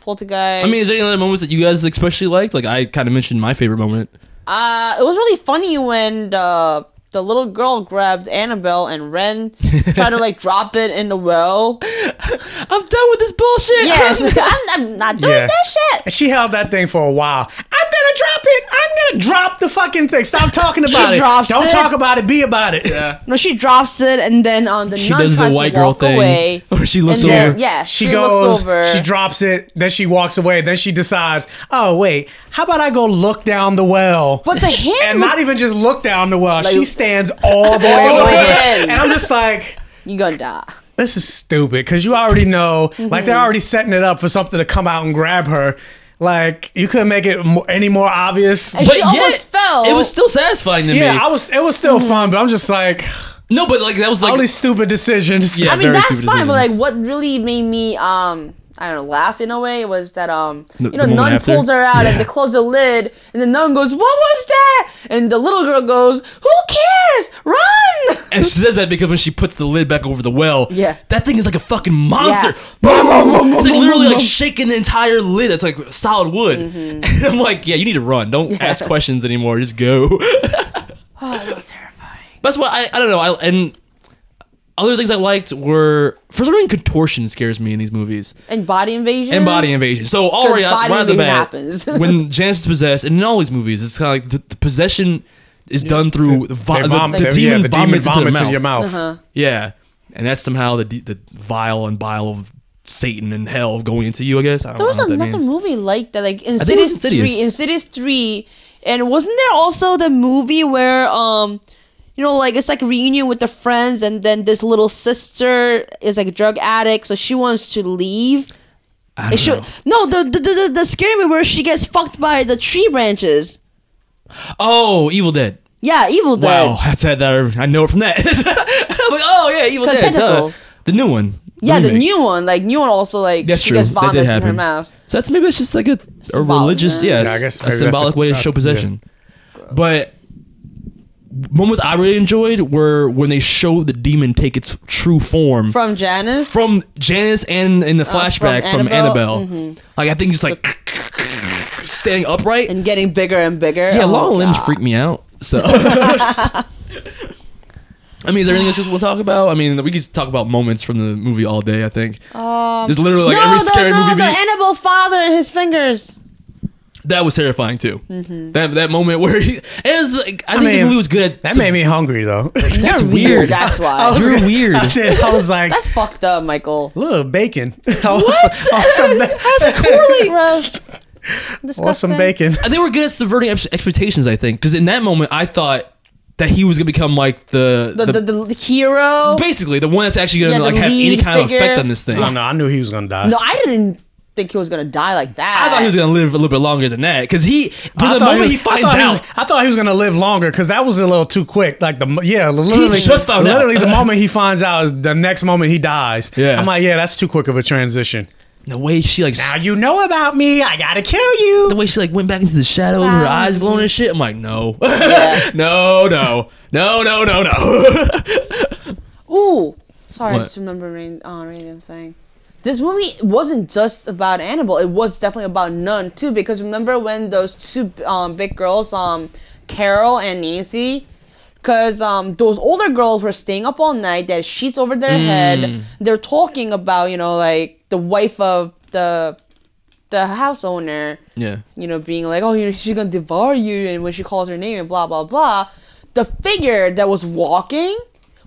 S4: Poltergeist.
S2: I mean, is there any other moments that you guys especially liked? Like I kind of mentioned my favorite moment.
S4: uh, it was really funny when the the little girl grabbed Annabelle and Ren tried to like drop it in the well.
S2: I'm done with this bullshit.
S4: Yeah, it's like, I'm, I'm not doing
S3: Yeah.
S4: that shit.
S3: And she held that thing for a while. I'm gonna drop it. I'm gonna drop the fucking thing. Stop talking about it.
S4: drops
S3: Don't
S4: it.
S3: talk about it. Be about it. Yeah.
S4: No, she drops it and then um the
S2: She
S4: nun
S2: does the
S4: tries
S2: white
S4: to
S2: girl
S4: walk
S2: thing,
S4: away.
S2: or she looks
S4: and then-
S2: over.
S4: yeah,
S3: She,
S4: she,
S3: goes.
S4: looks over.
S3: She drops it. Then she walks away. Then she decides. Oh wait. How about I go look down the well?
S4: but the hand
S3: and not even just look down the well.
S4: Like-
S3: she stands all the way
S4: All the
S3: over,
S4: way in.
S3: and I'm just like.
S4: you gonna die.
S3: this is stupid because you already know, like
S4: Mm-hmm.
S3: they're already setting it up for something to come out and grab her. Like you couldn't make it mo- any more obvious.
S4: And she almost fell.
S2: It was still satisfying to me.
S3: yeah, I was. It was still
S2: Mm.
S3: fun, but I'm just like
S2: no, but like that was like
S3: all these stupid decisions.
S2: Yeah.
S4: I mean,
S2: very
S4: that's fine,
S2: stupid
S4: but like,
S2: decisions.
S4: what really made me, um, I don't know, laugh in a way was that, um,
S2: The-
S4: you know,
S2: the moment
S4: nun
S2: after?
S4: pulls her out and they close the lid, and the nun goes, "What was that?" And the little girl goes, "Who cares? Run!"
S2: And she says that because when she puts the lid back over the well,
S4: Yeah.
S2: that thing is like a fucking monster. It's like literally like shaking the entire lid. That's like solid wood.
S4: Mm-hmm.
S2: And I'm like, yeah, you need to run. Don't ask questions anymore. Just go.
S4: Oh, that was terrifying.
S2: That's why I, I don't know. I and other things I liked were for some reason contortion scares me in these movies
S4: And body invasion.
S2: and body invasion. So already
S4: body
S2: right out the
S4: invasion
S2: bat,
S4: happens.
S2: when Janice is possessed, and in all these movies, it's kind of like the, the possession is done through the,
S3: They
S2: vi- the,
S3: vom-
S2: the
S3: they- yeah,
S2: demon
S3: the demon
S2: vomits, into,
S3: vomits
S2: the
S3: in your mouth.
S2: Yeah, and that's somehow the de- the vile and bile of Satan and hell going into you. I guess I don't
S4: There was
S2: know what that
S4: another
S2: means.
S4: movie like that, like
S2: think it was
S4: Insidious,
S2: Insidious.
S4: Three. Insidious Three, and wasn't there also the movie where um, you know, like it's like reunion with the friends, and then this little sister is like a drug addict, so she wants to leave.
S2: I
S4: It
S2: don't
S4: should,
S2: know.
S4: no, the the, the the the scary movie where she gets fucked by the tree branches.
S2: Oh, Evil Dead.
S4: Yeah, Evil Dead.
S2: Wow, that's that. I know it from that. I'm like, oh yeah, Evil
S4: 'Cause
S2: Dead. duh.
S4: tentacles.
S2: The new one.
S4: Yeah, the
S2: remake.
S4: new one, like new one, also like
S2: That's
S4: she
S2: true.
S4: gets
S2: That
S4: vomits
S2: did
S4: in her
S2: happen.
S4: mouth.
S2: So that's maybe that's just like a, a
S4: Symbolic,
S2: religious,
S4: yeah.
S2: yes,
S3: Yeah, I guess
S2: a
S3: maybe that's
S2: symbolic
S3: a-
S2: way to
S3: uh,
S2: show possession. But moments I really enjoyed were when they showed the demon take its true form
S4: From Janice.
S2: from Janice and in the flashback from
S4: from
S2: Annabelle.
S4: Annabelle. mm-hmm.
S2: Like I think just like standing upright.
S4: and getting bigger and bigger.
S2: yeah,
S4: Oh
S2: long
S4: my
S2: limbs
S4: God.
S2: freak me out. So. I mean, is there anything else you want to talk about? I mean, we could talk about moments from the movie all day. I think um, there's literally like
S4: no,
S2: every
S4: the,
S2: scary
S4: no,
S2: movie.
S4: the
S2: beat.
S4: Annabelle's father and his fingers.
S2: that was terrifying too.
S4: Mm-hmm.
S2: That that moment where he, it was like, I, think this
S3: mean,
S2: movie was good. At
S3: That
S2: some-
S3: made me hungry though.
S2: That's
S4: You're
S2: weird.
S4: That's
S3: I
S4: why.
S3: was-
S2: You're weird.
S3: I, did, I was like,
S4: That's fucked up, Michael.
S3: look, bacon. I want some- I want some ba-
S4: Poorly gross.
S3: I want some bacon.
S2: And they were good at subverting ex- expectations. I think because in that moment I thought that he was gonna become like the,
S4: The, the, the, the hero.
S2: basically the one that's actually gonna
S4: Yeah, the
S2: like have any
S4: lead
S2: kind of effect
S4: figure.
S2: on this thing.
S3: No, no, I knew he was gonna die.
S4: No, I didn't think he was gonna die like that.
S2: I thought he was gonna live a little bit longer than that because he
S3: I
S2: from the
S3: thought
S2: moment
S3: was-
S2: he, finds
S3: I thought
S2: out.
S3: was, I thought he was gonna live longer because that was a little too quick. Like the mo- yeah, literally
S2: just found out.
S3: literally the moment he finds out is the next moment he dies.
S2: Yeah.
S3: I'm like, yeah, that's too quick of a transition.
S2: the way she like s-
S3: Now you know about me. I gotta kill
S2: the
S3: you.
S2: way she like went back into the shadow, her
S4: Wow.
S2: eyes glowing and shit. I'm like, no, no, no, no, no, no, no.
S4: Ooh, sorry,
S2: What?
S4: I just remember rain, uh, random thing. This movie wasn't just about Annabelle. It was definitely about Nun too, because remember when those two um, big girls, um, Carol and Nancy, because um, those older girls were staying up all night. They had sheets over their head. They're talking about you know like the wife of the the house owner
S2: yeah.
S4: you know, being like, oh, you know, she's gonna devour you, and when she calls her name and blah blah blah, the figure that was walking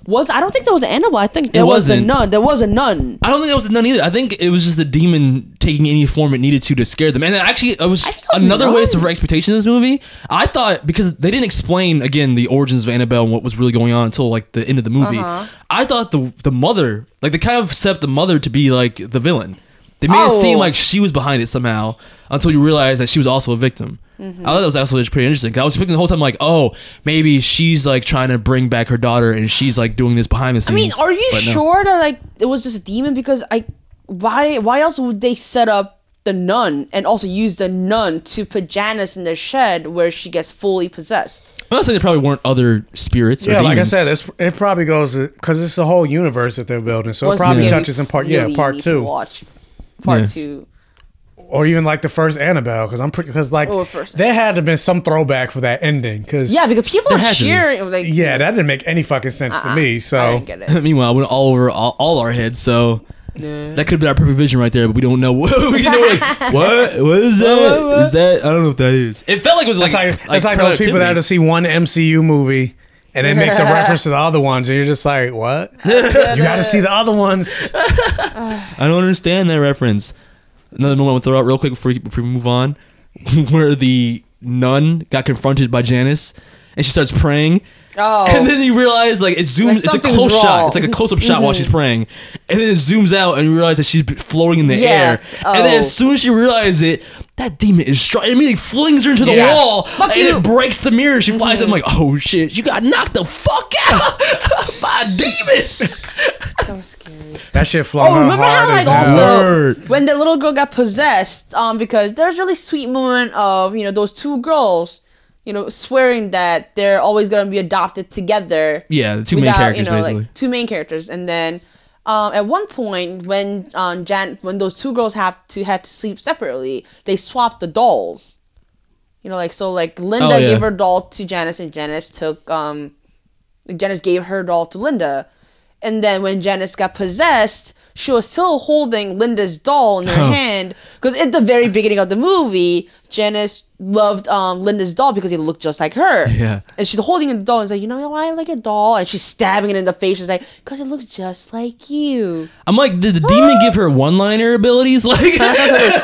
S4: was I don't think that was an animal. I think there was a
S2: wasn't.
S4: nun. There was a nun.
S2: I don't think that was a nun either. I think it was just the demon taking any form it needed to to scare them. And actually, it was,
S4: I think it was
S2: another
S4: a
S2: way
S4: nun.
S2: to for expectations in this movie. I thought because they didn't explain again the origins of Annabelle and what was really going on until like the end of the movie.
S4: Uh-huh.
S2: I thought the the mother, like they kind of set the mother to be like the villain. They made it seem
S4: Oh.
S2: like she was behind it somehow until you realize that she was also a victim.
S4: Mm-hmm.
S2: I thought that was actually pretty interesting. 'cause I was expecting the whole time like, oh, maybe she's like trying to bring back her daughter and she's like doing this behind the
S4: I
S2: scenes.
S4: mean, are you
S2: But no.
S4: sure that like it was just a demon? Because I, why why else would they set up the nun and also use the nun to put Janice in the shed where she gets fully possessed?
S2: I'm not saying there probably weren't other spirits. or
S3: Yeah, like I
S2: demons.
S3: said, it's, it probably goes because it's the whole universe that they're building, so it
S4: Once
S3: probably
S4: again,
S3: touches in part yeah
S4: really
S3: part
S4: need to
S3: two.
S4: Watch part
S2: Yes.
S4: two.
S3: or even like the first Annabelle, because I'm pretty because like
S4: Or Oh, first-
S3: there had to have been some throwback for that ending, because
S4: Yeah, because people
S2: There
S4: are
S2: had to be.
S4: cheering. Like,
S3: yeah, that didn't make any fucking sense to me. So
S4: I didn't get it.
S2: Meanwhile, we're all over all, all our heads, so that could be our perfect vision right there, but we don't know. what we know like, what? What is that? Is that? I don't know if that is. It felt like it was
S3: That's
S2: like
S3: like, that's like those people that
S2: productivity.
S3: to see one MCU movie and it makes a reference to the other ones, and you're just like, what? you got to see the other ones.
S2: I don't understand that reference. Another moment I want to throw out real quick before, we- before we move on, where the nun got confronted by Janice, and she starts praying.
S4: Oh.
S2: And then you realize like it zooms.
S4: Like,
S2: it's a
S4: something's
S2: close shot.
S4: wrong. Mm-hmm.
S2: It's like a close up shot while she's praying, and then it zooms out and you realize that she's floating in the
S4: Yeah.
S2: air. And then
S4: Oh.
S2: as soon as she realizes it, that demon is strong. It immediately flings her into the
S3: Yeah.
S2: wall,
S4: Fuck
S2: and
S4: you. Mm-hmm.
S2: it breaks the mirror. She flies. up. I'm like, oh shit, you got knocked the fuck out by a demon.
S4: So scary.
S3: That shit flung
S4: Oh,
S3: her
S4: remember how
S3: hard
S4: like
S3: as hell.
S4: also
S2: Word.
S4: when the little girl got possessed? Um, because there's really sweet moment of you know those two girls, you know, swearing that they're always gonna be adopted together.
S2: Yeah, the two main characters basically.
S4: like two main characters, and then um, at one point when um Jan when those two girls have to had to sleep separately, they swapped the dolls. You know, like so, like Linda
S2: Oh, yeah.
S4: gave her doll to Janice, and Janice took um, Janice gave her doll to Linda, and then when Janice got possessed, she was still holding Linda's doll in her
S2: Huh.
S4: hand because at the very beginning of the movie, Janice loved um, Linda's doll because it looked just like her.
S2: Yeah.
S4: and she's holding the doll and is like, you know why I like your doll, and she's stabbing it in the face. She's like, because it looks just like you.
S2: I'm like, did the demon give her one liner abilities? Like,
S4: it was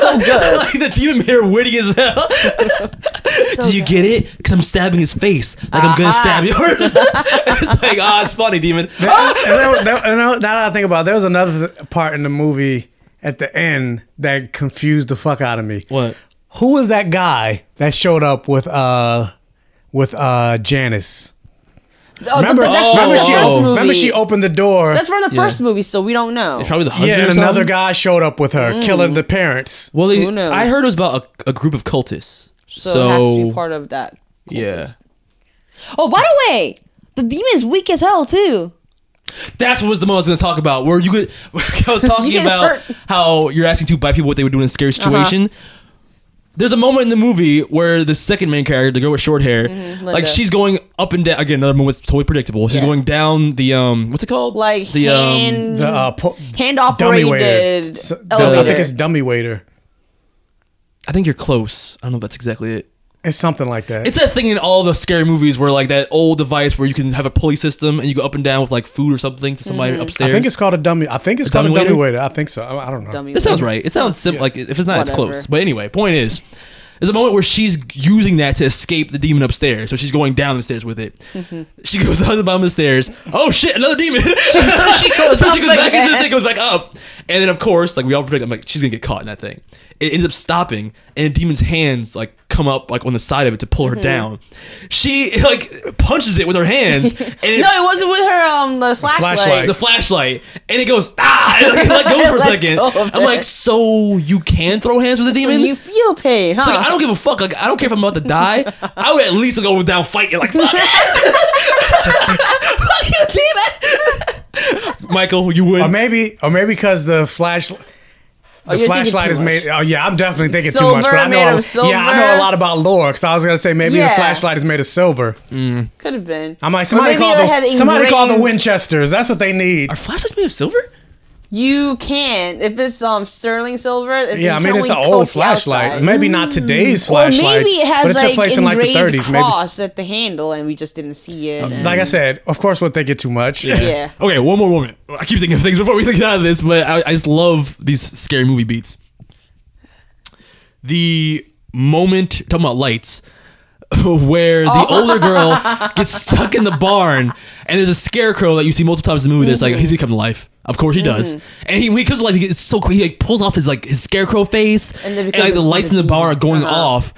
S4: so good.
S2: like the demon made her witty as hell.
S4: So
S2: Do you
S4: good. Uh-huh.
S2: get it? Because I'm stabbing his face. Like I'm gonna stab yours. it's like, ah, it's funny, demon.
S3: and there, there, and now that I think about it, there was another th- part in the movie at the end that confused the fuck out of me.
S2: What?
S3: Who was that guy that showed up with uh with uh Janice?
S4: Oh,
S3: Remember,
S4: th- th- that's from
S3: remember,
S4: the
S3: she,
S4: first
S3: opened,
S4: movie.
S3: remember she opened the door.
S4: That's from the first movie, so we don't know.
S2: Probably the husband.
S3: yeah,
S2: or
S3: and another
S2: something?
S3: guy showed up with her,
S4: Mm.
S3: killing the parents.
S2: Well, they,
S4: Who knows?
S2: I heard it was about a, a group of cultists. So,
S4: So, it has to be part of that.
S2: yeah,
S4: Oh, by the way, the demon's weak as hell too.
S2: that's what was the most I was gonna talk about. Where you could, I was talking
S4: You get
S2: about
S4: hurt. Uh-huh.
S2: how you're asking two black people what they would do in a scary situation. There's a moment in the movie where the second main character, the girl with short hair, like
S4: Mm-hmm, Linda.
S2: she's going up and down. Again, another moment that's totally predictable. She's
S4: Yeah.
S2: going down the um, what's it called?
S4: Like
S2: the um,
S4: hand,
S3: The uh, po-
S4: hand
S3: dummy waiter.
S4: operated
S3: S- the- I
S4: elevator.
S3: think it's dummy waiter.
S2: I think you're close. I don't know if that's exactly it.
S3: It's something like that.
S2: It's that thing in all the scary movies where like that old device where you can have a pulley system and you go up and down with like food or something to somebody
S4: Mm-hmm.
S2: upstairs.
S3: I think it's called a dummy. I think it's called
S2: dummy
S3: a dummy
S2: waiter?
S3: waiter. I think so. I, I don't know.
S4: Dummy
S2: It sounds
S4: waiter.
S2: right. It sounds sim- like if it's not, it's
S4: Whatever.
S2: close. But anyway, point is, there's a moment where she's using that to escape the demon upstairs. So she's going down the stairs with it.
S4: Mm-hmm.
S2: She goes down the bottom of the stairs. Oh shit, another demon! so she
S4: goes
S2: back
S4: up
S2: into the
S4: again.
S2: thing, goes back up, and then of course, like we all predict, I'm like she's gonna get caught in that thing. It ends up stopping, and the demon's hands like come up like on the side of it to pull her
S4: Mm-hmm.
S2: down. She like punches it with her hands, and it
S4: No, it wasn't with her um the flashlight.
S3: flashlight.
S2: the flashlight and it goes ah and it let go for a
S4: Let
S2: second
S4: go of
S2: i'm
S4: it.
S2: like so you can throw hands with a
S4: So
S2: demon
S4: you feel pain, huh?
S2: it's like i don't give a fuck like i don't care if i'm about to die i would at least go down fighting like fuck, fuck you demon michael you would
S3: Or maybe, or maybe because the flash, the
S4: Oh, you're thinking
S3: flashlight
S4: too
S3: is
S4: much.
S3: made. Oh yeah, I'm definitely thinking
S4: Silver,
S3: too much. But I
S4: made
S3: know,
S4: of silver.
S3: yeah, I know a lot about lore. Because I was gonna say maybe
S4: Yeah.
S3: the flashlight is made of silver.
S4: Could have been.
S3: I'm
S4: Or
S3: like somebody
S4: maybe
S3: call
S4: they had
S3: the somebody call the
S4: ingrained-
S3: Winchesters. That's what they need.
S2: are flashlights made of silver
S4: You can if it's um sterling silver. If
S3: Yeah, I
S4: you
S3: mean
S4: can
S3: it's an
S4: only
S3: old
S4: coat the
S3: flashlight.
S4: outside. Mm.
S3: Maybe not today's
S4: Or maybe
S3: flashlights,
S4: it has
S3: but it
S4: like
S3: took place in like the
S4: engraved
S3: 30s. Maybe. Um,
S4: cross at the handle, and we just didn't see it. and-
S3: Like I said, of course we'll think it too much.
S4: yeah.
S2: okay one more moment i keep thinking of things before we get out of this but i, I just love these scary movie beats the moment talking about lights where the
S4: Oh.
S2: older girl gets stuck in the barn and there's a scarecrow that you see multiple times in the movie that's like
S4: Mm-hmm.
S2: he's gonna come to life of course he does and he, when he comes to life he gets so crazy he like pulls off his like his scarecrow face
S4: And
S2: and,
S4: then
S2: and
S4: becomes
S2: like the
S4: a-
S2: lights in the barn are going
S4: Uh-huh.
S2: off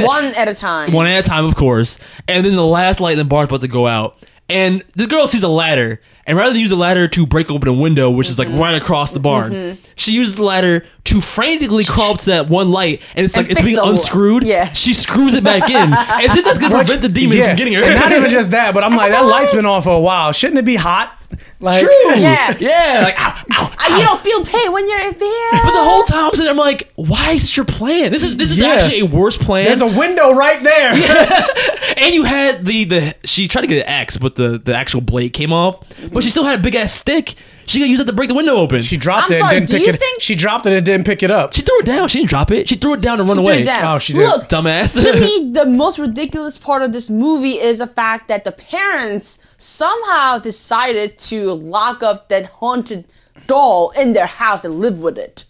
S4: One at a time.
S2: one at a time, of course. And then the last light in the bar is about to go out. And this girl sees a ladder. And rather than use a ladder to break open a window, which is like
S4: Mm-hmm.
S2: right across the barn, she uses the ladder to frantically crawl up to that one light. And it's like it's
S4: fix
S2: being
S4: the-
S2: unscrewed.
S4: yeah.
S2: She screws it back in. as if that's going to prevent the demon
S3: Yeah.
S2: from getting her.
S3: And not even just that, but I'm like, that light's been on for a while. Shouldn't it be hot? Like,
S2: True.
S4: Yeah.
S2: Yeah. Like, ow, ow,
S4: I-
S2: ow.
S4: you don't feel pain when you're in pain.
S2: But the whole time I'm sitting there, I'm like, why is this your plan? This is this is
S3: Yeah.
S2: actually a worse plan.
S3: There's a window right there.
S2: and you had the the she tried to get an axe, but the the actual blade came off. But she still had a big ass stick. She could use it to break the window open.
S3: She
S2: She,
S3: dropped
S4: I'm
S3: it
S4: sorry,
S3: and didn't
S4: do
S3: pick
S4: you
S3: it.
S4: think-
S3: she dropped it and didn't pick it up.
S2: threw it down. She didn't drop it. She threw it down and run
S4: She
S2: away.
S4: did that.
S3: Oh, she did.
S4: Look,
S2: Dumbass.
S4: to me, the most ridiculous part of this movie is the fact that the parents somehow decided to lock up that haunted doll in their house and live with it.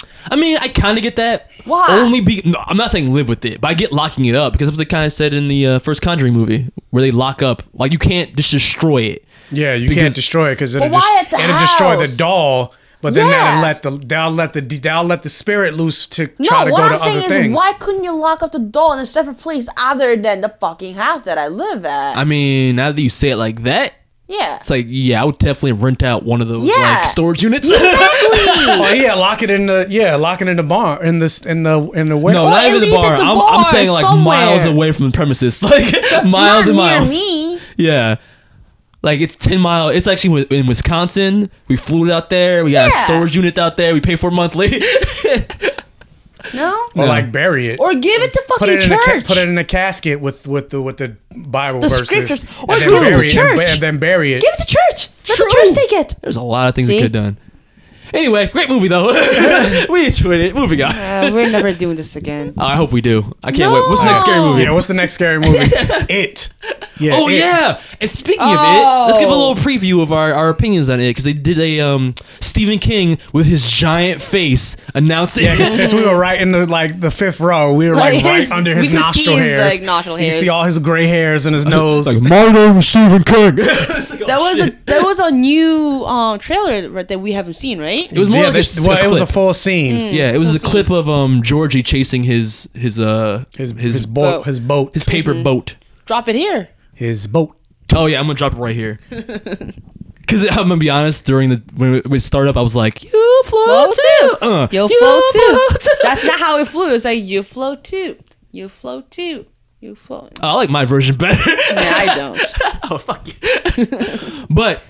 S2: I mean, I kind of get that.
S4: Why?
S2: Only be. No, I'm not saying live with it, but I get locking it up because that's what they kind of said in the uh, first Conjuring movie, where they lock up. Like you can't just destroy it.
S3: Yeah, you
S2: Because-
S3: can't destroy it because it'll,
S4: But why
S3: just,
S4: at the
S3: it'll destroy the
S4: house?
S3: doll. But then that'll
S4: Yeah.
S3: let the that'll let the that'll let the spirit loose to
S4: No,
S3: try to
S4: what
S3: go
S4: I'm
S3: to other
S4: saying is,
S3: things.
S4: why couldn't you lock up the doll in a separate place other than the fucking house that I live at?
S2: I mean, now that you say it like that,
S4: yeah.
S2: it's like yeah, I would definitely rent out one of those
S4: Yeah.
S2: like storage units.
S4: Exactly.
S3: Oh yeah, lock it in the yeah, lock it in the bar in this in the in
S2: No,
S3: the window.
S2: not
S4: at
S2: even the
S4: least at
S2: bar.
S4: the
S2: I'm, I'm
S4: bar
S2: saying like miles
S4: somewhere.
S2: away from the premises, like
S4: That's
S2: miles and
S4: not near
S2: miles.
S4: Me.
S2: Yeah, like it's ten mile. It's actually wi- in Wisconsin. We flew it out there. We got
S4: Yeah.
S2: a storage unit out there. We pay for it monthly.
S4: No.
S3: or like bury it.
S4: Or give it to fucking
S3: put it in a
S4: church.
S3: ca- put it in a casket with with the with the Bible
S4: The
S3: verses.
S4: scriptures.
S3: and
S4: Or
S3: then
S4: give it to
S3: bury and
S4: church.
S3: ba- and then bury it.
S4: give it to church. Let
S2: True.
S4: the church take it.
S2: There's a lot of things we
S4: See?
S2: could have done. Anyway, great movie though. we enjoyed it. Moving on.
S4: we're never doing this again.
S2: I hope we do. I can't wait. What's the next scary
S4: No.
S2: movie?
S3: yeah, what's the next scary movie? it. Yeah.
S2: Oh
S3: It.
S2: yeah! And speaking of it,
S4: Oh.
S2: let's give a little preview of our, our opinions on it because they did a um Stephen King with his giant face announcing.
S3: Yeah, 'cause since we were right in the like the fifth row, we were like,
S4: Like
S3: right
S4: his-
S3: under
S4: we
S3: his
S4: could see
S3: nostril
S4: his,
S3: hairs.
S4: like, nostril
S3: You
S4: hairs.
S3: see all his gray hairs and his nose.
S2: my name is Stephen King. It's like, oh,
S4: That was
S2: shit.
S4: a that was a new um, trailer right- that we haven't seen, right?
S2: It was more
S3: yeah,
S2: like a,
S3: this,
S2: s-
S3: well,
S2: a
S3: it was a
S2: clip.
S3: full
S4: Hmm.
S3: scene.
S2: yeah, it was a clip of um Georgie chasing his his uh
S3: His,
S2: his
S3: his
S2: his,
S3: boat,
S4: boat.
S3: his boat,
S2: his paper boat.
S4: Drop it here.
S3: his boat.
S2: Oh yeah, I'm gonna drop it right here. Cause I'm gonna be honest, during the when it- when it started up, I was like, "You float
S4: Float
S2: too,
S4: too.
S2: Uh,
S4: You'll
S2: you
S4: float too.
S2: float too."
S4: That's not how it flew. It's like you float too. You float too. You float.
S2: I like my version better.
S4: Yeah, I don't.
S2: oh fuck you. but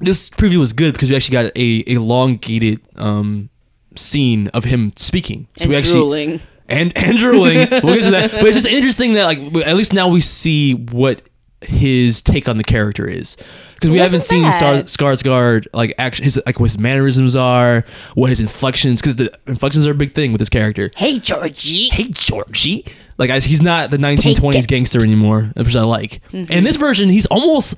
S2: this preview was good because we actually got a elongated um scene of him speaking. So
S4: And
S2: we actually
S4: drooling.
S2: and and drooling. we'll get to that. But it's just interesting that like at least now we see what his take on the character is because we
S4: It
S2: haven't
S4: wasn't
S2: seen Sar-
S4: bad.
S2: Skarsgård like action his like what his mannerisms are, what his inflections because the inflections are a big thing with this character.
S4: Hey, Georgie.
S2: Hey Georgie, like I, he's not the 1920s gangster anymore, which I like. And this version, he's almost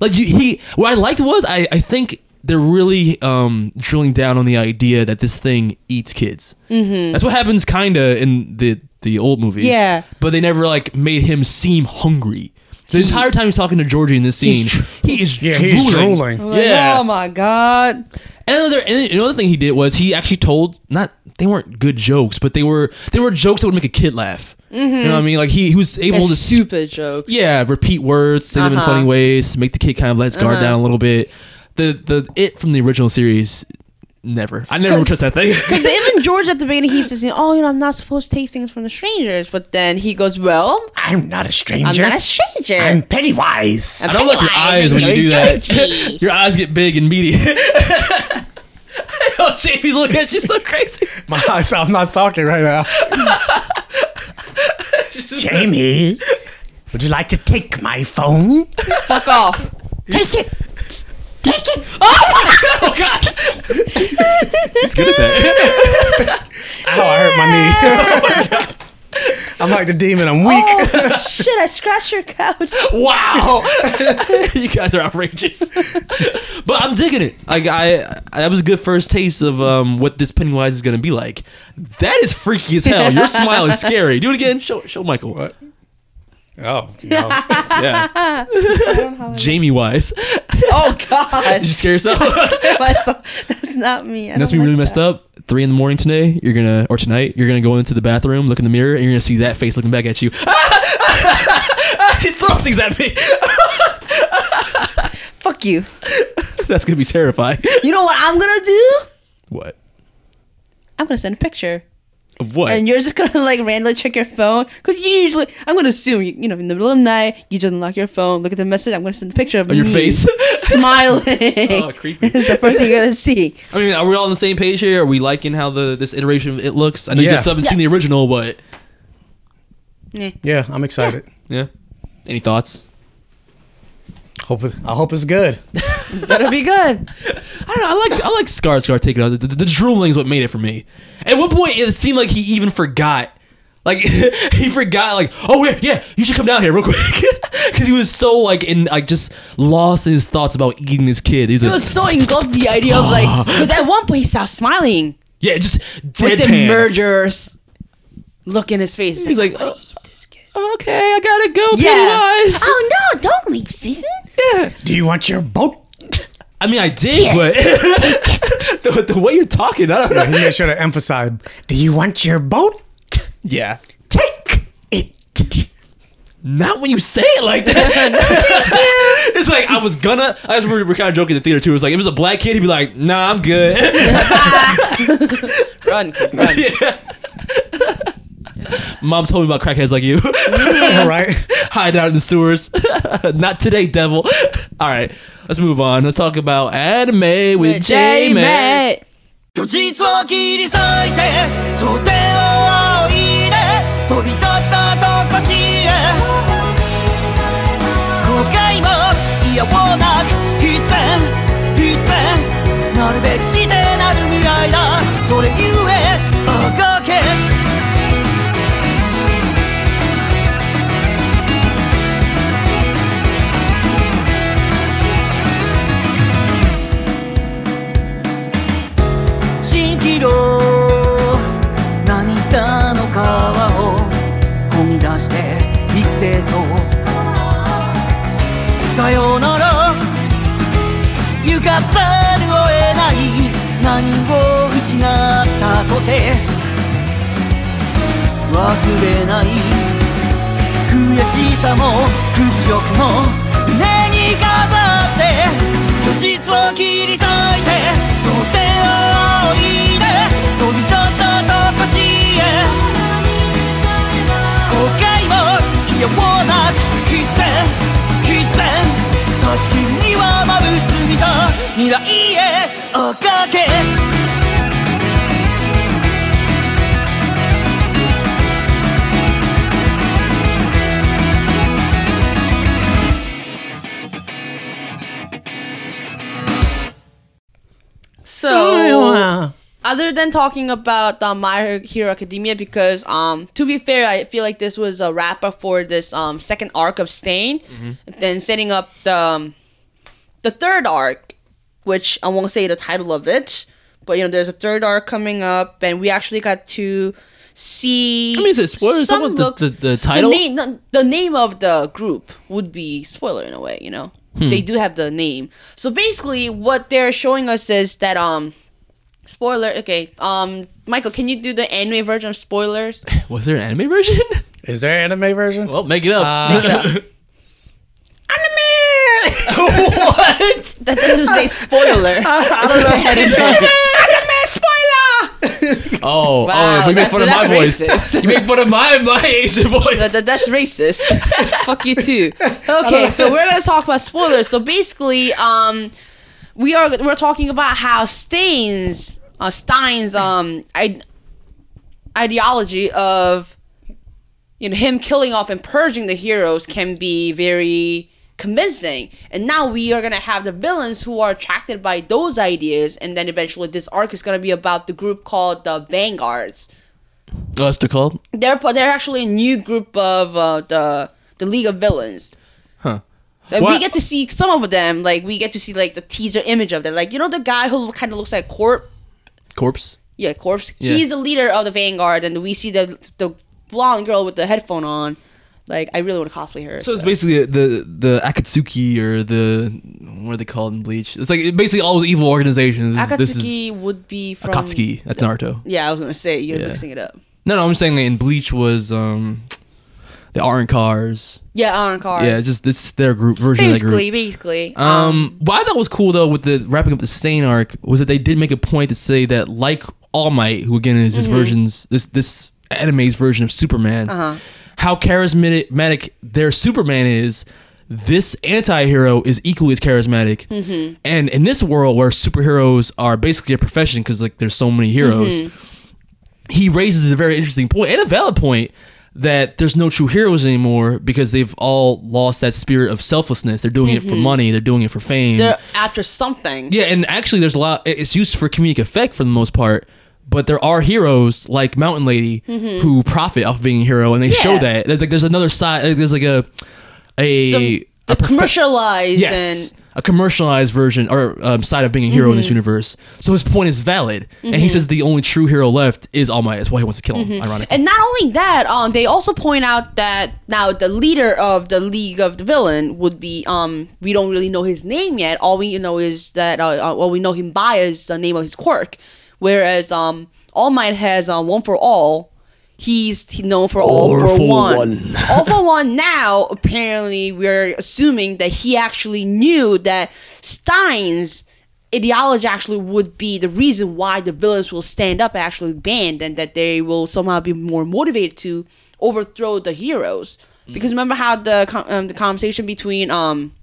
S2: like you, he. What I liked was I I think. They're really um, drilling down on the idea that this thing eats kids. Mm-hmm. That's what happens, kind of, in the the old movies.
S4: Yeah.
S2: but they never like made him seem hungry. The entire time he's talking to Georgie in this scene, he is
S3: Yeah, he's drooling.
S2: Yeah,
S4: Oh my god.
S2: and another and another thing he did was he actually told not they weren't good jokes, but they were they were jokes that would make a kid laugh. You know what I mean? Like he, he was able
S4: Mm-hmm. That's
S2: to sp-
S4: stupid Uh-huh. jokes.
S2: yeah repeat words, say them in funny ways, make the kid kind of let his guard
S4: Uh-huh.
S2: down a little bit. The the it from the original series never. I never would trust that thing.
S4: Because even George at the beginning, he's just saying, "Oh, you know, I'm not supposed to take things from the strangers," but then he goes, "Well,
S3: I'm not a
S4: I'm
S3: stranger.
S4: not a stranger."
S3: Pennywise.
S2: I don't like your eyes when you do that. Your eyes get big and meaty. oh, JP's looking at you so crazy.
S3: My eyes. I'm not talking right now. Jamie, would you like to take my phone?
S4: Fuck off.
S2: Oh God, he's good at that.
S3: Ow, I hurt my knee. I'm like the demon. I'm weak.
S4: Oh shit! I scratched your couch.
S3: Oh,
S2: Wow, you guys are outrageous. but I'm digging it. Like I, I, that was a good first taste of um, what this Pennywise is gonna be like. That is freaky as hell. Your smile is scary. Do it again. Show, show Michael.
S3: Oh, no.
S2: Yeah. Jamie Wise.
S4: Oh god.
S2: Did you scare yourself?
S4: myself. That's not me. I
S2: And that's
S4: don't
S2: when you really
S4: like
S2: messed
S4: that.
S2: up. Three in the morning today, you're gonna or tonight, you're gonna go into the bathroom, look in the mirror, and you're gonna see that face looking back at you. She's throwing things at me.
S4: Fuck you.
S2: That's gonna be terrifying.
S4: You know what I'm gonna do?
S2: What?
S4: I'm gonna send a picture
S2: Of what?
S4: and you're just gonna like randomly check your phone because you usually I'm gonna assume you, you know in the middle of the night you just unlock your phone look at the message I'm gonna send a picture of
S2: Of your
S4: me
S2: face?
S4: smiling
S2: Oh, creepy.
S4: it's the first thing you're gonna see
S2: I mean, are we all on the same page here? Are we liking how the this iteration of it looks? I know you
S3: Yeah.
S2: just haven't seen the original, but
S3: Yeah, I'm excited.
S2: yeah. Any thoughts?
S3: Hope it, I hope it's good.
S4: that'll be good
S2: I don't know. I like I like Scar Scar taking out the, the, the drooling is what made it for me. At one point, it seemed like he even forgot. Like he forgot, like oh yeah, yeah, you should come down here real quick, because he was so like in like just lost in his thoughts about eating his kid. He was,
S4: he
S2: like,
S4: was so engulfed with the idea of like because at one point he stopped smiling
S2: yeah, just
S4: with the
S2: deadpan.
S4: murderers look in his face
S2: He's like,
S4: "What
S2: oh,
S4: do you eat this kid?"
S2: okay, I gotta go,
S4: Yeah. Uh-huh.
S2: Pennywise.
S5: Oh no, don't leave, Susan.
S3: Do you want your boat?
S2: I mean, I did, but the, the way you're talking, I don't know.
S3: He should have emphasized. Do you want your boat?
S2: Yeah. Take it. Not when you say it like that. it's like I was gonna. I was we were kind of joking in the theater too. It was like if it was a black kid, he'd be like, "Nah, I'm good."
S4: run kid, run
S2: Yeah. Mom told me about crackheads like you
S3: All right.
S2: hide out in the sewers. Not today, devil. All right, let's move on. Let's talk about anime with J Man.
S4: J-Man.
S9: なるべくしてなる未来だそれゆえあがけ蜃気楼涙の川を込み出して育成層さようなら行かざるを得ない何を失ったとて忘れない悔しさも屈辱も胸に飾って虚実を切り裂いて想定を追いで飛び立ったとしへ後悔も嫌もなく必然必然立ち切りにはまぶしすぎた未来へ
S2: oh,
S9: おかけ
S4: so other than talking about um, My Hero Academia, because um, to be fair, I feel like this was a wrap up for this um, second arc of Stain, then setting up the um, the third arc, which I won't say the title of it, but you know, there's a third arc coming up, and we actually got to see. I
S2: mean, is it spoilers? Talk about the- the- the title?
S4: The name, no, the name of the group would be spoiler in a way, you know.
S2: Hmm.
S4: They do have the name. So basically, what they're showing us is that um spoiler okay um michael can you do the anime version of spoilers
S2: Was there an anime version?
S3: Is there an anime version?
S2: well, make it up.
S3: Uh,
S4: Make it up.
S2: what?
S4: that doesn't say spoiler It's anime.
S2: Oh,
S4: Wow,
S2: oh, you make
S4: that's-
S2: fun of my
S4: that's
S2: voice.
S4: racist.
S2: You make fun of my my Asian voice.
S4: That- that- that's racist fuck you too okay so we're gonna talk about spoilers so basically um we are we're talking about how stein's uh, stein's um I- ideology of you know him killing off and purging the heroes can be very convincing and now we are going to have the villains who are attracted by those ideas and then eventually this arc is going to be about the group called the vanguards
S2: Oh, that's what they're called.
S4: they're pa- they're actually a new group of uh, the the League of Villains.
S2: Huh.
S4: Like, we
S2: What-
S4: get to see some of them. Like we get to see like the teaser image of them. Like you know the guy who kind of looks like Corp.
S2: Corpse.
S4: Yeah, Corpse.
S2: Yeah.
S4: He's the leader of the Vanguard, and we see the the blonde girl with the headphone on. Like I really want to cosplay her.
S2: So it's basically the the Akatsuki or the what are they called in Bleach? It's like basically all those evil organizations. This- This is
S4: Akatsuki would be from
S2: Akatsuki. That's Naruto.
S4: Yeah, I was gonna say you're
S2: Yeah.
S4: mixing it up.
S2: No, no, I'm saying in Bleach was um the Iron Cars.
S4: Yeah, Iron Cars.
S2: Yeah, just this their group version of that
S4: basically,
S2: group.
S4: basically.
S2: Um, what I thought was cool though with the wrapping up the Stain arc was that they did make a point to say that like All Might, who again is this version's this this anime's version of Superman, how charismatic matic their Superman is. This anti-hero is equally as charismatic, and in this world where superheroes are basically a profession because like there's so many heroes, he raises a very interesting point and a valid point that there's no true heroes anymore because they've all lost that spirit of selflessness. They're doing it for money. They're doing it for fame.
S4: Mm-hmm. They're after something.
S2: Yeah, and actually, there's a lot. it- It's used for comedic effect for the most part, but there are heroes like Mountain Lady who profit off being a hero, and they show
S4: Mm-hmm. Yeah.
S2: that. There's like there's another side. like, There's like a a,
S4: The,
S2: a
S4: the
S2: profe-
S4: commercialized
S2: yes.
S4: and
S2: a commercialized version or um, side of being a hero in this
S4: Mm-hmm.
S2: universe. So his point is valid, and he says the only true hero left is All Might. That's why he wants to kill him. Ironically,
S4: Mm-hmm. and not only that, um, they also point out that now the leader of the League of the Villain would be um, we don't really know his name yet. All we know is that uh, uh, what we know him by is the name of his quirk, whereas um, All Might has um, one for all. He's he- known for all, for, one. all for one. Now apparently we're assuming that he actually knew that Stein's ideology actually would be the reason why the villains will stand up and actually band and that they will somehow be more motivated to overthrow the heroes because remember how the con- um, the conversation between um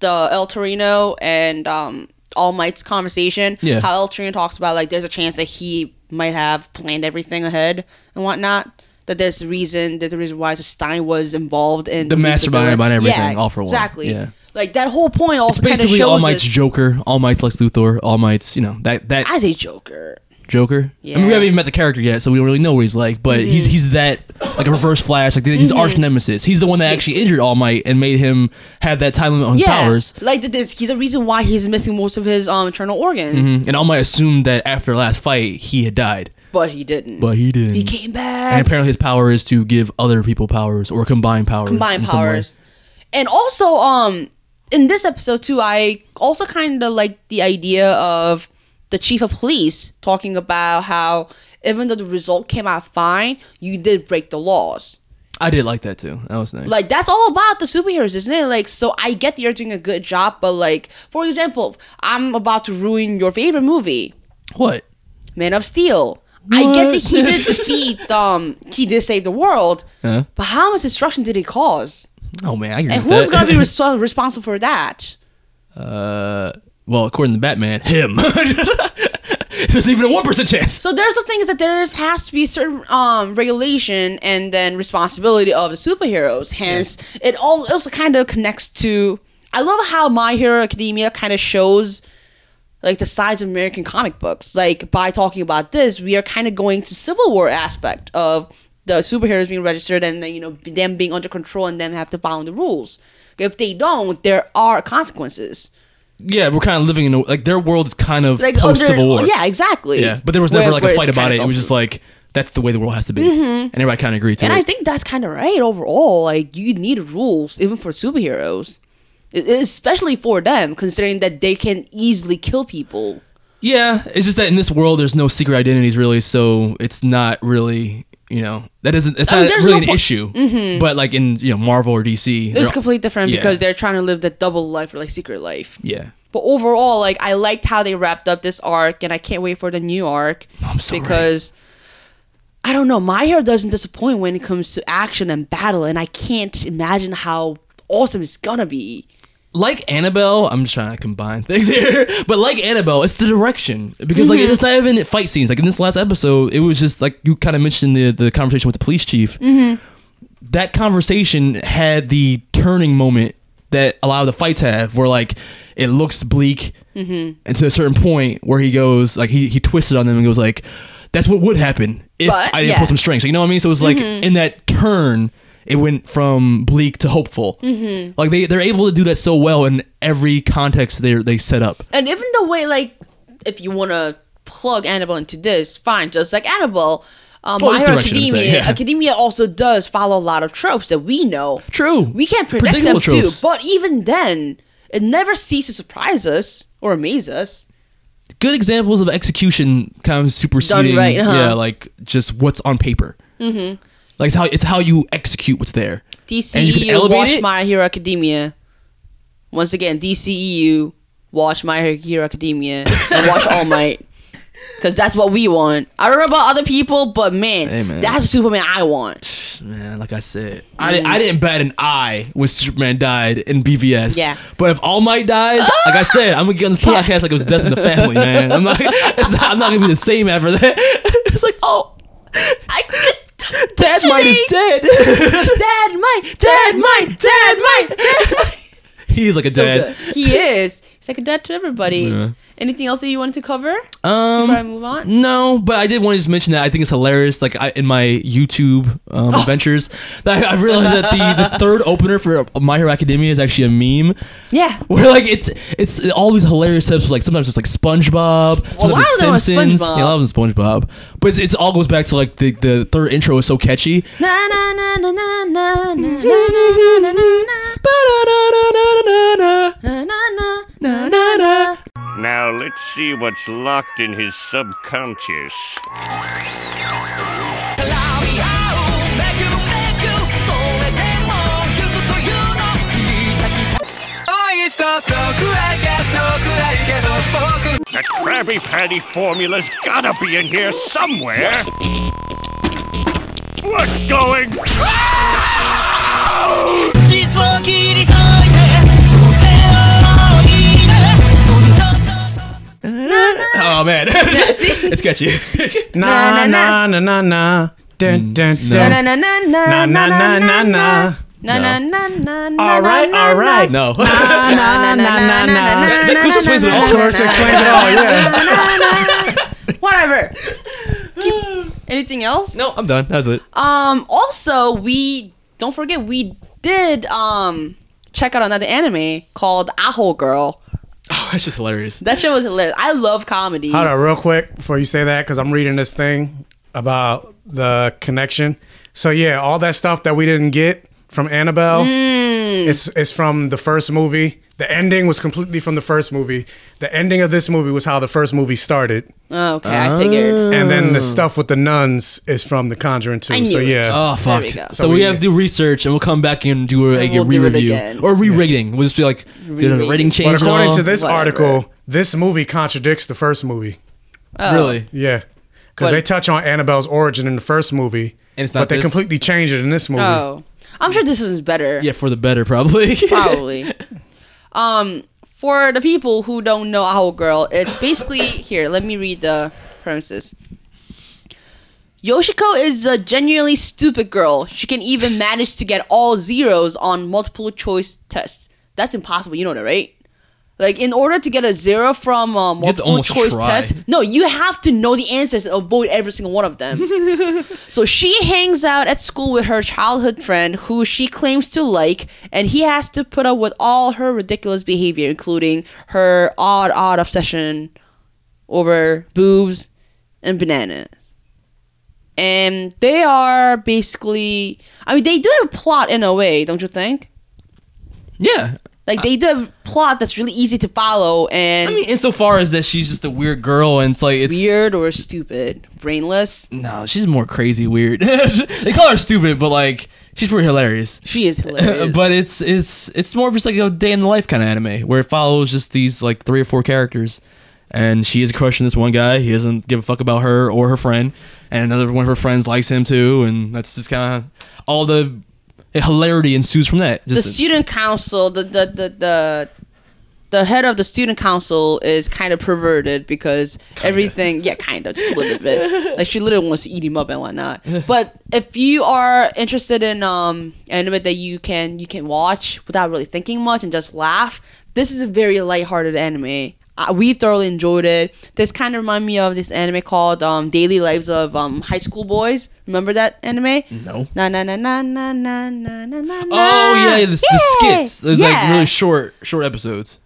S4: the El Torino and um All Might's conversation
S2: Yeah.
S4: how El Torino talks about like there's a chance that he might have planned everything ahead and whatnot that there's a reason that the reason why Stein was involved in
S2: The mastermind
S4: villain-
S2: behind everything,
S4: Yeah,
S2: All for One.
S4: exactly
S2: Yeah.
S4: like that whole point also kind of
S2: basically
S4: shows
S2: All Might's
S4: us-
S2: Joker, All Might's Lex Luthor, All Might's you know that that
S4: as a Joker.
S2: Joker. I mean, we
S4: Yeah. Mm-hmm.
S2: haven't even met the character yet, so we don't really know what he's like. But he's he's that like a reverse Flash, like he's arch nemesis. He's the one that actually injured All Might and made him have that time limit on his
S4: Yeah,
S2: powers.
S4: like th- there's, he's a reason why he's missing most of his um internal organs,
S2: Mm, And All Might assumed that after the last fight, he had died,
S4: but he didn't.
S2: but he didn't.
S4: he came back.
S2: and apparently, his power is to give other people powers or combine powers.
S4: combined
S2: in some way.
S4: powers. And also, um, in this episode too, I also kind of like the idea of the chief of police talking about how even though the result came out fine, you did break the laws.
S2: I did like that too. That was nice.
S4: Like that's all about the superheroes, isn't it? Like, so I get that you're doing a good job, but like, for example, I'm about to ruin your favorite movie.
S2: what?
S4: Man of Steel. I get that he
S2: What?
S4: did defeat um he did save the world,
S2: Huh?
S4: but how much destruction did he cause?
S2: Oh man, I agree
S4: And
S2: with
S4: who's
S2: that.
S4: gonna be res- responsible for that?
S2: uh, well, according to Batman, him. There's even a one percent chance.
S4: So there's the thing is that there is- has to be certain um regulation and then responsibility of the superheroes. Hence, it all also kind of connects to. I love how My Hero Academia kind of shows like the size of American comic books. Like by talking about this, we are kind of going to Civil War aspect of the superheroes being registered and then, you know them being under control and them have to follow the rules. If they don't, there are consequences.
S2: Yeah, we're kind of living in a, like their world is kind of
S4: Like
S2: post
S4: under- oh,
S2: Civil War.
S4: Yeah, exactly.
S2: yeah, but there was never
S4: Where-
S2: like
S4: where
S2: a
S4: it's
S2: fight about
S4: kind
S2: it.
S4: of
S2: It was
S4: open.
S2: just like that's the way the world has to be, and everybody kind of agreed to
S4: And
S2: it.
S4: I think that's kind of right overall. Like you need rules even for superheroes, E- especially for them, considering that they can easily kill people.
S2: yeah, it's just that in this world there's no secret identities really, so it's not really you know that isn't it's
S4: I mean,
S2: not
S4: there's
S2: really
S4: no
S2: an
S4: po- Mm-hmm.
S2: issue. But like in you know Marvel or DC,
S4: It's
S2: they're-
S4: completely different
S2: yeah.
S4: because they're trying to live the double life or like secret life.
S2: yeah.
S4: But overall, like I liked how they wrapped up this arc, and I can't wait for the new arc
S2: I'm sorry.
S4: because I don't know. My hero doesn't disappoint when it comes to action and battle, and I can't imagine how awesome it's gonna be.
S2: like Annabelle, I'm just trying to combine things here, but like Annabelle, it's the direction because like it's not even fight scenes. Like in this last episode, it was just like you kind of mentioned the the conversation with the police chief. That conversation had the turning moment that a lot of the fights have, where like it looks bleak,
S4: Mm-hmm.
S2: and to a certain point where he goes like he he twisted on them and goes like, "That's what would happen if
S4: But,
S2: I didn't
S4: yeah. Mm-hmm.
S2: pull some strings." Like, you know what I mean? So it was like in that turn, it went from bleak to hopeful.
S4: Mm-hmm.
S2: Like they they're able to do that so well in every context they they set up.
S4: And even the way, like, if you want to plug Annabelle into this, fine, just like Annabelle. Um,
S2: Well,
S4: My
S2: it's
S4: Hero
S2: direction, I'm
S4: Academia,
S2: saying, yeah.
S4: Academia also does follow a lot of tropes that we know.
S2: True.
S4: We can't predict them
S2: Predictable tropes.
S4: too, but even then, it never ceases to surprise us or amaze us.
S2: Good examples of execution kind of superseding,
S4: Done right, huh?
S2: yeah, like just what's on paper. Mm-hmm. Like it's how it's how you execute what's there. And you can
S4: DCEU,
S2: elevate
S4: E watch
S2: it?
S4: My Hero Academia. E Once again, DCEU, watch My Hero Academia, and watch All Might. because that's what we want. I don't know about other people, but man,
S2: Hey, man.
S4: that's the Superman I want.
S2: Man, like I said, I, I didn't bat an eye when Superman died in BVS.
S4: Yeah.
S2: But if All Might dies, like I said, I'm gonna get on this podcast like it was death in the family, man. I'm not, it's not, I'm not gonna be the same after that. It's like, oh,
S4: I,
S2: Dad
S4: Jimmy.
S2: Might is dead.
S4: Dad Mike, Dad Mike, Dad Mike, Dad Mike.
S2: He's like a
S4: So
S2: dad.
S4: good. He is. He's like a dad to everybody.
S2: Yeah.
S4: Anything else that you wanted to cover
S2: Um,
S4: before I move on?
S2: No, but I did want to just mention that I think it's hilarious. Like I, in my YouTube um,
S4: Oh.
S2: adventures, that I, I realized that the, the third opener for My Hero Academia is actually a meme.
S4: Yeah.
S2: Where like it's it's all these hilarious subs like sometimes it's like SpongeBob,
S4: Well, a lot
S2: sometimes
S4: of them are
S2: it's Simpsons, yeah,
S4: SpongeBob.
S2: a lot of them are SpongeBob, but it's, it's all goes back to like the, the third intro is so catchy.
S4: Na na na na na na na na na na na.
S8: Now let's see what's locked in his subconscious.
S9: 絡み合う「めぐめぐそれでもゆくというの切り裂き
S8: The Krabby Patty formula's gotta be in here somewhere. What's going
S9: 実を切り裂いてそれをいいね飛び立った
S2: Oh man,
S4: see?
S2: it's catchy.
S3: Na na Mm. na na na. Dun, dun, dun.
S4: Na na na
S3: Na
S4: na
S3: na na na na.
S4: na na na na na.
S3: All right, all right.
S2: No,
S4: Ah.
S3: Na na na na na.
S2: That course explains it all.
S3: Of course, explains it all. Yeah.
S4: Whatever. Keep- Anything else?
S2: no, I'm done. That was it.
S4: Um. Also, we don't forget we did um check out another anime called Aho Girl.
S2: Oh, it's just hilarious.
S4: Ah. That show was hilarious. I love comedy.
S3: Hold on, real quick before you say that, because I'm reading this thing about the connection. So yeah, all that stuff that we didn't get from Annabelle,
S4: Mm.
S3: it's it's from the first movie. The ending was completely from the first movie. The ending of this movie was how the first movie started,
S4: Oh, Okay, I figured.
S2: Ah.
S3: and then the stuff with the nuns is from The Conjuring
S4: Mm. I
S3: too.
S4: knew
S3: So
S4: it.
S3: yeah,
S2: Oh fuck!
S4: we go.
S2: So, we, have to do research, and we'll come back and do a, like,
S4: we'll
S2: a
S4: do it
S2: re-review
S4: again.
S2: or re-rating. We'll just be like, did a
S4: Re-rating.
S2: rating change?
S3: but
S2: and
S3: according
S2: all?
S3: to this
S4: Whatever.
S3: article, this movie contradicts the first movie.
S4: Oh.
S2: really,
S3: Yeah. Because
S4: But-
S3: they touch on Annabelle's origin in the first movie,
S2: And it's
S3: but
S2: not
S3: they
S2: this?
S3: completely change it in this movie.
S4: Oh, I'm sure this one's better.
S2: yeah, for the better, probably.
S4: probably. um, for the people who don't know Owl Girl, it's basically here. Let me read the premises. Yoshiko is a genuinely stupid girl. She can even manage to get all zeros on multiple choice tests. That's impossible. You know that, right? Like in order to get a zero from a multiple
S2: almost
S4: choice
S2: try.
S4: test, no, you have to know the answers and avoid every single one of them. So she hangs out at school with her childhood friend who she claims to like, and he has to put up with all her ridiculous behavior, including her odd, odd obsession over boobs and bananas. And they are basically, I mean, they do have a plot in a way, don't you think?
S2: yeah,
S4: Like, they do have a plot that's really easy to follow and
S2: I mean, insofar as that she's just a weird girl, and it's like it's
S4: weird or stupid, brainless.
S2: No, she's more crazy weird. they call her stupid, but like she's pretty hilarious.
S4: She is hilarious.
S2: but it's it's it's more of just like a day in the life kind of anime where it follows just these like three or four characters, and she is crushing this one guy. He doesn't give a fuck about her or her friend, and another one of her friends likes him too, and that's just kind of all the hilarity ensues from that.
S4: the
S2: Just
S4: student council the the the, the the head of the student council is kind of perverted because everything, yeah, kind of, just a little bit. Like she literally wants to eat him up and whatnot. But if you are interested in um anime that you can you can watch without really thinking much and just laugh, this is a very lighthearted anime. Uh, we thoroughly enjoyed it. This kind of remind me of this anime called um, Daily Lives of um, High School Boys. Remember that anime?
S2: No.
S4: Na na na na na na na na na.
S2: oh yeah, the, the
S4: Yeah.
S2: skits. There's like
S4: Ah, Yeah.
S2: really short short episodes.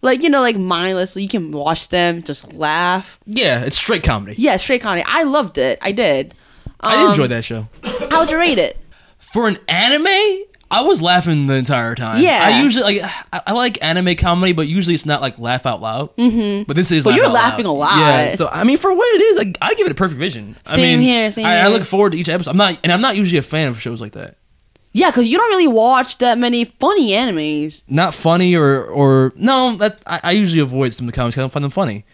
S4: like you know, like mindlessly. You can watch them, just laugh.
S2: Yeah, it's straight comedy.
S4: Yeah, straight comedy. I loved it. I did.
S2: I did
S4: Um,
S2: enjoy that show.
S4: How'd you rate it?
S2: for an anime i was laughing the entire time
S4: Yeah.
S2: i usually like i, I like anime comedy but usually it's not like laugh out loud mm-hmm. but this is
S4: But
S2: laugh
S4: you're
S2: out loud.
S4: laughing a lot.
S2: yeah so i mean for what it is i, I give it a perfect vision i
S4: Same
S2: mean
S4: here, same
S2: I, I
S4: here.
S2: look forward to each episode i'm not and i'm not usually a fan of shows like that
S4: Yeah, because you don't really watch that many funny animes.
S2: not funny or or no that i, I usually avoid some of the comics 'cause i don't find them funny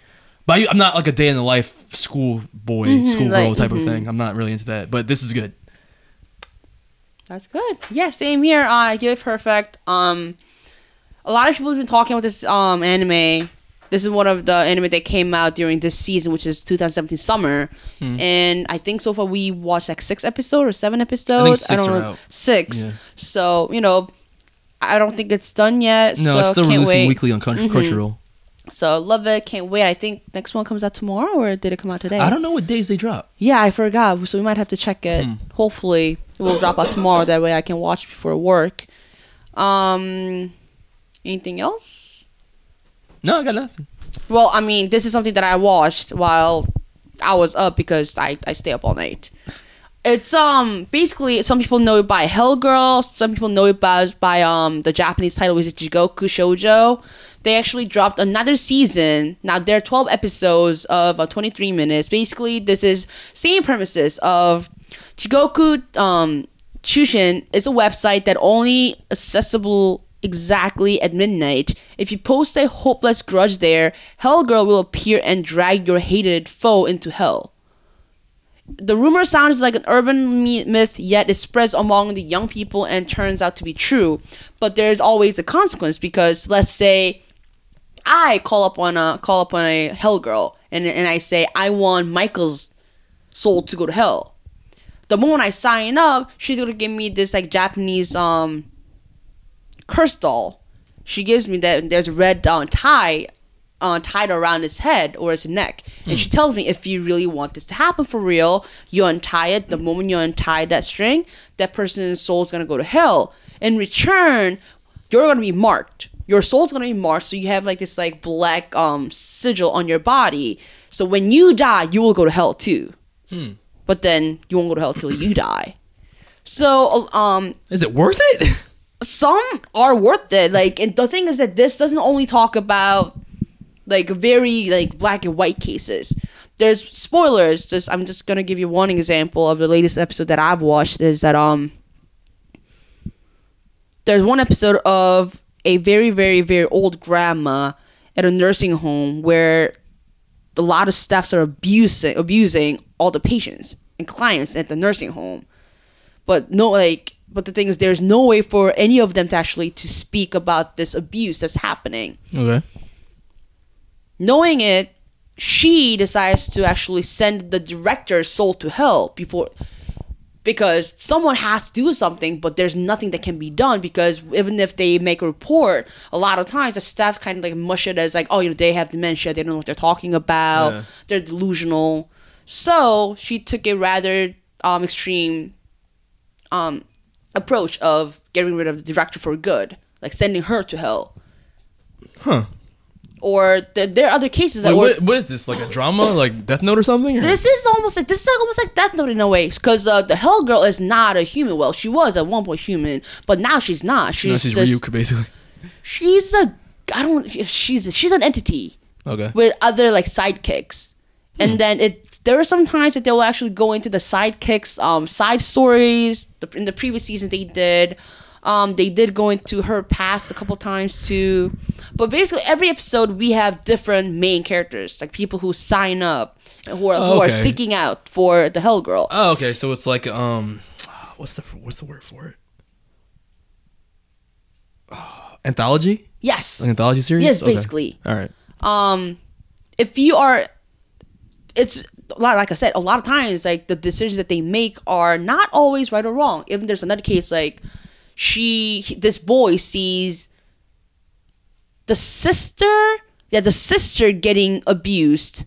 S2: But I, I'm not like a day in the life school boy, school girl
S4: Mm-hmm, like,
S2: type of thing. I'm not really into that. But this is good.
S4: That's good. Yeah, same here. I give it perfect. Um, a lot of people have been talking about this um anime. This is one of the anime that came out during this season, which is 2017 summer,
S2: Hmm.
S4: and I think so far we watched like six episodes or seven episodes.
S2: six
S4: don't
S2: are
S4: know
S2: out.
S4: six.
S2: Yeah.
S4: So you know, I don't think it's done yet.
S2: No,
S4: so
S2: it's still
S4: can't
S2: releasing
S4: wait. Mm-hmm.
S2: weekly on Crunch- Crunchyroll.
S4: So love it. Can't wait. I think next one comes out tomorrow, or did it come out today?
S2: I don't know what days they drop.
S4: Yeah, I forgot. So we might have to check it. Hopefully, it will drop out tomorrow. That way, I can watch before work. Um, anything else?
S2: No, I got nothing.
S4: Well, I mean, this is something that I watched while I was up because I I stay up all night. It's um basically some people know it by Hell Girl, some people know it by by um the Japanese title which is Jigoku Shoujo. They actually dropped another season. Now there are twelve episodes of uh, twenty three minutes. Basically, this is same premises of Jigoku um Chushin is a website that only accessible exactly at midnight. If you post a hopeless grudge there, Hell Girl will appear and drag your hated foe into hell. The rumor sounds like an urban me- myth, yet it spreads among the young people and turns out to be true. But there is always a consequence because, let's say, I call up on a call up on a hell girl and and I say I want Michael's soul to go to hell. The moment I sign up, she's gonna give me this like Japanese um curse doll. She gives me that and there's a red uh, tie uh, tied around his head or his neck. And she tells me if you really want this to happen for real, you untie it. The moment you untie that string, that person's soul is going to go to hell. In return, you're going to be marked. Your soul's going to be marked. So you have like this like black um, sigil on your body. So when you die, you will go to hell too. But then you won't go to hell till you die. So um,
S2: Is it worth it?
S4: some are worth it. Like, and the thing is that this doesn't only talk about like very like black and white cases. There's spoilers. Just I'm just gonna give you one example of the latest episode that I've watched is that um there's one episode of a very very very old grandma at a nursing home where a lot of staffs are abusing abusing all the patients and clients at the nursing home but no like but the thing is there's no way for any of them to actually to speak about this abuse that's happening
S2: Okay.
S4: knowing it she decides to actually send the director's soul to hell before because someone has to do something but there's nothing that can be done because even if they make a report a lot of times the staff kind of like mush it as like oh you know they have dementia they don't know what they're talking about
S2: Yeah.
S4: they're delusional so she took a rather um extreme um approach of getting rid of the director for good like sending her to hell
S2: Huh.
S4: or th- there are other cases that
S2: Wait,
S4: were
S2: what, what is this? Like a drama? Like Death Note or something? Or-
S4: this is almost like this is like almost like Death Note in a way, because uh, the Hell Girl is not a human. Well, she was at one point human, but now she's not. She's
S2: no, she's
S4: just
S2: Ryuk basically.
S4: she's a I don't she's she's an entity
S2: Okay.
S4: with other like sidekicks,
S2: Hmm.
S4: and then it there are some times that they will actually go into the sidekicks um side stories. The, in the previous season they did. Um, they did go into her past a couple times too, but basically every episode we have different main characters, like people who sign up, who are, who are
S2: Okay.
S4: seeking out for the Hell Girl.
S2: Oh, okay. So it's like um, what's the what's the word for it? Oh, anthology?
S4: yes,
S2: Like an anthology series?
S4: Yes,
S2: Okay.
S4: basically.
S2: All right.
S4: um if you are it's like like i said a lot of times like the decisions that they make are not always right or wrong even there's another case like she he- this boy sees the sister yeah the sister getting abused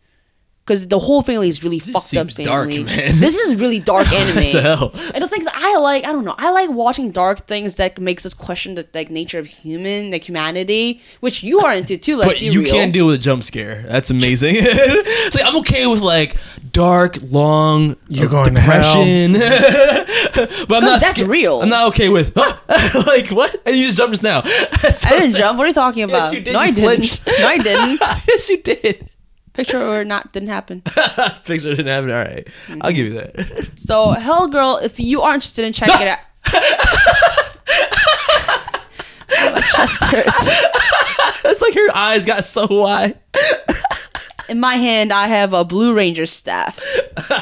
S4: because the whole family is really fucked
S2: seems
S4: up
S2: dark,
S4: family.
S2: man.
S4: This is really dark anime.
S2: the hell?
S4: And the things that I like, I don't know. I like watching dark things that makes us question the like nature of human, like humanity, which you are into too. Let's
S2: but
S4: be
S2: you
S4: real.
S2: can deal with a jump scare. That's amazing. it's like I'm okay with like dark, long,
S3: You're
S2: uh,
S3: going to
S2: depression. but I'm not
S4: that's
S2: sca-
S4: real.
S2: I'm not okay with "Huh?" like what? And you just jumped just now. That's so
S4: I didn't
S2: sad.
S4: jump. What are you talking about?
S2: you did.
S4: No,
S2: You
S4: I didn't.
S2: flinched.
S4: No, I didn't.
S2: yes, you did.
S4: Picture or not didn't happen.
S2: Picture didn't happen. All right. I'll give you that.
S4: So, Hell Girl, if you are interested in checking it out. My chest hurts.
S2: That's like her eyes got so wide.
S4: In my hand, I have a Blue Ranger staff. Nah,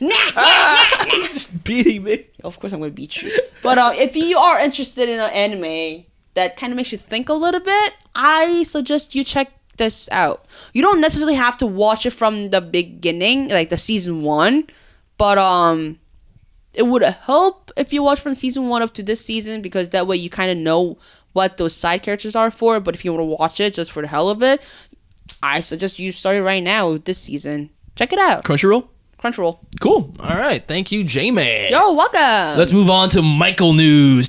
S4: nah, nah, nah.
S2: Just beating me.
S4: Of course, I'm gonna beat you. But uh, if you are interested in an anime that kind of makes you think a little bit, I suggest you check this out. You don't necessarily have to watch it from the beginning, like the season one, but um, it would help if you watch from season one up to this season because that way you kind of know what those side characters are for. But if you want to watch it just for the hell of it, I suggest you start it right now this season. Check it out.
S2: Crunchyroll.
S4: Crunchyroll.
S2: Cool. All right. Thank you, J Man.
S4: Yo, welcome.
S2: Let's move on to Michael news.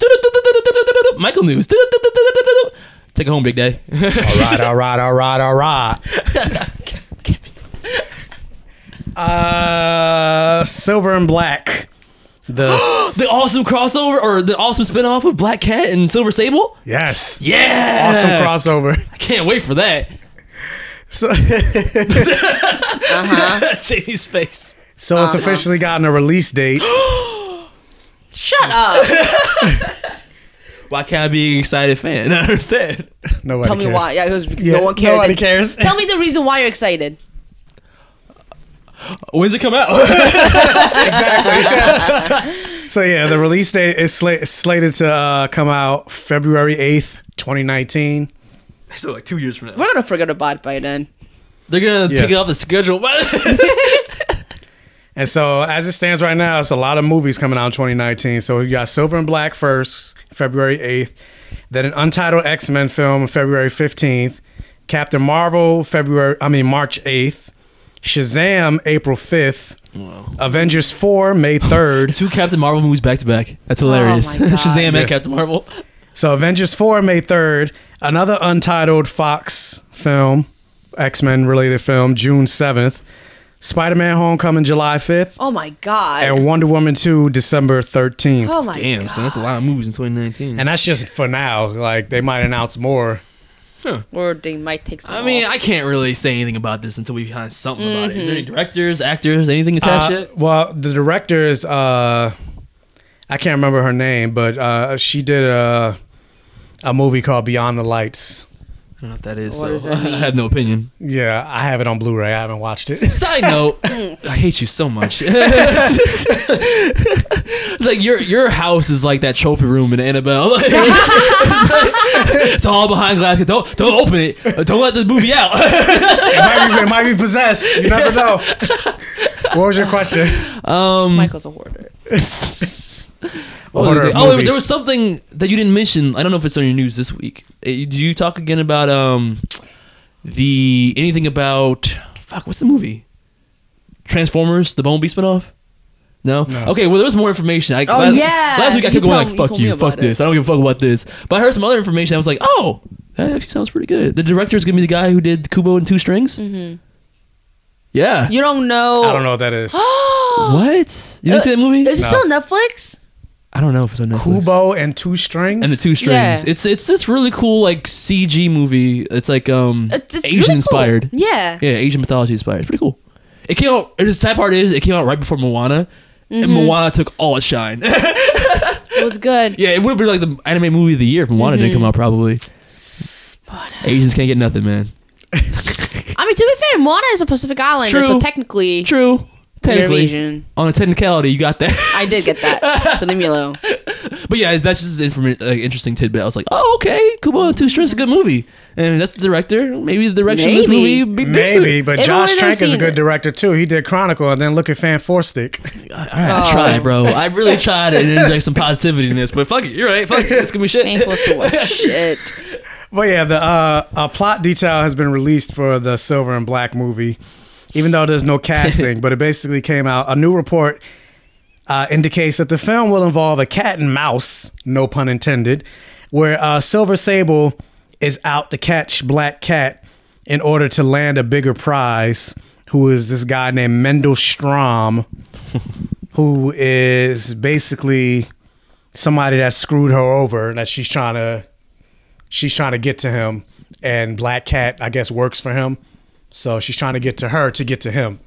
S2: Michael news. Take it home, big day.
S3: All right, all right, all right, all right. Uh, Silver and Black. The
S2: the awesome crossover or the awesome spinoff of Black Cat and Silver Sable.
S3: yes,
S2: Yeah.
S3: awesome crossover.
S2: I can't wait for that.
S3: So,
S2: Jamie's face.
S3: so it's officially gotten a release date.
S4: Shut up.
S2: Why can't I be an excited fan? I understand.
S3: Nobody
S4: Tell me
S3: cares.
S4: why. Yeah, it was because
S3: Yeah,
S4: no one cares.
S3: nobody cares.
S4: Tell me the reason why you're excited.
S2: When's it come out?
S3: So yeah, the release date is sla- is slated to uh, come out February eighth, twenty nineteen.
S2: so like two years from now.
S4: We're gonna forget about it by then.
S2: They're gonna
S3: Yeah.
S2: take it off the schedule.
S3: And so, as it stands right now, it's a lot of movies coming out in 2019. So you got Silver and Black first, February 8th, then an untitled X Men film, February 15th, Captain Marvel, February, I mean March 8th, Shazam, April 5th, Avengers 4, May 3rd.
S2: Two Captain Marvel movies back to back. That's hilarious.
S4: Oh my God.
S2: Shazam
S3: Yeah.
S2: and Captain Marvel.
S3: so Avengers 4, May 3rd, another untitled Fox film, X Men related film, June 7th, Spider Man Homecoming, July 5th,
S4: Oh my god.
S3: and Wonder Woman 2, December 13th.
S4: oh my
S2: Damn,
S4: god.
S2: so that's a lot of movies in 2019.
S3: And that's just for now. Like they might announce more.
S4: Or they might take some.
S2: I mean,
S4: off.
S2: I can't really say anything about this until we find something about it. Is there
S4: Mm-hmm.
S2: any directors, actors, anything attached
S3: Uh,
S2: yet?
S3: well, the director is uh, I can't remember her name, but uh, she did a a movie called Beyond the Lights.
S2: I don't know what that is.
S4: What
S2: so
S4: does that
S2: I have no opinion.
S3: Yeah, I have it on Blu-ray. I haven't watched it.
S2: Side note, I hate you so much. it's like your your house is like that trophy room in Annabelle. Like, it's, like- it's all behind glass. Don't don't open it. Don't let this movie out.
S3: it, might be, it might be possessed. You never know. what was your question?
S2: um,
S4: Michael's a hoarder.
S2: What was
S3: Order
S2: it?
S3: of
S2: oh, there-
S3: movies.
S2: there was something that you didn't mention. I don't know if it's on your news this week. Uh, you- Do you talk again about um the anything about fuck? What's the movie? Transformers, the Bumblebee spinoff. No? Okay. Well, there was more information. I,
S4: Oh,
S2: last,
S4: yeah.
S2: Last week I
S4: You
S2: kept going
S4: told-
S2: like,
S4: you
S2: "Fuck
S4: told me
S2: you,
S4: about
S2: fuck this." I don't give a fuck about this. But I heard some other information. I was like, "Oh, that actually sounds pretty good." The director's gonna be the guy who did Kubo and Two Strings. Mm-hmm. Yeah.
S4: You don't know.
S3: I don't know what that is.
S2: what? You didn't see that movie?
S4: Uh, Is it still Netflix?
S2: I don't know if it's on Netflix.
S3: Kubo and Two Strings.
S2: and the two strings.
S4: Yeah.
S2: It's it's this really cool like CG movie. It's like um
S4: It's, it's
S2: Asian
S4: really cool.
S2: inspired.
S4: Yeah.
S2: Yeah, Asian mythology inspired. It's pretty cool. It came out. The sad part is it came out right before Moana, and
S4: Mm-hmm.
S2: Moana took all its shine. yeah,
S4: It was good.
S2: it would have been like the anime movie of the year if Moana didn't
S4: Mm-hmm.
S2: come out. Probably. Asians can't get nothing, man.
S4: I mean, to be fair, Moana is a Pacific Islander,
S2: True.
S4: so technically,
S2: True.
S4: you're
S2: Technically,
S4: Asian.
S2: on a technicality, you got that.
S4: I did get that. so leave me alone.
S2: but yeah, it's- that's just an informa- like, interesting tidbit. I was like, oh, okay, Kubo and Two Strings is a good movie, and that's the director. Maybe the direction of this movie
S4: Maybe.
S2: would be decent.
S3: Maybe, but
S4: Everyone
S3: Josh
S4: has
S3: Trank is a
S4: seen
S3: good
S4: it.
S3: director too. He did Chronicle and then look at Fan Four Stick.
S2: All right, I
S4: Oh.
S2: tried, bro. I really tried to inject some positivity in this, but fuck it, you're right. Fuck it, it's gonna be shit.
S4: Painful to watch. Shit.
S3: But yeah, the uh, a plot detail has been released for the Silver and Black movie, even though there's no casting. but it basically came out. A new report uh, indicates that the film will involve a cat and mouse, no pun intended, where uh, Silver Sable is out to catch Black Cat in order to land a bigger prize. Who is this guy named Mendel Strom, who is basically somebody that screwed her over that she's trying to she's trying to get to him and black cat i guess works for him so she's trying to get to her to get to him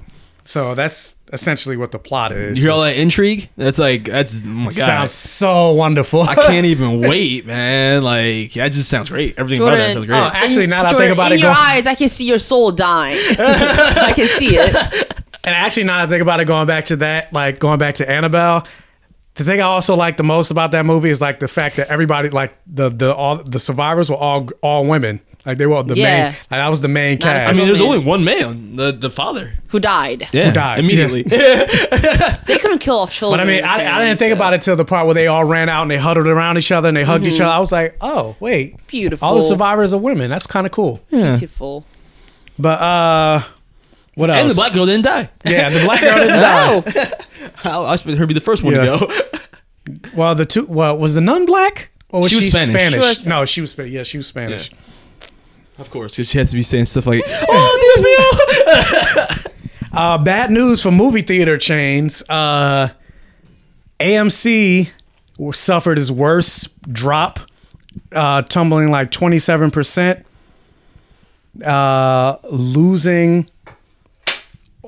S3: So that's essentially what the plot is.
S2: You hear all that intrigue? That's like that's oh my god.
S3: Sounds so wonderful.
S2: I can't even wait, man. Like that just sounds great. Everything about that sounds
S4: Jordan,
S2: great.
S3: Oh, Actually, now that I think
S4: Jordan,
S3: about
S4: in
S3: it,
S4: your
S3: go-
S4: eyes, I can see your soul dying. I can see it.
S3: And actually, now that I think about it, going back to that, like going back to Annabelle, the thing I also like the most about that movie is like the fact that everybody, like the the all the survivors were all all women. Like they were the
S4: Yeah.
S3: main. Like that was the main
S4: Not a
S3: cast.
S2: I mean,
S4: single-
S2: there's only one man, the the father.
S4: Who died?
S2: Yeah,
S3: died.
S2: immediately.
S4: They couldn't kill off children.
S3: but I mean, I, I didn't think
S4: so.
S3: about it till the part where they all ran out and they huddled around each other and they hugged each other. I was like, oh wait,
S4: Mm-hmm. Beautiful.
S3: all the survivors are women. That's kind of cool.
S4: Beautiful.
S3: But uh, what else?
S2: and the black girl didn't die.
S3: Yeah, the black girl didn't die.
S4: Oh,
S2: I, I expect her to be the first one
S3: Yeah.
S2: to go.
S3: Well, the two. Well, was the nun black? Or was
S2: She
S3: she,
S2: was Spanish.
S3: Spanish?
S4: She was-
S3: No, she was. Spa- Yeah, she was Spanish.
S2: Of course, 'cause she has to be saying stuff like, "Oh, Dios mío."
S3: Uh, bad news for movie theater chains. Uh, AMC w- suffered its worst drop, uh, tumbling like 27%, uh, losing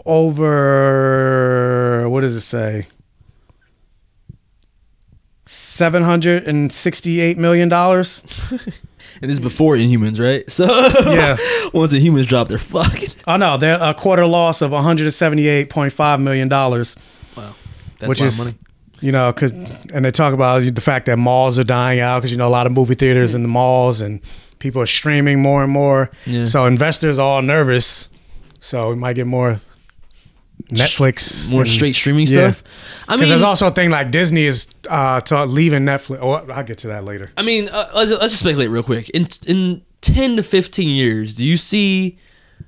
S3: over, what does it say? $768 million?
S2: And this is before Inhumans, right? So
S3: Yeah.
S2: once the humans drop, they're fucked.
S3: Oh, no, they're a quarter loss of $178.5 million.
S2: That's
S3: which
S2: a lot
S3: is
S2: of money.
S3: you know because and they talk about the fact that malls are dying out because you know a lot of movie theaters in the malls and people are streaming more and more
S2: Yeah.
S3: so investors are all nervous so we might get more netflix
S2: More
S3: and-
S2: straight streaming
S3: Yeah.
S2: stuff. I mean,
S3: because there's also a thing like disney is uh ta- leaving netflix oh i'll get to that later
S2: I mean, uh, let's, let's just speculate real quick. In in ten to fifteen years, do you see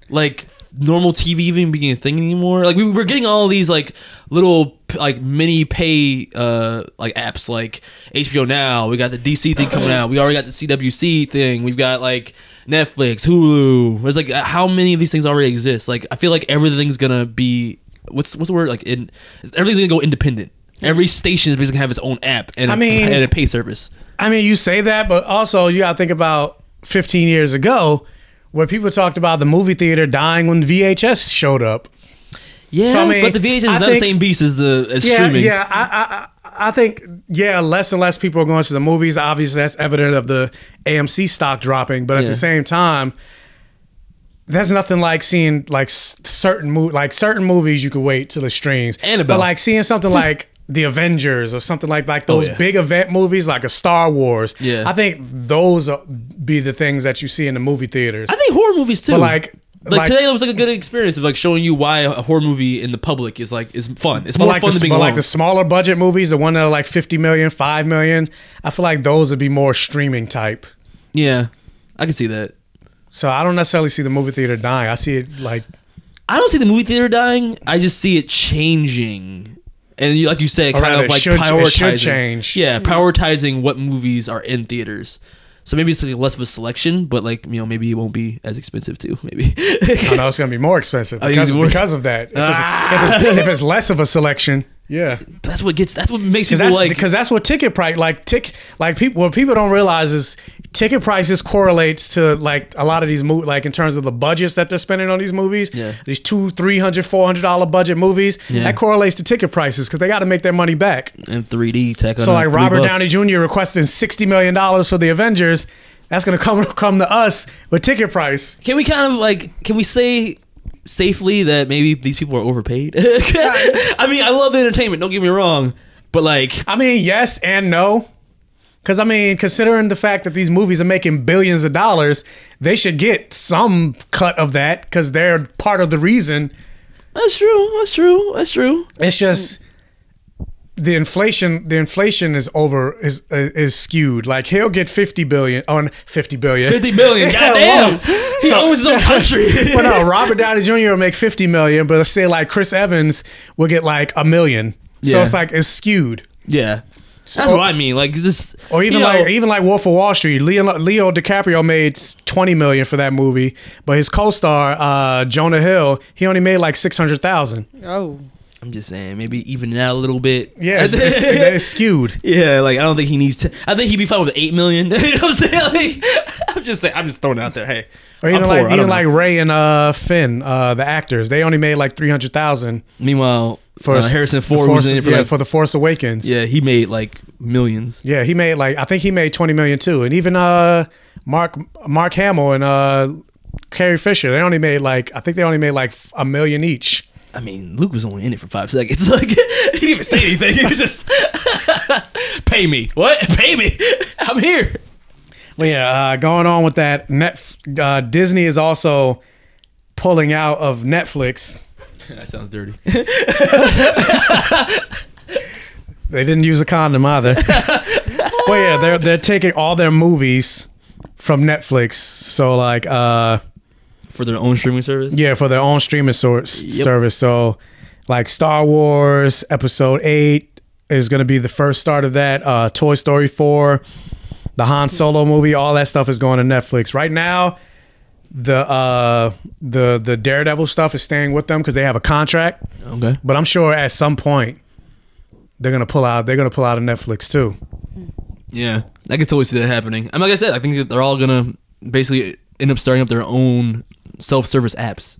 S2: like normal TV even being a thing anymore? Like we we're getting all these like little p- like mini pay uh like apps like HBO Now. We got the DC thing coming out. We already got the CWC thing. We've got like Netflix, Hulu. There's like uh, how many of these things already exist? Like I feel like everything's gonna be what's what's the word like in everything's gonna go independent. Every station is basically gonna have its own app and,
S3: I mean-
S2: a, and a pay service.
S3: I mean, you say that, but also you gotta think about 15 years ago, where people talked about the movie theater dying when VHS showed up.
S2: Yeah,
S3: So, I mean,
S2: but the VHS is
S3: I
S2: not the
S3: think-
S2: same beast as the as
S3: Yeah,
S2: streaming.
S3: yeah. I, I- I, I think yeah, less and less people are going to the movies. Obviously, that's evident of the AMC stock dropping. But at
S2: Yeah.
S3: the same time, there's nothing like seeing like s- certain mo- like certain movies you could wait till the streams.
S2: Annabelle.
S3: But like seeing something like. The Avengers or something like like those
S2: Oh, yeah.
S3: big event movies like a Star Wars.
S2: Yeah.
S3: I think those are, be the things that you see in the movie theaters.
S2: I think horror movies too.
S3: But, like-
S2: like,
S3: like-
S2: today it was like a good experience of like showing you why a horror movie in the public is like is fun. It's
S3: But
S2: more
S3: like,
S2: fun
S3: the,
S2: than being
S3: but
S2: alone.
S3: like the smaller budget movies, the one that are like 50 million, 5 million, I feel like those would be more streaming type.
S2: yeah, I can see that.
S3: So I don't necessarily see the movie theater dying. I see it like
S2: I don't see the movie theater dying. I just see it changing. And you, like you said, kind
S3: Alright,
S2: of
S3: it
S2: like
S3: should-
S2: prioritizing.
S3: it should change.
S2: Yeah, prioritizing what movies are in theaters. So maybe it's like less of a selection, but like you know, maybe it won't be as expensive too. Maybe.
S3: I don't know it's going to be more expensive
S2: Oh, you
S3: because,
S2: see more Ah.
S3: because of that. If, it's, if, it's, if it's less of a selection, yeah,
S2: that's what gets. That's what makes
S3: because
S2: people
S3: that's
S2: like.
S3: because that's what ticket price like tick like people what people don't realize is ticket prices correlates to like a lot of these movies like in terms of the budgets that they're spending on these movies
S2: Yeah.
S3: these two three hundred four hundred dollar budget movies
S2: Yeah.
S3: that correlates to ticket prices because they got to make their money back
S2: and 3D tech.
S3: So like Robert Downey Jr. requesting sixty million dollars for the Avengers, that's gonna come come to us with ticket price.
S2: Can we kind of like can we say safely that maybe these people are overpaid? I mean, I love the entertainment. Don't get me wrong, but like
S3: I mean, yes and no. Cause I mean, considering the fact that these movies are making billions of dollars, they should get some cut of that because they're part of the reason.
S2: that's true. That's true. That's true.
S3: It's just the inflation. The inflation is over is is skewed. Like he'll get fifty billion on fifty billion.
S2: Fifty million.
S3: Yeah,
S2: Goddamn. He
S3: So-
S2: owns his own country.
S3: well, no, Robert Downey Jr. will make fifty million, but let's say like Chris Evans will get like a million. So
S2: Yeah.
S3: it's like it's skewed.
S2: yeah. That's what I mean. Like just
S3: Or
S2: you
S3: even
S2: know,
S3: like even like Wolf of Wall Street, Leo, Leo DiCaprio made twenty million for that movie, but his co-star uh, Jonah Hill, he only made like six hundred thousand.
S4: oh,
S2: I'm just saying, maybe even it out a little bit.
S3: Yeah, it's, it's, it's skewed.
S2: yeah, like I don't think he needs. to I think he'd be fine with eight million. you know what I'm saying? Like, I'm just saying. I'm just throwing it out there. Hey,
S3: Or
S2: I'm
S3: even
S2: poor,
S3: like
S2: I
S3: even
S2: don't know.
S3: like Ray and uh, Finn, uh, the actors, they only made like three hundred thousand
S2: Meanwhile, for Uh, Harrison
S3: the
S2: Ford
S3: Force,
S2: was in it for
S3: yeah,
S2: like,
S3: for the Force Awakens.
S2: yeah, he made like millions.
S3: yeah, he made like I think he made twenty million too, and even uh, Mark Mark Hamill and uh, Carrie Fisher, they only made like I think they only made like f- a million each.
S2: I mean, Luke was only in it for five seconds. Like he didn't even say anything. He was just pay me. What? Pay me. I'm here.
S3: Well, yeah, uh, going on with that, Net uh, Disney is also pulling out of Netflix.
S2: That sounds dirty.
S3: They didn't use a condom either. well, yeah, they're they're taking all their movies from Netflix. So like, uh,
S2: For their own streaming service.
S3: yeah, for their own streaming source
S2: Yep.
S3: service. So like Star Wars Episode Eight is going to be the first start of that. Uh, Toy Story Four, the Han Solo movie, all that stuff is going to Netflix right now. The uh, the the Daredevil stuff is staying with them because they have a contract.
S2: Okay.
S3: But I'm sure at some point they're gonna pull out. They're gonna pull out of Netflix too.
S2: Yeah, I can totally see that happening. And like I said, I think that they're all gonna basically end up starting up their own self-service apps.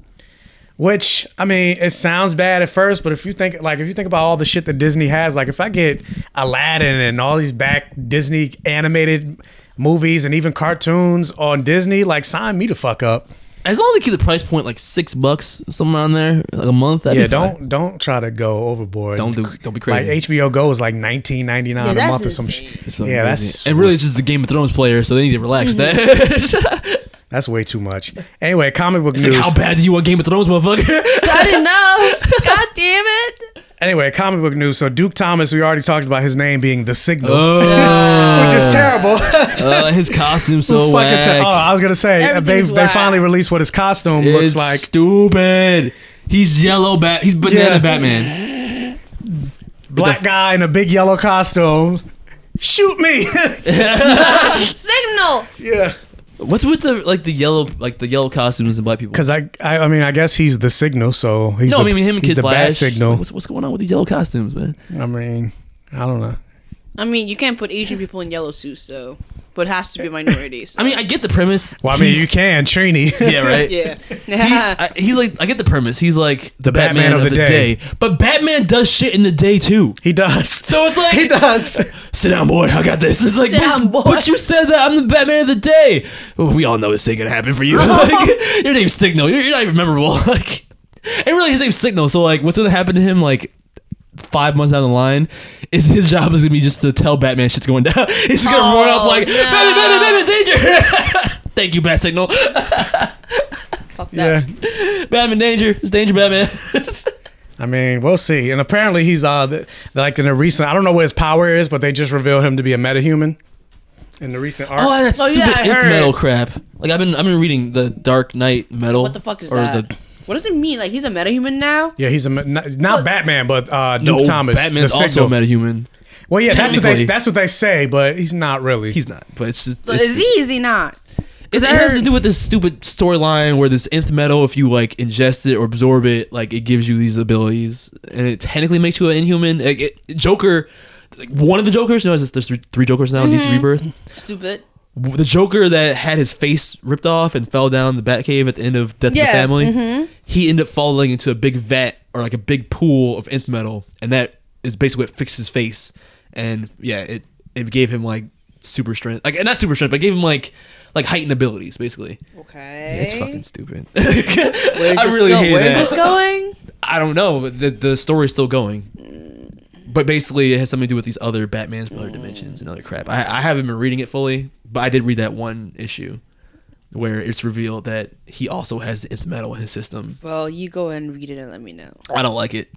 S3: Which I mean, it sounds bad at first, but if you think like if you think about all the shit that Disney has, like if I get Aladdin and all these back Disney animated movies and even cartoons on Disney, like sign me the fuck up.
S2: As long as they keep the price point like six bucks somewhere on there, like a month. That'd
S3: yeah,
S2: be fine.
S3: don't don't try to go overboard.
S2: don't do don't be
S3: like
S2: crazy.
S3: HBO Go is like nineteen ninety
S4: Yeah,
S3: nine a
S4: that's
S3: month or some
S4: insane.
S3: shit.
S2: It's fucking
S3: yeah,
S2: crazy.
S3: that's-
S2: and really it's just the Game of Thrones player, so they need to relax. That
S3: That's way too much. Anyway, comic book
S2: it's like
S3: news.
S2: how bad do you want Game of Thrones, motherfucker?
S4: I didn't know. God damn it.
S3: Anyway, comic book news. So Duke Thomas, we already talked about his name being the signal,
S2: Oh,
S3: which is terrible.
S2: uh, his costume so
S3: Fucking
S2: whack.
S3: ter- oh, I was gonna say they
S4: Everything's
S3: they
S4: whack.
S3: finally released what his costume
S2: it's
S3: looks like.
S2: stupid. He's yellow bat. He's banana
S3: Yeah.
S2: Batman.
S3: Black guy in a big yellow costume. Shoot me!
S4: Signal.
S3: yeah,
S2: What's with the like the yellow like the yellow costumes in black people?
S3: because I, I I mean I guess he's the signal, so he's
S2: no,
S3: the,
S2: I mean him and
S3: he's
S2: Kid
S3: the
S2: Flash.
S3: bad signal.
S2: What's, what's going on with these yellow costumes, man?
S3: I mean I don't know.
S4: I mean, you can't put Asian people in yellow suits, so. But it has to be minorities.
S2: I mean, I get the premise.
S3: Well, I mean
S2: He's-
S3: you can Trini.
S2: Yeah, right.
S4: yeah.
S2: He, I, he's like, I get the premise. He's like the Batman, of, the, day. but Batman does shit in the day too.
S3: he does.
S2: So it's like
S3: He does.
S2: Sit down, boy. I got this. It's like,
S4: Sit
S2: but,
S4: down, boy.
S2: but you said that I'm the Batman of the day. Well, we all know this ain't gonna happen for you. like, your name's Signal. You're, you're not even memorable. like, and really, his name's Signal. So like, what's gonna happen to him? Like. Five months down the line, is his job is gonna be just to tell Batman shit's going down. He's just gonna
S4: Oh,
S2: roar up like,
S4: no.
S2: Batman, Batman, Batman's danger. Thank you, Bat Signal.
S4: Fuck
S3: Yeah.
S4: that.
S2: Batman danger. It's danger, Batman.
S3: I mean, we'll see. And apparently, he's uh, the, like in a recent. I don't know what his power is, but they just revealed him to be a metahuman in the recent arc.
S2: Oh, that's
S4: Oh, yeah,
S2: stupid
S4: I
S2: ink
S4: heard.
S2: metal crap. Like I've been, I've been reading the Dark Knight metal.
S4: What the fuck is
S2: or
S4: that?
S2: The,
S4: what does it mean? Like, he's a metahuman now?
S3: yeah, he's a me- not, not Batman, but uh, Duke
S2: no,
S3: Thomas.
S2: Batman's
S3: the
S2: also a
S3: signal.
S2: metahuman.
S3: Well, yeah, that's what they
S2: Technically.
S3: that's what they say, but he's not really.
S2: He's not, but it's just.
S4: So
S2: it's,
S4: is he? Is he not?
S2: It, it
S4: I
S2: has
S4: heard-
S2: to do with this stupid storyline where this nth metal, if you like ingest it or absorb it, like it gives you these abilities, and it technically makes you an inhuman. Like it, Joker, like, one of the Jokers. You know, there's- there's three, three Jokers now in DC
S4: Mm-hmm.
S2: Rebirth.
S4: Stupid.
S2: the Joker that had his face ripped off and fell down the Batcave at the end of Death of
S4: Yeah, mm-hmm.
S2: the Family, he ended up falling into a big vat or like a big pool of nth metal, and that is basically what fixed his face. And yeah, it it gave him like super strength, like not super strength, but gave him like like heightened abilities, basically.
S4: Okay.
S2: It's fucking stupid.
S4: Where's
S2: I
S4: this
S2: really
S4: go-
S2: hate that.
S4: Where's this going?
S2: I don't know, but the the story's still going. But basically, it has something to do with these other Batman's other dimensions and other crap. I, I haven't been reading it fully, but I did read that one issue where it's revealed that he also has the nth metal in his system.
S4: Well, you go and read it and let me know.
S2: I don't like it.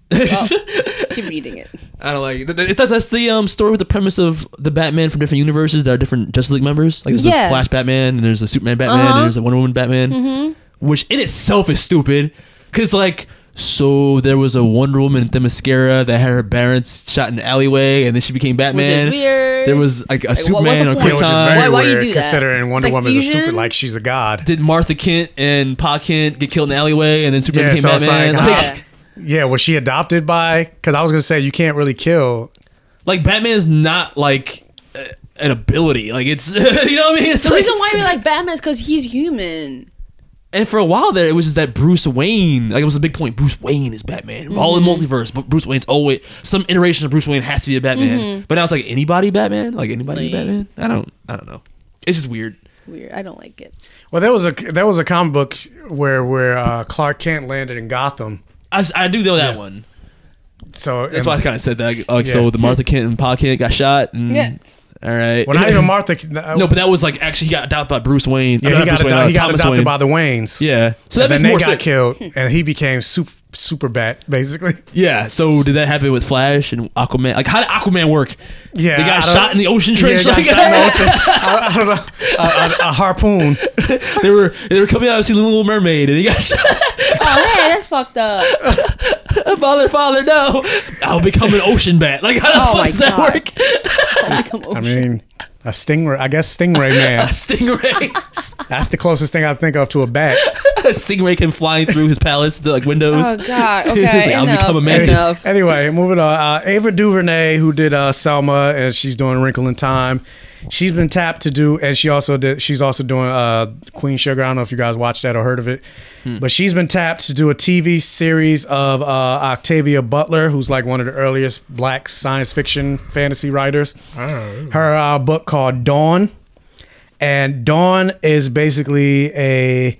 S4: Keep reading it.
S2: I don't like it. Th- th- That, that's the um, story with the premise of the Batman from different universes that are different Justice League members. Like there's
S4: Yeah.
S2: a Flash Batman, and there's a Superman Batman,
S4: Uh-huh. Mm-hmm.
S2: and there's a Wonder Woman Batman, which in itself is stupid. Because, like, so there was a Wonder Woman in Themyscira that had her parents shot in the alleyway, and then she became Batman.
S4: weird.
S2: There was, like, a
S4: what's
S2: Superman
S4: the
S2: on
S4: point?
S3: Yeah, which is
S2: Krypton.
S3: very
S4: Why- why you
S3: weird
S4: do that?
S3: considering Wonder
S4: It's like
S3: Woman's a super
S4: fusion?
S3: like she's a god.
S2: Did Martha Kent and Pa Kent get killed in the alleyway, and then Superman
S3: Yeah,
S2: became
S3: so it's
S2: Batman?
S3: like,
S2: Like,
S3: how- Yeah, was she adopted by? Because I was gonna say you can't really kill.
S2: Like Batman is not like uh, an ability. Like it's you know what I mean. It's
S4: The
S2: like-
S4: reason why we like Batman is because he's human.
S2: and for a while there, it was just that Bruce Wayne. Like it was a big point. Bruce Wayne is Batman. All the
S4: Mm-hmm.
S2: multiverse, but Bruce Wayne's always some iteration of Bruce Wayne has to be a Batman. But now it's like anybody Batman. Like anybody
S4: Mm-hmm. Like-
S2: Batman. I don't. I don't know. It's just weird.
S4: Weird. I don't like it.
S3: Well, there was a there was a comic book where where uh, Clark Kent landed in Gotham.
S2: I, I do know that one.
S3: So
S2: That's
S3: and-
S2: why I kind of said that. Like oh, so,
S3: Yeah.
S2: the Martha Kent and Pa Kent got shot. And,
S4: Yeah.
S2: All right.
S3: Well, not even Martha. No,
S2: No, but that was like actually he got adopted by Bruce Wayne.
S3: yeah,
S2: Uh,
S3: he
S2: not
S3: got,
S2: Bruce Wayne,
S3: ado-
S2: uh,
S3: he got
S2: Thomas
S3: adopted
S2: Wayne.
S3: by the Waynes.
S2: Yeah. So that makes
S3: and then they
S2: more
S3: got
S2: sense.
S3: killed, and he became super super bat basically.
S2: Yeah. So did that happen with Flash and Aquaman? Like, how did Aquaman work?
S3: Yeah,
S2: They got
S3: I don't-
S2: shot in the ocean trench.
S3: Yeah,
S2: like,
S3: he got shot in the ocean. I, I don't know. A, a, a harpoon.
S2: they were they were coming out to see the Little Mermaid, and he got shot.
S4: Oh man, that's fucked up.
S2: father, father, no! I'll become an ocean bat. Like, how the
S4: Oh
S2: fuck
S4: my
S2: does that
S4: God.
S2: work? Oh,
S3: I mean, a stingray. I guess stingray man.
S2: Stingray.
S3: That's the closest thing I think of to a bat.
S2: Stingray came flying through his palace to like windows.
S4: Oh god.
S2: He's
S4: Okay.
S2: like, I'll
S4: enough.
S2: become a mantis.
S4: Enough.
S3: Anyway, moving on. Uh, Ava DuVernay, who did uh, Selma, and she's doing Wrinkle in Time. She's been tapped to do, and she also did. She's also doing uh, Queen Sugar. I don't know if you guys watched that or heard of it, but she's been tapped to do a TV series of uh, Octavia Butler, who's like one of the earliest Black science fiction fantasy writers. Her uh, book called Dawn, and Dawn is basically a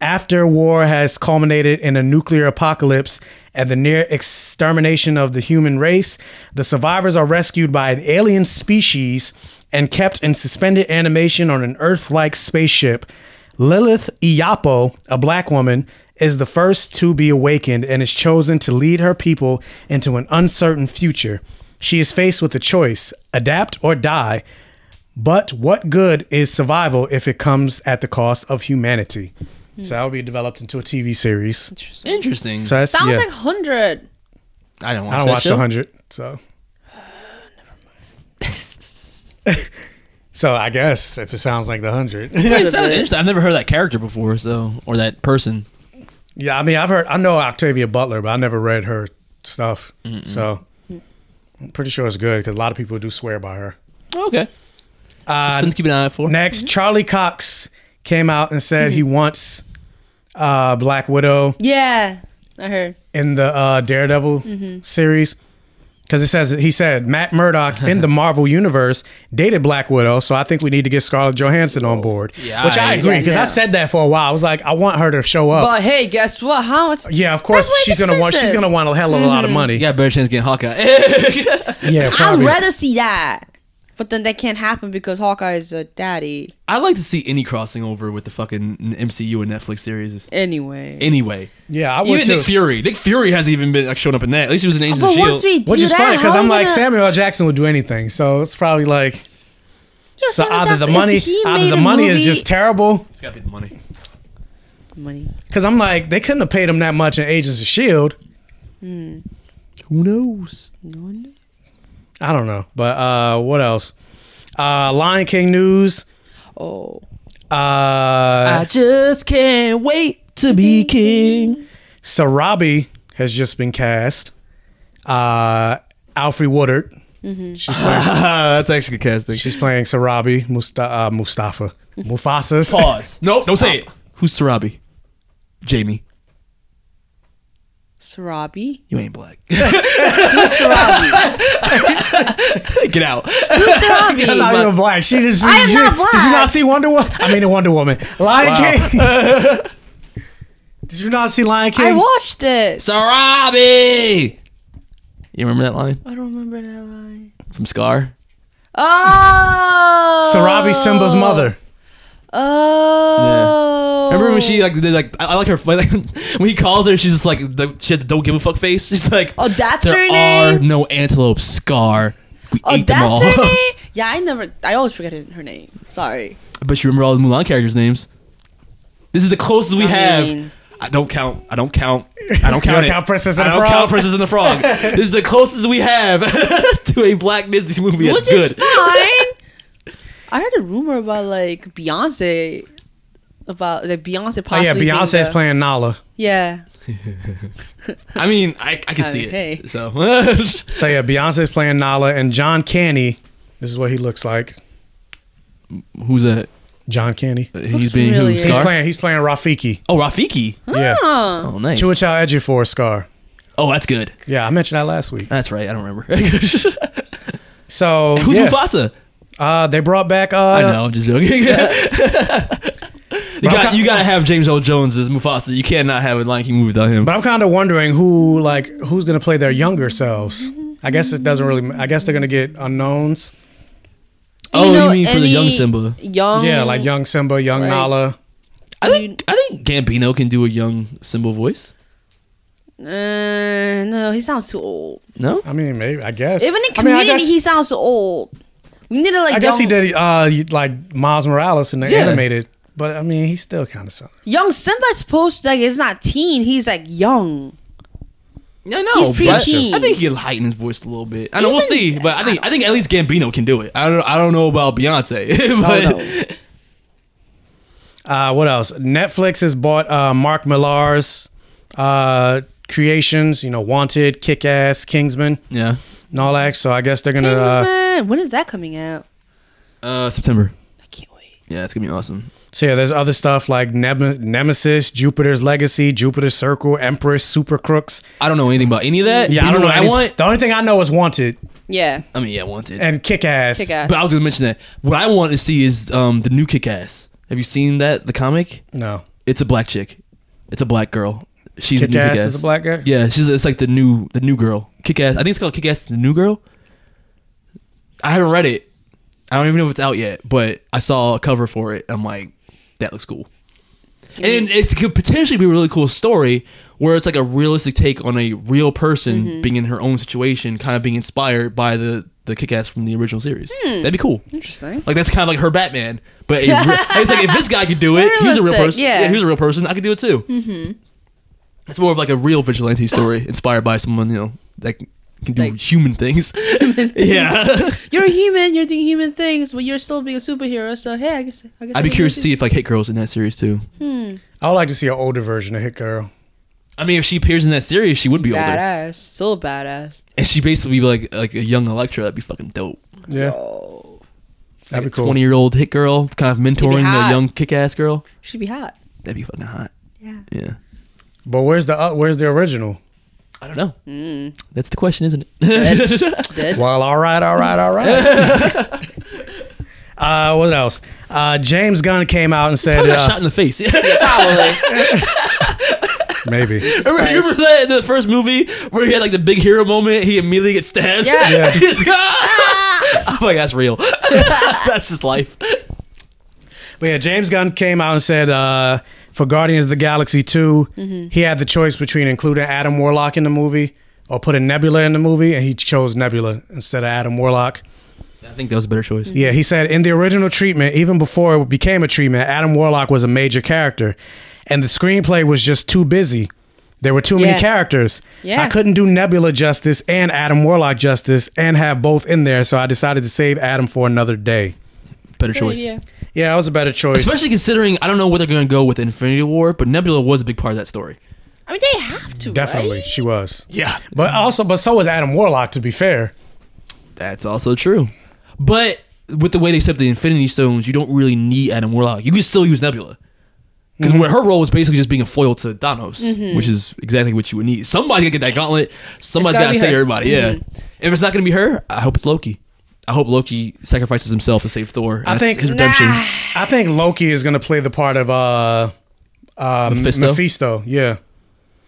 S3: after war has culminated in a nuclear apocalypse and the near extermination of the human race, the survivors are rescued by an alien species and kept in suspended animation on an Earth like spaceship. Lilith Iyapo, a black woman, is the first to be awakened and is chosen to lead her people into an uncertain future. She is faced with a choice adapt or die. But what good is survival if it comes at the cost of humanity? So that will be developed into a TV series.
S2: Interesting.
S3: So that's,
S4: Sounds
S3: yeah.
S4: like hundred.
S2: I don't watch.
S3: I
S2: that
S3: don't watch
S2: show.
S3: the hundred, so. so I guess if it sounds like the hundred,
S2: It sounds interesting. I've never heard of that character before, so or that person.
S3: yeah. I mean, I've heard, I know Octavia Butler, but I never read her stuff, so I'm pretty sure it's good because a lot of people do swear by her.
S2: Okay. Something to keep an eye out for.
S3: Uh, Next, Charlie Cox came out and said he wants uh, Black Widow
S4: Yeah. I heard.
S3: in the uh, Daredevil
S4: Mm-hmm.
S3: series. Because it says he said Matt Murdock in the Marvel universe dated Black Widow, so I think we need to get Scarlett Johansson on board,
S2: Yeah,
S3: which I
S2: I-
S3: agree
S4: Yeah,
S3: because
S4: no.
S3: I said that for a while. I was like, I want her to show up.
S4: But hey, guess what? How much?
S3: yeah, of course
S4: That's way
S3: she's gonna want she's
S4: expensive. Mm-hmm.
S3: gonna want a hell of a lot of money.
S2: You got a better chance of getting Hawkeye.
S3: yeah,
S4: I'd
S3: probably.
S4: rather see that. But then that can't happen because Hawkeye is a daddy
S2: I like to see any crossing over with the fucking MCU and Netflix series.
S4: anyway.
S2: Anyway,
S3: yeah, I would
S2: even
S3: too.
S2: Nick Fury. Nick Fury hasn't even been like shown up in that. At least he was in Agents of
S4: but
S2: Shield.
S4: once we do
S3: Which is
S4: that,
S3: funny because
S4: how
S3: I'm
S4: we
S3: like
S4: gonna-
S3: Samuel L. Jackson would do anything, so it's probably like
S4: Yeah,
S3: so
S4: Samuel
S3: either
S4: Jackson,
S3: the
S4: if
S3: money
S4: he
S3: either
S4: made
S3: the
S4: a
S3: money
S4: movie-
S3: is just terrible
S2: it's got to be the money.
S4: money.
S3: because I'm like they couldn't have paid him that much in Agents of Shield. Who knows? I don't know. But uh, what else? Uh, Lion King news.
S4: Oh,
S3: Uh,
S2: I just can't wait to be king.
S3: Sarabi has just been cast. Uh, Alfre Woodard. She's playing.
S2: Uh, That's actually good casting.
S3: she's playing Sarabi Musta- uh, Mustafa. Mufasa's.
S4: Oh,
S2: Pause. No, don't say it. Who's Sarabi? Jamie.
S4: Sarabi.
S2: You ain't black.
S4: Sarabi.
S2: Get out.
S4: Who's
S3: I'm not
S4: Sarabi?
S3: even black. She just.
S4: I am
S3: you-
S4: not
S3: Did you
S4: black.
S3: not see Wonder Woman? I mean, Wonder Woman. Lion King. did you not see Lion King?
S4: I watched it.
S2: Sarabi. You remember that line
S4: I don't remember that line.
S2: from Scar?
S4: Oh,
S3: Sarabi Simba's mother.
S4: Oh,
S2: Remember when she like did like I, I like her like, when he calls her she's just like the, she has the don't give a fuck face she's like
S4: Oh, that's
S2: there
S4: her
S2: are
S4: name?
S2: no antelope scar we
S4: Oh,
S2: ate them all
S4: that's her name. Yeah, I never. I always forget her her name. Sorry.
S2: but you remember all the Mulan characters names this is the closest we
S4: I
S2: have
S4: mean-
S2: I don't count I don't count I don't count
S3: don't
S2: it.
S3: count Princess and
S2: I
S3: the
S2: don't
S3: Frog?
S2: count Princess and the Frog this is the closest we have to a black Disney movie that's
S4: Which is
S2: good
S4: fine. I heard a rumor about like Beyonce, about like Beyonce
S3: Oh
S4: possibly.
S3: yeah,
S4: being
S3: Beyonce's
S4: the-
S3: playing Nala.
S4: Yeah,
S2: I mean, I, I can see
S4: Okay.
S2: it. So
S3: So yeah, Beyonce's playing Nala and John Candy. This is what he looks like.
S2: who's that?
S3: John Candy.
S2: He's being
S4: familiar.
S2: who?
S4: He's
S3: He's
S2: Uh, Scar?
S3: playing. He's playing Rafiki.
S2: oh, Rafiki.
S3: Yeah.
S4: Oh.
S2: Oh, nice.
S3: Chiwetel Ejiofor Scar.
S2: Oh, that's good.
S3: Yeah, I mentioned that last week.
S2: That's right. I don't remember. Who's
S3: So yeah,
S2: Mufasa?
S3: uh, they brought back. Uh,
S2: I know. I'm just joking. you got you gotta have James Earl Jones as Mufasa. You cannot have a Lion King movie without him.
S3: But I'm kind of wondering who like who's gonna play their younger selves. I guess it doesn't really. I guess they're gonna get unknowns.
S4: Do
S2: oh, you,
S4: know
S2: mean for the young
S4: any
S2: Simba?
S4: Young.
S2: Oh.
S3: Yeah, like young Simba, young
S4: like-
S3: Nala.
S2: I think I think Gambino can do a young Simba voice.
S4: Uh, no, he sounds too old.
S2: No,
S3: I mean, maybe I guess.
S4: Even in
S3: I mean,
S4: community,
S3: I guess,
S4: he sounds old. We need to like
S3: I guess he
S4: young,
S3: did uh, like Miles Morales in the
S2: Yeah.
S3: animated. But I mean, he's still kind of something.
S4: young Simba's supposed to, like it's not teen. He's like young.
S2: no, no.
S4: He's
S2: Oh, but
S4: preteen.
S2: I think he can heighten his voice a little bit. I know we'll
S4: Even-
S2: see, but I think I think at least Gambino can do it. I don't I don't know about Beyonce, but
S4: no.
S3: Uh, what else? Netflix has bought uh, Mark Millar's uh, creations. You know, Wanted, Kick Ass, Kingsman,
S2: yeah.
S3: and all that. So I guess they're gonna. Uh,
S4: Kingsman. when is that coming out?
S2: Uh, September.
S4: I can't wait.
S2: Yeah, it's gonna be awesome.
S3: so yeah, there's other stuff like Neb- Nemesis, Jupiter's Legacy, Jupiter's Circle, Empress, Super Crooks.
S2: I don't know anything about any of that.
S3: Yeah,
S2: but
S3: I
S2: you
S3: don't know.
S2: what
S3: any-
S2: I want.
S3: The only thing I know is Wanted
S4: Yeah.
S2: I mean, yeah, I wanted.
S3: and Kick Ass.
S4: Kick Ass.
S2: But I was gonna mention that. What I want to see is um the new Kick Ass. Have you seen that? The comic?
S3: No,
S2: It's a black chick. It's a black girl. She's
S3: Kick
S2: the new
S3: Ass
S2: Kick-Ass.
S3: is a black guy.
S2: Yeah, she's it's like the new the new girl. Kick Ass. I think it's called Kick Ass the New Girl. I haven't read it. I don't even know if it's out yet, but I saw a cover for it. I'm like, that looks cool. And it could potentially be a really cool story where it's like a realistic take on a real person being in her own situation, kind of being inspired by the the kick ass from the original series. That'd be cool.
S4: Interesting.
S2: Like that's kind of like her Batman, but it, it's like if this guy could do it, he's a real
S4: Realistic,
S2: person.
S4: yeah.
S2: Yeah. he's a real person. I could do it too. Mm-hmm. It's more of like a real vigilante story inspired by someone you know that can do
S4: Like-
S2: human things. yeah,
S4: You're a human. You're doing human things, but you're still being a superhero. So hey, I guess I guess I
S2: I'd be
S4: can
S2: curious
S4: do
S2: to see if like Hit Girl's in that series too.
S3: I would like to see an older version of Hit Girl.
S2: I mean, if she appears in that series, she would be older,
S4: Badass, so badass.
S2: and she basically be like like a young Electra. That'd be fucking dope.
S3: Yeah,
S4: Oh,
S3: that'd be cool.
S2: Twenty year old Hit Girl, kind of mentoring
S4: hot.
S2: the young kick ass girl.
S4: she'd be hot.
S2: That'd be fucking hot.
S4: Yeah.
S2: Yeah.
S3: But where's the uh, where's the original?
S2: I don't know. Mm. That's the question, isn't it?
S4: Dead.
S3: Well, all right, all right, all right. uh, what else? Uh, James Gunn came out and said,
S2: I got
S3: uh,
S2: shot in the face.
S4: Probably.
S3: maybe.
S2: Remember, remember that in the first movie where he had like the big hero moment? He immediately gets stabbed.
S4: Yeah.
S3: Yeah.
S2: He's like, "Ah!" I'm like, that's real. that's just life.
S3: But yeah, James Gunn came out and said, uh, for Guardians of the Galaxy 2, he had the choice between including Adam Warlock in the movie or putting Nebula in the movie, and he chose Nebula instead of Adam Warlock.
S2: I think that was a better choice.
S3: Yeah, he said in the original treatment, even before it became a treatment, Adam Warlock was a major character, and the screenplay was just too busy. There were too
S4: Yeah.
S3: many characters.
S4: Yeah.
S3: I couldn't do Nebula justice and Adam Warlock justice and have both in there, so I decided to save Adam for another day.
S2: Better choice.
S4: Yeah.
S3: Yeah, that was a better choice.
S2: Especially considering I don't know where they're going to go with Infinity War, but Nebula was a big part of that story.
S4: I mean, they have to.
S3: Definitely,
S4: right?
S3: she was.
S2: Yeah.
S3: But also, but so was Adam Warlock. To be fair,
S2: That's also true. But with the way they set up the Infinity Stones, you don't really need Adam Warlock. You can still use Nebula. Because her role is basically just being a foil to Thanos,
S4: Mm-hmm.
S2: which is exactly what you would need. Somebody's got to get that gauntlet. Somebody's
S4: gotta
S2: got to
S4: be
S2: save
S4: her. Mm-hmm.
S2: everybody. Yeah. If it's not going to be her, I hope it's Loki. I hope Loki sacrifices himself to save Thor. I
S3: think-
S2: his redemption.
S4: Nah.
S3: I think Loki is going to play the part of uh, uh,
S2: Mephisto?
S3: Mephisto. Mephisto. Yeah,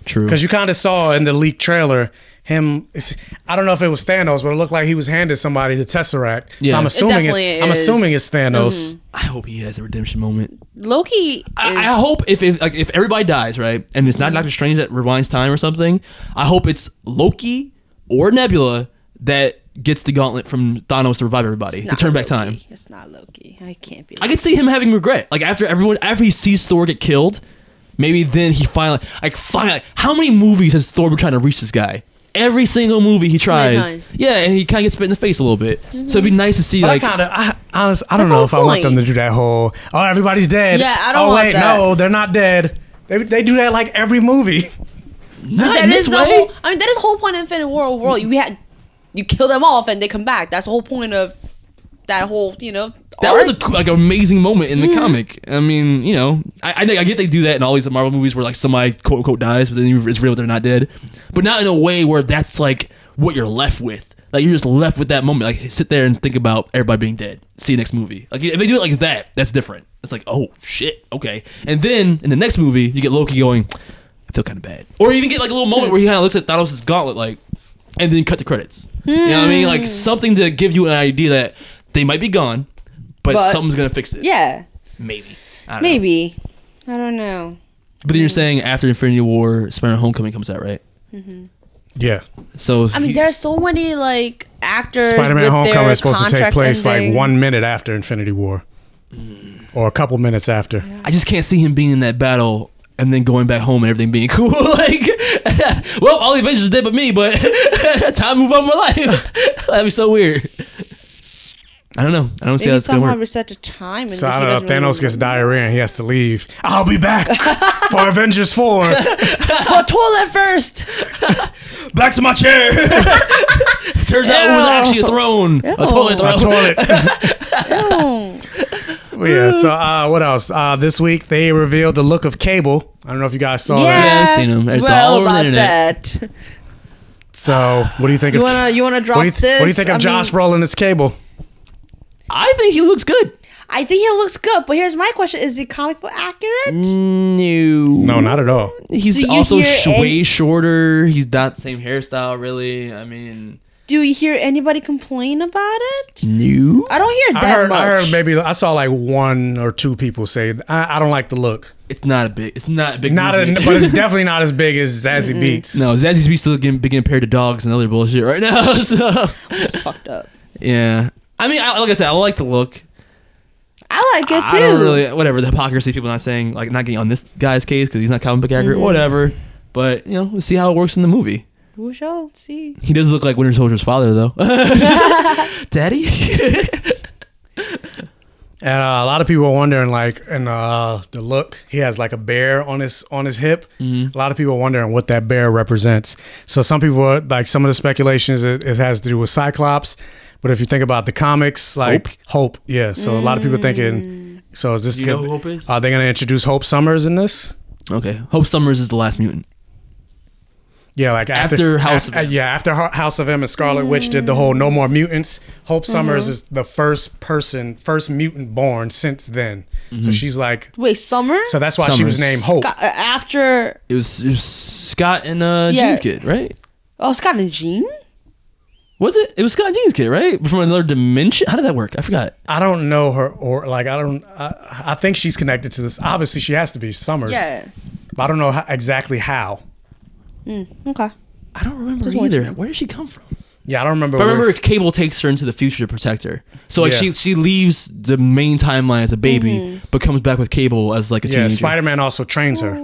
S2: True.
S3: because you kind of saw in the leaked trailer him. It's, I don't know if it was Thanos, but it looked like he was handed somebody the Tesseract.
S2: Yeah.
S3: So I'm
S2: It
S3: assuming it's,
S4: definitely
S3: I'm
S4: is. Mm-hmm.
S3: assuming it's Thanos.
S2: I hope he has a redemption moment.
S4: Loki. Is,
S2: I, I hope if if, like, if everybody dies right, and it's not Doctor Strange that rewinds time or something. I hope it's Loki or Nebula that gets the gauntlet from Thanos to revive everybody to
S4: not
S2: turn back
S4: Loki.
S2: time.
S4: It's not Loki. I can't be.
S2: I could see him having regret, like after everyone after he sees Thor get killed. Maybe then he finally like finally. How many movies has Thor been trying to reach this guy? Every single movie he
S4: many
S2: tries,
S4: times. Mm-hmm.
S2: yeah, and he kind of gets spit in the face a little bit. So it'd be nice to see
S3: But
S2: like
S3: I kind of, I, honest, I don't
S4: That's the
S3: know if I want
S4: point.
S3: them to do that whole. Oh, everybody's dead.
S4: Yeah, I don't
S3: Oh
S4: want
S3: wait,
S4: that.
S3: no, they're not dead. They, they do that like every movie.
S2: Not
S4: That
S2: in this
S4: is the
S2: way.
S4: whole. I mean, that is the whole point of Infinite War. World, you had you kill them off and they come back. That's the whole point of that whole. You know,
S2: that
S4: arc.
S2: was a cool- like amazing moment in the comic. I mean, you know, I, I think- I get they do that in all these Marvel movies where like somebody quote unquote dies, but then you- it's real they're not dead. But not in a way where that's like what you're left with. Like you're just left with that moment. Like sit there and think about everybody being dead. See you next movie. Like if they do it like that, that's different. It's like oh shit, okay. And then in the next movie, you get Loki going, I feel kind of bad, or even get like a little moment where he kind of looks at Thanos' gauntlet like, and then cut the credits. You know what I mean? Like something to give you an idea that they might be gone, but,
S4: But-
S2: something's gonna fix this.
S4: yeah,
S2: maybe. I don't know.
S4: maybe. I don't know.
S2: But then you're saying after Infinity War, Spider-Man: Homecoming comes out, right?
S3: Yeah.
S2: So
S4: I mean, there's so many like actors.
S3: Spider-Man
S4: with
S3: Homecoming
S4: their
S3: is supposed to take
S4: contract
S3: place
S4: ending.
S3: like one minute after Infinity War, or a couple minutes after.
S2: I just can't see him being in that battle and then going back home and everything being cool. like, well, all the Avengers did but me, but time to move on with my life. That'd be so weird. I don't know. I don't see how
S4: Maybe
S2: it's gonna
S4: somehow
S2: work.
S4: reset the time. And
S3: So I
S4: he
S3: don't know.
S4: doesn't
S3: Thanos
S4: really-
S3: gets diarrhea and he has to leave. I'll be back for Avengers Four.
S4: But Oh, toilet first.
S2: Back to my chair. Turns out it was actually a throne, a
S4: Oh.
S2: toilet
S3: My
S2: throne.
S3: toilet. yeah. So uh, what else? Uh, this week they revealed the look of Cable. I don't know if you guys saw that.
S2: Oh, I've seen 'em. It's
S4: well,
S2: all over the
S4: about
S2: internet.
S4: that.
S3: So what do you think
S4: You
S3: of?
S4: wanna you wanna drop
S3: what do you, th-
S4: this?
S3: what do you think of
S4: I
S3: Josh
S4: mean,
S3: Brolin as Cable?
S2: I think he looks good.
S4: I think he looks good, but here's my question: Is the comic book accurate?
S2: Mm. No.
S3: No, not at all.
S2: He's
S4: Do you
S2: also
S4: hear
S2: sh-
S4: any-
S2: way shorter. He's not the same hairstyle, really. I mean,
S4: Do you hear anybody complain about it?
S2: new.
S4: I don't hear that
S3: I heard.
S4: much.
S3: I heard maybe I saw like one or two people say I, I don't like the look.
S2: It's not a big. It's not a big.
S3: Not a,
S2: movement.
S3: but it's definitely not as big as Zazie Beats.
S2: no, Zazzy Speed's still getting, being compared to dogs and other bullshit right now. So
S4: It's fucked up.
S2: yeah, I mean, I, like I said, I like the look.
S4: I like it too.
S2: I don't really whatever the hypocrisy of people not saying like not getting on this guy's case because he's not comic book
S4: Mm-hmm.
S2: accurate, whatever. But you know, we'll see how it works in the movie.
S4: We shall see.
S2: He does look like Winter Soldier's father, though. Daddy.
S3: And uh, a lot of people are wondering, like, in uh, the look, he has like a bear on his on his hip.
S2: Mm-hmm.
S3: A lot of people are wondering what that bear represents. So some people, are, like, some of the speculations it, it has to do with Cyclops. But if you think about the comics, like Hope, yeah. So a lot of people thinking, so is this
S2: Mm. You know
S3: gonna-
S2: who Hope is?
S3: Are they going to introduce Hope Summers in this?
S2: okay, Hope Summers is the last mutant.
S3: Yeah, like after,
S2: After House of
S3: af-
S2: M.
S3: yeah, after Ho- House of M and Scarlet Witch did the whole "No More Mutants." Hope Summers
S2: Mm-hmm.
S3: is the first person, first mutant born since then.
S2: Mm-hmm.
S3: So she's like,
S4: Wait, summer?
S3: so that's why she was
S2: Summers.
S3: named Hope.
S4: Scott, uh, after
S2: It was, it was Scott and uh,
S4: Yeah.
S2: Jean's kid, right?
S4: oh Scott and Jean?
S2: Was it? It was Scott and Jean's kid, right? From another dimension. How did that work? I forgot.
S3: I don't know her, or like I don't. I, I think she's connected to this. Obviously, she has to be Summers.
S4: Yeah.
S3: But I don't know how, exactly how.
S4: Okay.
S2: I don't remember
S4: watch
S2: either.
S4: me.
S2: Where did she come from?
S3: Yeah, I don't remember.
S2: But I
S3: where-
S2: remember Cable takes her into the future to protect her. So like
S3: Yeah.
S2: she she leaves the main timeline as a baby,
S4: Mm-hmm.
S2: but comes back with Cable as like a
S3: yeah,
S2: teenager.
S3: Spider Man also trains her.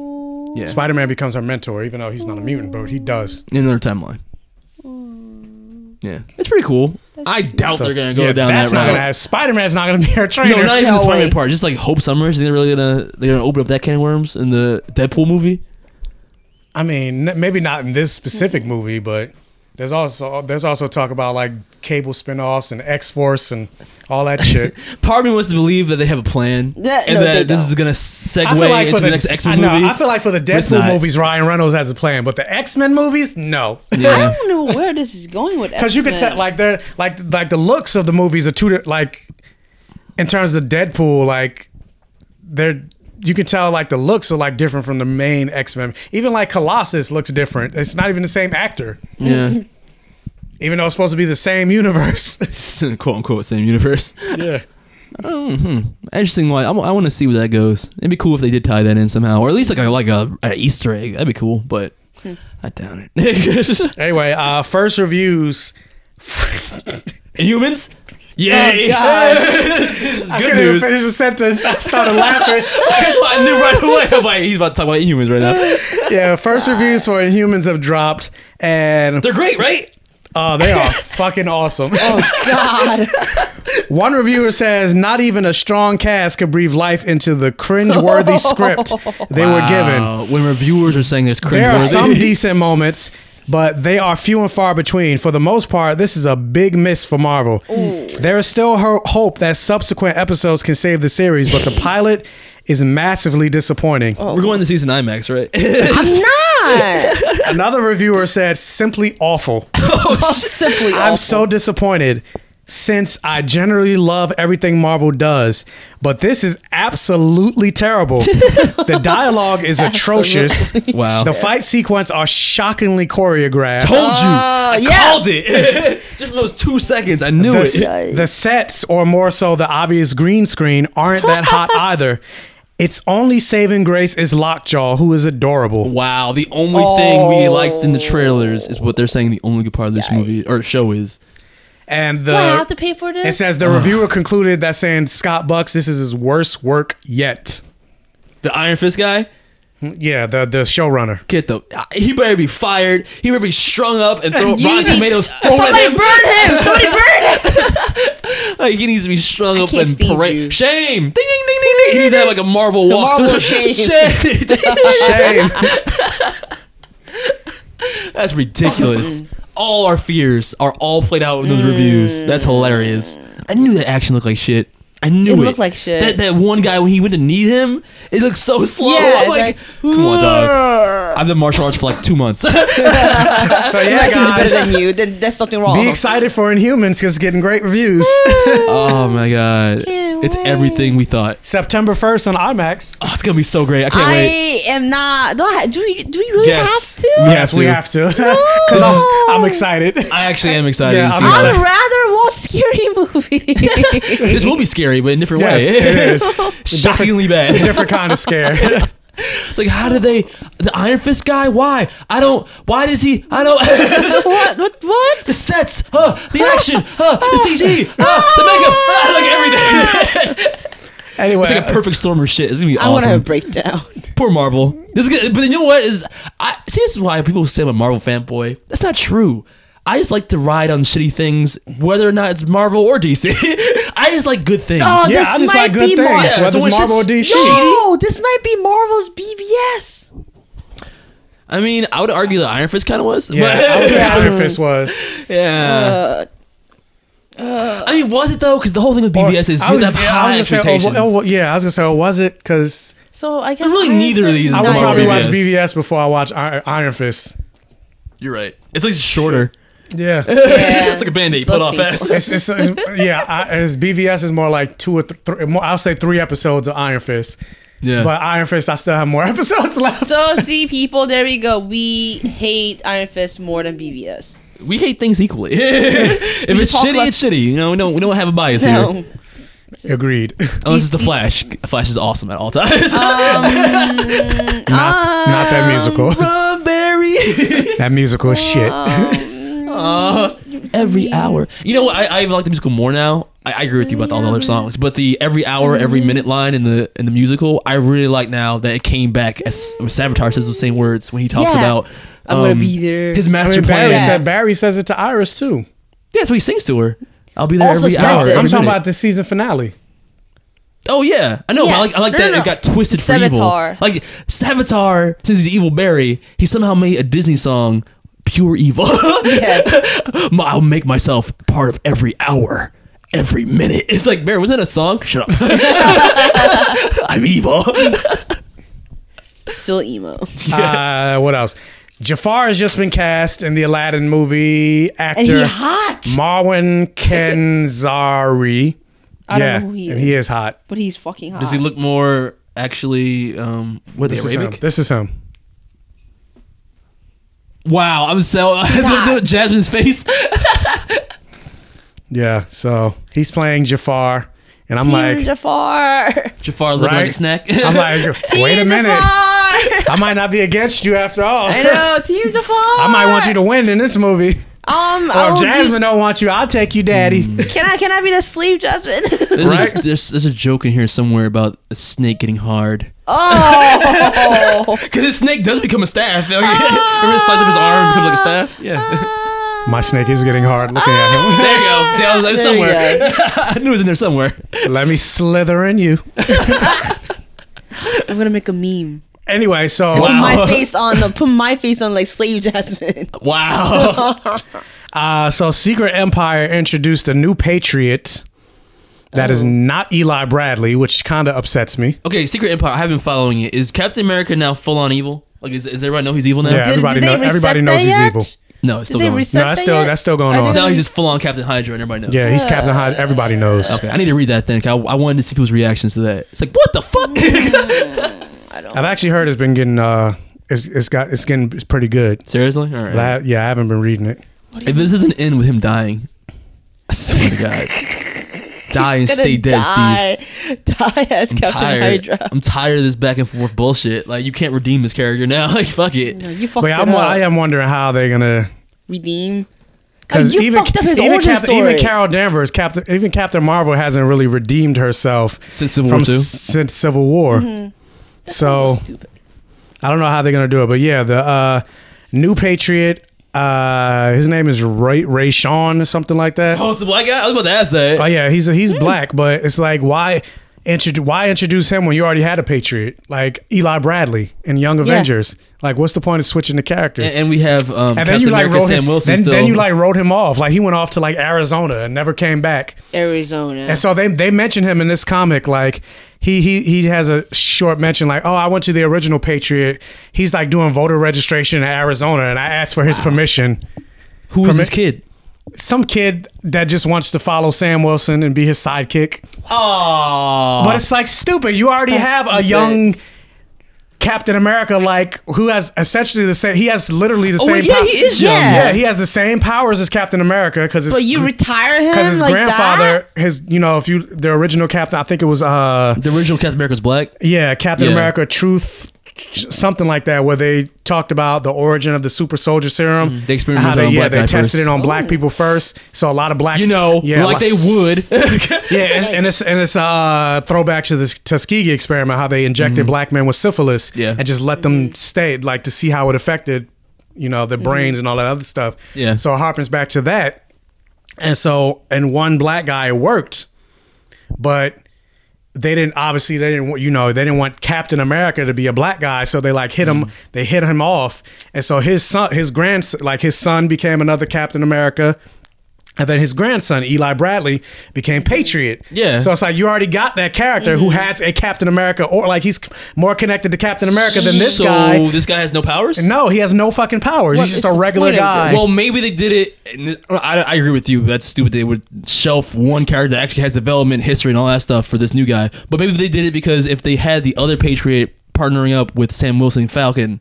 S2: yeah,
S3: Spider Man becomes her mentor, even though he's not a mutant, but he does.
S2: in another timeline.
S4: Mm.
S2: Yeah, it's pretty cool. I doubt
S3: So,
S2: they're gonna go
S3: yeah,
S2: down
S3: that's
S2: that
S3: not
S2: route.
S3: Gonna, Spider Man's not going to be her trainer.
S2: No, not even
S4: No
S2: the Spider
S4: way.
S2: Man part. Just like Hope Summers. They're really gonna they're gonna open up that can of worms in the Deadpool movie.
S3: I mean, n- maybe not in this specific movie, but there's also there's also talk about like cable spin-offs and X Force and all that shit.
S2: Part of me wants to believe that they have a plan
S4: Yeah,
S2: and
S4: no, they
S2: that this
S4: don't.
S2: is gonna segue into the, next X Men
S3: I
S2: movie.
S3: know, I feel like for the
S2: it's
S3: Deadpool
S2: not.
S3: movies, Ryan Reynolds has a plan, but the X Men movies, no.
S4: I
S2: yeah.
S4: don't know where this is going with
S3: Because you could
S4: X-Men.
S3: tell, like they're like like the looks of the movies are two di- like in terms of Deadpool, like they're you can tell like the looks are like different from the main X Men. Even like Colossus looks different. It's not even the same actor,
S2: yeah.
S3: even though it's supposed to be the same universe.
S2: quote unquote same universe.
S3: yeah.
S2: Interesting. Why I want to see where that goes. It'd be cool if they did tie that in somehow, or at least like a like a, a Easter egg. That'd be cool, but
S3: Hmm.
S2: I doubt it.
S3: Anyway, uh, first reviews.
S2: Humans. Yay!
S3: I
S2: Good
S3: Oh, couldn't even
S2: news.
S3: finish the sentence. I started laughing.
S2: That's what I knew right away. I'm like, he's about to talk about Inhumans right now.
S3: yeah, first reviews for Humans have dropped, and
S2: They're great, right?
S3: Uh, they are fucking awesome.
S4: Oh God.
S3: One reviewer says, "Not even a strong cast could breathe life into the cringe-worthy script they were given."
S2: Wow. Uh, when reviewers are saying there's cringe.
S3: There are some decent moments, but they are few and far between. For the most part, this is a big miss for Marvel. There is still ho- hope that subsequent episodes can save the series, but the pilot is massively disappointing.
S2: We're going to season IMAX, right?
S4: I'm not.
S3: Another reviewer said, simply awful.
S4: Oh, simply awful.
S3: I'm so disappointed. Since I generally love everything Marvel does, but this is absolutely terrible. the dialogue is atrocious.
S2: wow.
S3: The fight sequence are shockingly choreographed.
S2: told you. I
S4: yeah.
S2: called it. Just from those two seconds, I knew
S3: the,
S2: it.
S3: s- the sets, or more so the obvious green screen, aren't that hot either. Its only saving grace is Lockjaw, who is adorable.
S2: Wow, the only thing we liked in the trailers is what they're saying the only good part of this movie or show is.
S3: And the
S4: Do I
S2: Uh,
S4: have to pay for
S3: it
S4: this?
S3: says the reviewer concluded that saying Scott Bucks, this is his worst work yet.
S2: The Iron Fist guy?
S3: Yeah, the the showrunner.
S2: Get the. uh, He better be fired. He better be strung up and throw
S4: You
S2: Rotten
S4: need-
S2: Tomatoes thrown at
S4: Somebody
S2: him.
S4: burn him. Somebody burn him.
S2: Like, he needs to be strung up
S4: can't
S2: and
S4: stand
S2: parade.
S4: you.
S2: Shame. Ding, ding, ding, ding, ding. He needs to have like a Marvel walk.
S4: Marvel shame.
S3: Shame.
S2: That's ridiculous. all our fears are all played out in those
S4: Mm.
S2: reviews. That's hilarious. I knew that action looked like shit. I knew it.
S4: It looked like shit.
S2: That, that one guy when he went to need him, it looked so slow.
S4: Yeah,
S2: I'm
S4: it's
S2: like,
S4: like,
S2: come on, dog. I've done martial arts for like two months.
S3: so yeah,
S4: I can do better
S3: guys.
S4: than you. Then there's something wrong.
S3: Be excited for Inhumans because it's getting great reviews.
S2: oh my god, it's everything we thought.
S3: September 1st on IMAX.
S2: Oh, it's gonna be so great. I can't
S4: I
S2: wait.
S4: am not. Do I? Do we? Do we really
S2: Yes.
S4: have to?
S2: We have
S3: Yes, we
S2: to.
S3: have to. Because I'm, I'm excited.
S2: I actually am excited.
S3: Yeah,
S2: to
S3: I'm
S2: see
S3: excited.
S2: that.
S4: I'd rather watch scary movie.
S2: This will be scary, but in a different
S3: Yes, it
S2: way.
S3: is.
S2: Shockingly bad.
S3: Different kind of scare.
S2: Like, how did they? The Iron Fist guy? Why? I don't. Why does he? I don't.
S4: what? What? What?
S2: the sets, huh? The action, huh? The CG, huh? The makeup, huh? Like everything.
S3: Anyway,
S2: it's like a perfect storm of shit. It's gonna be
S4: I want to
S2: awesome.
S4: have a breakdown.
S2: Poor Marvel. This is good. But you know what is? I see. This is why people say I'm a Marvel fanboy. That's not true. I just like to ride on shitty things, whether or not it's Marvel or DC. I just like good things.
S4: Oh,
S3: yeah,
S4: this
S3: I just
S4: might
S3: like
S4: be
S3: good
S4: Mar-
S2: Yeah,
S3: things.
S2: so
S3: Whether
S2: when
S3: it's Marvel or
S2: shit's
S3: DC.
S4: Yo, this might be Marvel's BVS.
S2: I mean, I would argue that Iron Fist kind of was.
S3: Yeah, I would say
S2: But,
S3: Iron Fist was.
S2: yeah.
S4: Uh,
S2: I mean, was it though? Because the whole thing with BBS is
S3: Uh, I
S2: you
S3: was-
S2: have
S3: yeah, I
S2: high
S3: was gonna say, oh,
S2: expectations.
S3: well, oh, well, yeah, I was gonna say, oh, was it? Because
S4: so I guess
S2: really
S4: Iron
S2: neither of
S4: Fist
S2: these is
S3: I
S4: is
S3: would
S4: not-
S3: probably
S2: Marvel
S3: watch
S2: BVS.
S3: BVS before I watch Iron, Iron Fist.
S2: You're right. It's like shorter.
S3: Yeah,
S4: Yeah.
S2: it's like a band-aid.
S4: Those
S2: Put off
S4: people.
S2: fast.
S3: it's, it's, it's- yeah. I, it's, BVS is more like two or th- three. More, I'll say three episodes of Iron Fist,
S2: Yeah.
S3: but Iron Fist, I still have more episodes left.
S4: So see, people, there we go. We hate Iron Fist more than BVS.
S2: we hate things equally. if it's
S4: just talk
S2: shitty,
S4: about-
S2: it's shitty. You know, we don't we don't have a bias here.
S4: No.
S3: Agreed.
S2: Unless it's the Flash. Flash is awesome at all times.
S4: Um,
S3: not, not that musical.
S2: Run, Uh, Barry.
S3: that musical is shit.
S4: Uh,
S2: every hour. You know what? I, I even like the musical more now. I, I agree with you about all the other songs, but the every hour, every
S4: Mm-hmm.
S2: minute line in the in the musical, I really like now that it came back as Savitar says those same words when he talks
S4: Yeah.
S2: about. um,
S4: I'm gonna be there.
S2: His
S3: I
S2: master
S3: mean,
S2: plan.
S3: Barry
S2: Yeah.
S3: said Barry says it to Iris too.
S2: that's what he sings to her. I'll be there
S4: Also
S2: every
S4: says
S2: hour.
S4: it.
S2: every
S3: I'm talking
S2: minute.
S3: about the season finale.
S2: Oh yeah, I know. But I
S4: Yeah.
S2: like I like
S4: No,
S2: that
S4: no, no.
S2: it got twisted
S4: Savitar.
S2: for evil. Like Savitar, since he's evil Barry, he somehow made a Disney song pure evil.
S4: Yeah.
S2: Ma- I'll make myself part of every hour, every minute. It's like Barry, was that a song? Shut up. I'm evil.
S4: Still emo.
S3: Uh, what else? Jafar has just been cast in the Aladdin movie. Actor
S4: And he hot.
S3: Marwan Kenzari.
S4: I
S3: yeah,
S4: don't know who he
S3: and
S4: is.
S3: he is hot.
S4: But he's fucking hot.
S2: Does he look more actually? Um, what
S3: This is him.
S2: Arabic?
S3: This is him.
S2: Wow, I'm so
S4: hot.
S2: look at Jasmine's face.
S3: Yeah, so he's playing Jafar, and I'm
S4: Team
S3: like,
S4: Jafar.
S2: Jafar looking like a
S3: Right?
S2: snack.
S3: I'm like, wait a
S4: Team
S3: minute,
S4: Jafar.
S3: I might not be against you after all.
S4: I
S3: I,
S4: know. Team Jafar.
S3: might want you to win in this movie.
S4: Um.
S3: Or
S4: I
S3: if
S4: will
S3: Jasmine don't want you, I'll take you, Daddy.
S4: Be, can I? Can I be the sleep, Jasmine?
S2: There's,
S3: Right?
S2: a, there's, there's a joke in here somewhere about a snake getting hard.
S4: oh. Ah. Oh.
S2: Because his snake does become a staff. Remember, it slides up his arm and becomes like a staff? Yeah.
S3: My snake is getting hard looking at
S2: There you go. See, I was like
S4: Ah. There you
S2: somewhere. I knew it was in there somewhere.
S3: him. Let me slither in you.
S4: I'm gonna make a meme.
S3: Anyway, so
S4: Put
S2: Wow.
S4: my face on the put my face on like slave Jasmine.
S2: Wow.
S3: uh, so Secret Empire introduced a new patriot that is not Eli Bradley, which kind of upsets me.
S2: okay, Secret Empire. I have been following it. Is Captain America now full on evil? Like, is, is everybody know he's evil now?
S3: Yeah. Everybody
S4: they
S3: know-
S4: reset
S3: everybody
S4: that
S3: knows he's
S4: yet?
S3: evil.
S2: No, it's
S4: Did
S2: still
S4: they
S2: going.
S4: reset
S3: No, that's
S4: that
S3: still-
S4: yet?
S3: that's still going
S4: I
S3: on.
S4: didn't-
S2: now he's just full on Captain Hydra, and everybody knows.
S3: Yeah, he's Captain Hyde. Everybody knows.
S2: Okay, I need to read that then. 'cause I, I wanted to see people's reactions to that. It's like, what the fuck?
S3: I've actually heard it's been getting uh, it's, it's got it's getting it's pretty good.
S2: Seriously? All right.
S3: But I- yeah, I haven't been reading it.
S2: If this doesn't end with him dying, I swear to God, die and
S4: Gonna
S2: stay dead, Steve.
S4: die. Die as
S2: I'm
S4: Captain
S2: tired.
S4: Hydra.
S2: I'm tired of this back and forth bullshit. Like you can't redeem this character now. Like fuck it.
S4: No, you fucked
S3: But
S4: it
S3: I'm,
S4: up.
S3: I am wondering how they're gonna
S4: Redeem. Because Uh, you fucked up his
S3: even,
S4: origin
S3: Captain,
S4: story.
S3: even Carol Danvers, Captain, even Captain Marvel hasn't really redeemed herself
S2: Since Civil War
S3: from
S2: 2?
S3: s- since Civil War.
S4: Mm-hmm.
S3: So
S4: Stupid.
S3: I don't know how they're gonna do it, but yeah, the uh, new Patriot. Uh, his name is Ray Ray Sean or something like that.
S2: Oh, it's the black guy. I was about to ask that.
S3: Oh yeah, he's he's
S4: Mm.
S3: black, but it's like why introduce why introduce him when you already had a Patriot like Eli Bradley in Young Avengers? Like, what's the point of switching the character?
S2: And, and we have um,
S3: And
S2: Captain America
S3: wrote
S2: Sam
S3: him.
S2: Wilson
S3: Then,
S2: still.
S3: then you like wrote him off. Like he went off to like Arizona and never came back.
S4: Arizona.
S3: And so they they mention him in this comic. Like he he he has a short mention. Like oh, I went to the original Patriot. He's like doing voter registration in Arizona, and I asked for his permission.
S2: who is this
S3: permit-
S2: kid?
S3: Some kid that just wants to follow Sam Wilson and be his sidekick.
S2: Oh,
S3: But it's like stupid. You already have
S4: That's
S3: a
S4: stupid.
S3: young Captain America, like who has essentially the same. He has literally the
S2: oh
S3: same.
S2: yeah,
S3: pow-
S2: he is young.
S4: Yeah.
S3: Yeah, he has the same powers as Captain America because
S4: but you retire him
S3: because his
S4: like
S3: grandfather, his you know, if you the original Captain, I think it was uh
S2: The original Captain America's black.
S3: yeah Captain
S2: Yeah.
S3: America Truth, something like that, where they talked about the origin of the super soldier serum.
S2: Mm-hmm. They experimented
S3: how they,
S2: on
S3: yeah
S2: black
S3: they
S2: guy
S3: tested
S2: first.
S3: it on black people first, so a lot of black
S2: You know,
S3: yeah
S2: like
S3: a
S2: they
S3: lot-
S2: would.
S3: yeah it's- and it's and it's uh throwback to the Tuskegee experiment how they injected black men with syphilis
S2: Mm-hmm. Yeah.
S3: and just let them stay like to see how it affected you know their brains and all that other stuff
S2: Yeah.
S3: so it harpens back to that and so, and one black guy it worked, but they didn't obviously they didn't want you know they didn't want Captain America to be a black guy, so they like hit him
S4: Mm-hmm.
S3: they hit him off, and so his son his grandson like his son became another Captain America. And then his grandson Eli Bradley became
S4: Mm-hmm.
S3: Patriot.
S2: Yeah.
S3: So it's like you already got that character who has a Captain America, or like he's more connected to Captain America than this
S2: so
S3: guy.
S2: this guy has no powers.
S3: No, he has no fucking powers.
S4: What
S3: he's
S4: is
S3: just a
S4: the
S3: regular
S4: point of
S3: guy.
S4: this?
S2: Well, maybe they did it. And I, I agree with you. That's stupid. They would shelf one character that actually has development history and all that stuff for this new guy. But maybe they did it because if they had the other Patriot partnering up with Sam Wilson Falcon,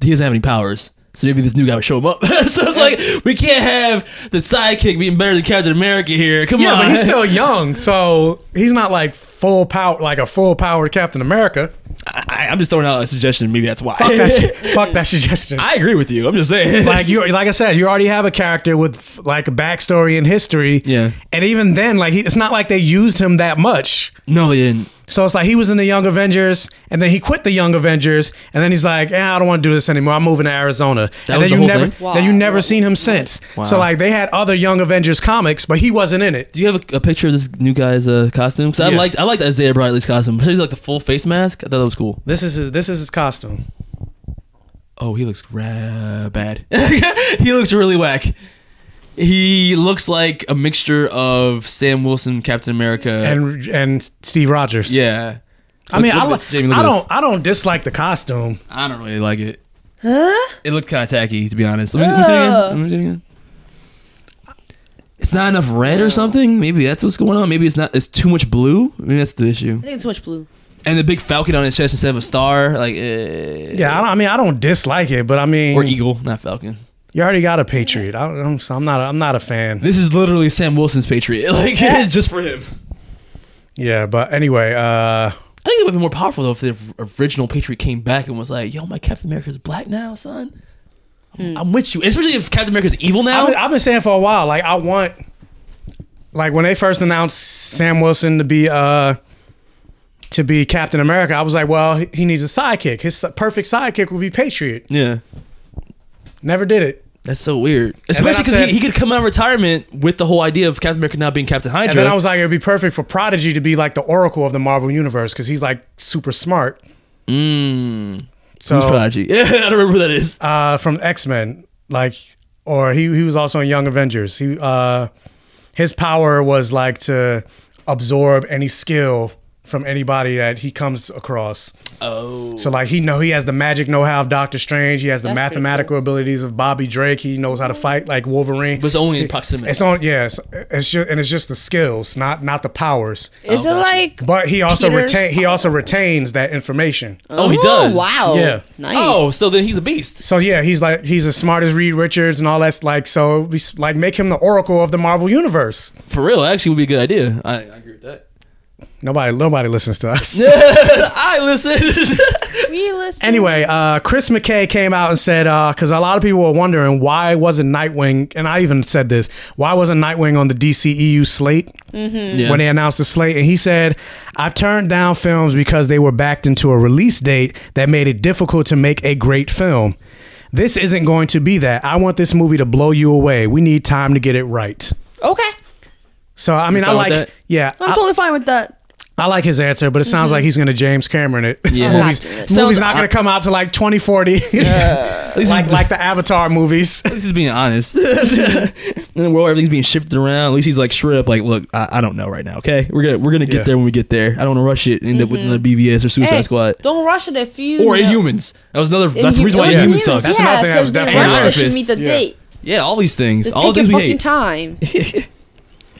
S2: he doesn't have any powers. So maybe this new guy would show him up. so it's like we can't have the sidekick being better than Captain America here. Come
S3: Yeah,
S2: on,
S3: but he's still young, so he's not like full power, like a full powered Captain America.
S2: I, I'm just throwing out a suggestion. Maybe that's why.
S3: Fuck that, shit. fuck that suggestion.
S2: I agree with you. I'm just saying.
S3: like you, like I said, you already have a character with like a backstory and history.
S2: Yeah.
S3: and even then, like he, it's not like they used him that much.
S2: no, they didn't.
S3: So it's like he was in the Young Avengers, and then he quit the Young Avengers, and then he's like, eh, I don't want to do this anymore. I'm moving to Arizona.
S2: That was
S3: and then
S2: the
S3: you
S2: whole
S3: never,
S2: thing?
S3: then you
S4: Wow.
S3: never seen him since. So like they had other Young Avengers comics, but he wasn't in it.
S2: Do you have a, a picture of this new guy's uh, costume? Because I
S3: Yeah.
S2: liked I liked Isaiah Bradley's costume. Especially like the full face mask. I thought that was cool.
S3: This is his, this is his costume.
S2: Oh, he looks ra- bad. he looks really whack. He looks like a mixture of Sam Wilson, Captain America,
S3: and and Steve Rogers.
S2: yeah.
S3: I mean, I,
S2: Look
S3: li-
S2: at this, Jamie, look
S3: I
S2: at
S3: don't
S2: this.
S3: I don't dislike the costume.
S2: I don't really like it. Huh? It looked kind of tacky, to be honest. Let me, let me see it again. Let me see it again. It's not enough red or something. Maybe that's what's going on. Maybe it's not. It's too much blue. Maybe that's the issue.
S4: I think it's too much blue.
S2: And the big falcon on his chest instead of a star, like eh.
S3: Yeah, I, don't, I mean, I don't dislike it, but I mean,
S2: or eagle, not falcon.
S3: you already got a Patriot. I don't, I'm, so I'm not I'm not a fan.
S2: This is literally Sam Wilson's Patriot, like just for him.
S3: Yeah, but anyway, uh,
S2: I think it would have been more powerful though if the original Patriot came back and was like, "Yo, my Captain America's black now, son. I'm- I'm with you." Especially if Captain America's evil now.
S3: I've been, I've been saying for a while, like I want, like when they first announced Sam Wilson to be uh to be Captain America, I was like, well, he- he needs a sidekick. His perfect sidekick would be Patriot.
S2: yeah,
S3: Never did it.
S2: That's so weird.
S3: then I
S2: Especially because
S3: said-
S2: he, he could come out of retirement with the whole idea of Captain America not being Captain Hydra.
S3: And then I was like, it'd be perfect for Prodigy to be like the oracle of the Marvel universe because he's like super smart. So
S2: Who's Prodigy? Yeah, oh. I don't remember who that is.
S3: uh, from X Men, like, or he he was also in Young Avengers. He uh, his power was like to absorb any skill from anybody that he comes across. Oh, so like he know he has the magic know how of Doctor Strange. He has the
S4: That's pretty
S3: mathematical abilities of Bobby Drake. He knows how to fight like Wolverine.
S2: But it's only in proximity.
S3: It's on yes. it's just and it's just the skills, not not the powers.
S4: Is it like?
S3: But he also
S4: Peter's
S3: retain he also retains that information.
S2: oh, he does.
S4: Wow.
S3: Yeah.
S4: Nice.
S2: Oh, so then he's a beast.
S3: So yeah, he's like he's as smart as Reed Richards and all that's like so we s- like make him the oracle of the Marvel universe.
S2: For real, actually would be a good idea. I, I agree with that.
S3: Nobody nobody listens to us.
S2: I listen.
S4: we listen.
S3: Anyway, uh, Chris McKay came out and said because a lot of people were wondering why wasn't Nightwing and I even said this why wasn't Nightwing on the DCEU slate
S2: Yeah.
S3: when they announced the slate and he said I've turned down films because they were backed into a release date that made it difficult to make a great film. This isn't going to be that. I want this movie to blow you away. We need time to get it right.
S4: Okay.
S3: So I mean, I
S2: fine with
S3: like
S2: that?
S3: yeah,
S4: I'm
S3: I,
S4: totally fine with that.
S3: I like his answer, but it sounds like he's gonna James Cameron it. this
S2: Yeah.
S3: movie's,
S4: Mm-hmm. Gotcha.
S3: this movie's not gonna come out to like 2040,
S2: At least,
S3: like
S2: he's,
S3: like the Avatar movies.
S2: at least he's being honest. in the world, where everything's being shifted around. At least he's like straight up, like, look, I, I don't know right now. Okay, we're gonna we're gonna get
S3: Yeah.
S2: there when we get there. I don't want to rush it. and End up with another BVS or Suicide
S4: Mm-hmm. Hey,
S2: Squad
S4: Don't rush it if you
S2: or
S4: know-
S2: Inhumans. That was another. That's the
S4: Inhu-
S2: reason why
S4: it was
S2: Inhumans
S4: Inhumans.
S2: sucks.
S3: That's
S4: yeah,
S3: another thing that was
S4: 'cause they
S3: definitely
S4: rushed
S2: Iron
S4: it to
S2: Fist.
S4: meet the
S3: Yeah.
S4: date.
S2: Yeah, all these things.
S4: Just
S2: all
S4: take
S2: things
S4: your
S2: we
S4: fucking
S2: hate.
S4: time.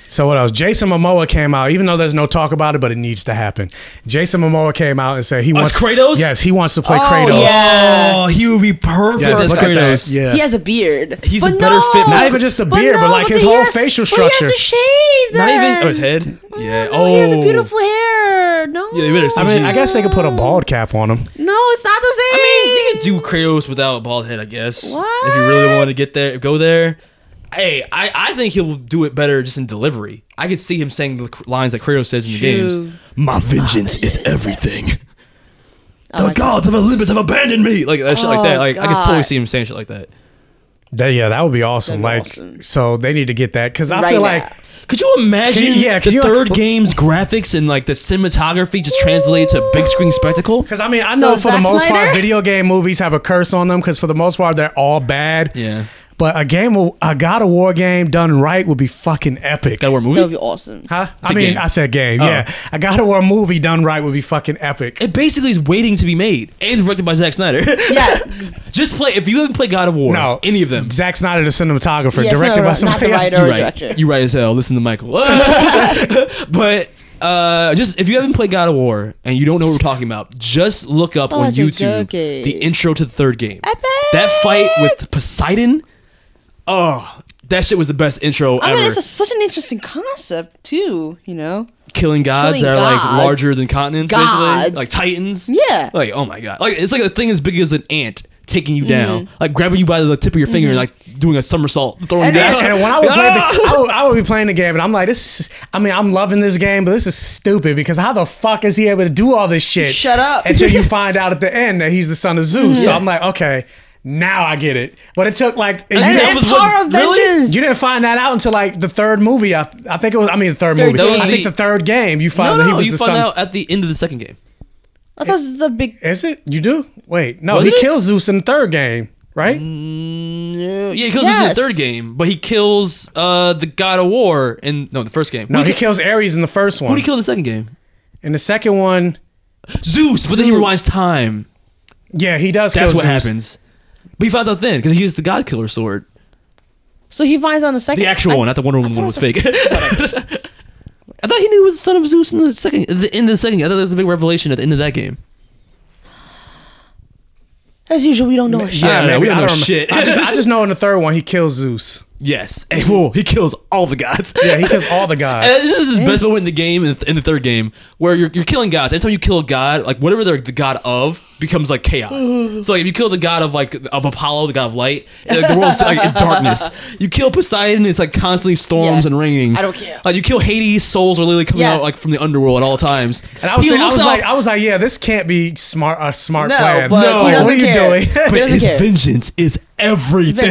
S3: so what else? Jason Momoa came out, even though there's no talk about it, but it needs to happen. Jason Momoa came out and said he wants
S2: Kratos?
S3: Yes, he wants to play
S4: Oh,
S3: Kratos.
S4: yeah.
S2: Oh, he would be perfect
S3: Yes,
S2: as
S3: look at that.
S2: Kratos.
S3: Yeah.
S4: He has a beard.
S2: He's
S4: But
S2: a better fit-
S3: Not even just a beard, but, like, his
S4: he
S3: whole
S4: has-
S3: facial
S4: But he
S3: structure.
S4: has a shave.
S2: Not even.
S4: then.
S2: Oh, his head. Yeah.
S4: No,
S2: Oh,
S4: he has a beautiful hair. No.
S2: Yeah, they better see
S3: I mean, I guess they could put a
S4: No.
S3: bald cap on him.
S4: No, it's not the same.
S2: I mean, you could do Kratos without a bald head, I guess. If you really
S4: What?
S2: want to get there, go there. Hey, I, I think he'll do it better just in delivery. I could see him saying the cr- lines that Kratos says in the
S4: True.
S2: games. My vengeance is everything. the
S4: Oh my God.
S2: gods of Olympus have abandoned me. Like that shit like that.
S4: Oh,
S2: Like I could totally
S4: God.
S2: see him saying shit like that.
S3: That, yeah, that would be awesome.
S4: That'd be
S3: like,
S4: awesome.
S3: so they need to get that because I
S4: Right
S3: feel
S4: now.
S3: like
S2: Could you imagine
S3: Can you- yeah,
S2: the
S3: can you-
S2: third game's graphics and like the cinematography just translated to big screen spectacle?
S3: Because I mean, I know for the
S4: Zack
S3: most part,
S4: Snyder?
S3: video game movies have a curse on them. Because for the most part, they're all bad.
S2: Yeah.
S3: But a game, of- a God of War game done right would be fucking epic.
S2: That were movie?
S4: That would be awesome.
S3: Huh?
S2: a
S3: I mean,
S2: game. Oh.
S3: I said game. Yeah, a God of War movie done right would be fucking epic.
S2: it basically is waiting to be made and directed by Zack Snyder.
S4: Yeah.
S2: Just play if you haven't played God of War,
S3: no,
S2: any of them.
S3: Zack Snyder, the cinematographer,
S4: Yes,
S3: directed by
S4: no, uh, not
S3: somebody.
S4: the
S3: else.
S4: writer.
S2: You're
S4: or
S2: right.
S4: director.
S2: You're right as hell. Listen to Michael. but uh, just if you haven't played God of War and you don't know what we're talking about, just look up
S4: Such
S2: on
S4: a
S2: YouTube
S4: jockey.
S2: the intro to the third game.
S4: Epic!
S2: That fight with Poseidon. Oh, that shit was the best intro
S4: I
S2: ever.
S4: mean, it's a, such an interesting concept too. You know.
S2: killing gods
S4: Killing
S2: that are like
S4: gods.
S2: larger than continents,
S4: Gods.
S2: basically, like titans.
S4: Yeah.
S2: Like oh my god, like it's like a thing as big as an ant taking you down, like grabbing you by the tip of your finger and like doing a somersault, throwing you
S4: Mm-hmm. And-
S2: down.
S3: And when I would play,
S2: Ah!
S3: the, I, would, I would be playing the game, and I'm like, this. Is, I mean, I'm loving this game, but this is stupid because how the fuck is he able to do all this shit?
S4: Shut up.
S3: Until you find out at the end that he's the son of Zeus. So I'm like, okay, now I get it. But it took like you
S4: And
S2: that
S3: didn't,
S4: then
S2: was what-
S4: Power of
S2: really?
S4: Vengeance.
S3: you didn't find that out until like the third movie. I, I think it was. I mean, the third,
S4: Third
S3: movie.
S4: game.
S3: I think the third game. You find
S2: no,
S3: that he
S2: no,
S3: was
S2: you
S3: the
S2: find
S3: son.
S2: out at the end of the second game.
S4: I thought it was the big.
S3: Is it? You do? Wait, no.
S2: Was
S3: he
S2: it? Mm.
S3: kills Zeus in the third game, right?
S2: Yeah, he kills Zeus in the
S4: Yes.
S2: third game, but he kills uh, the god of war in no the first game.
S3: No,
S2: who
S3: he
S2: ki-
S3: kills Ares in the first
S2: Who
S3: one.
S2: did he kill in the second game?
S3: in the second one,
S2: Zeus, but then he rewinds time.
S3: yeah, he does.
S2: That's
S3: kill
S2: what
S3: Zeus.
S2: happens. But he finds out then because he used the god killer sword,
S4: So he finds on the second.
S2: the actual
S4: I-
S2: one, not the Wonder Woman one
S4: it
S2: was
S4: was a-
S2: fake. I thought he knew he was the son of Zeus in the second, at the end of the second. I thought there was a big revelation at the end of that game.
S4: As usual, we don't know. a shit.
S2: Yeah,
S3: I
S2: no,
S3: mean,
S2: we don't
S3: I
S2: know
S3: remember.
S2: shit.
S3: I just, I just know in the third one he kills Zeus.
S2: Yes, hey, whoa, he kills all the gods.
S3: Yeah, he kills all the gods.
S2: And this is his best moment in the game in the, in the third game where you're, you're killing gods. Anytime you kill a god, like whatever they're the god of, becomes like chaos. so like, if you kill the god of like of Apollo, the god of light, and, like, the world's like in darkness. You kill Poseidon, it's like constantly storms
S4: Yeah.
S2: and raining.
S4: I don't care.
S2: Like you kill Hades, souls are literally coming
S4: Yeah.
S2: out like from the underworld at all times.
S3: And I was,
S2: He
S3: thinking, I
S2: looks
S3: was
S2: out-
S3: like, I was like, yeah, this can't be smart a smart
S4: No,
S3: plan.
S4: but he
S3: like, what are
S4: doesn't
S3: you
S4: care.
S3: doing?
S4: He
S2: but
S4: doesn't
S2: his
S4: care.
S2: vengeance is everything.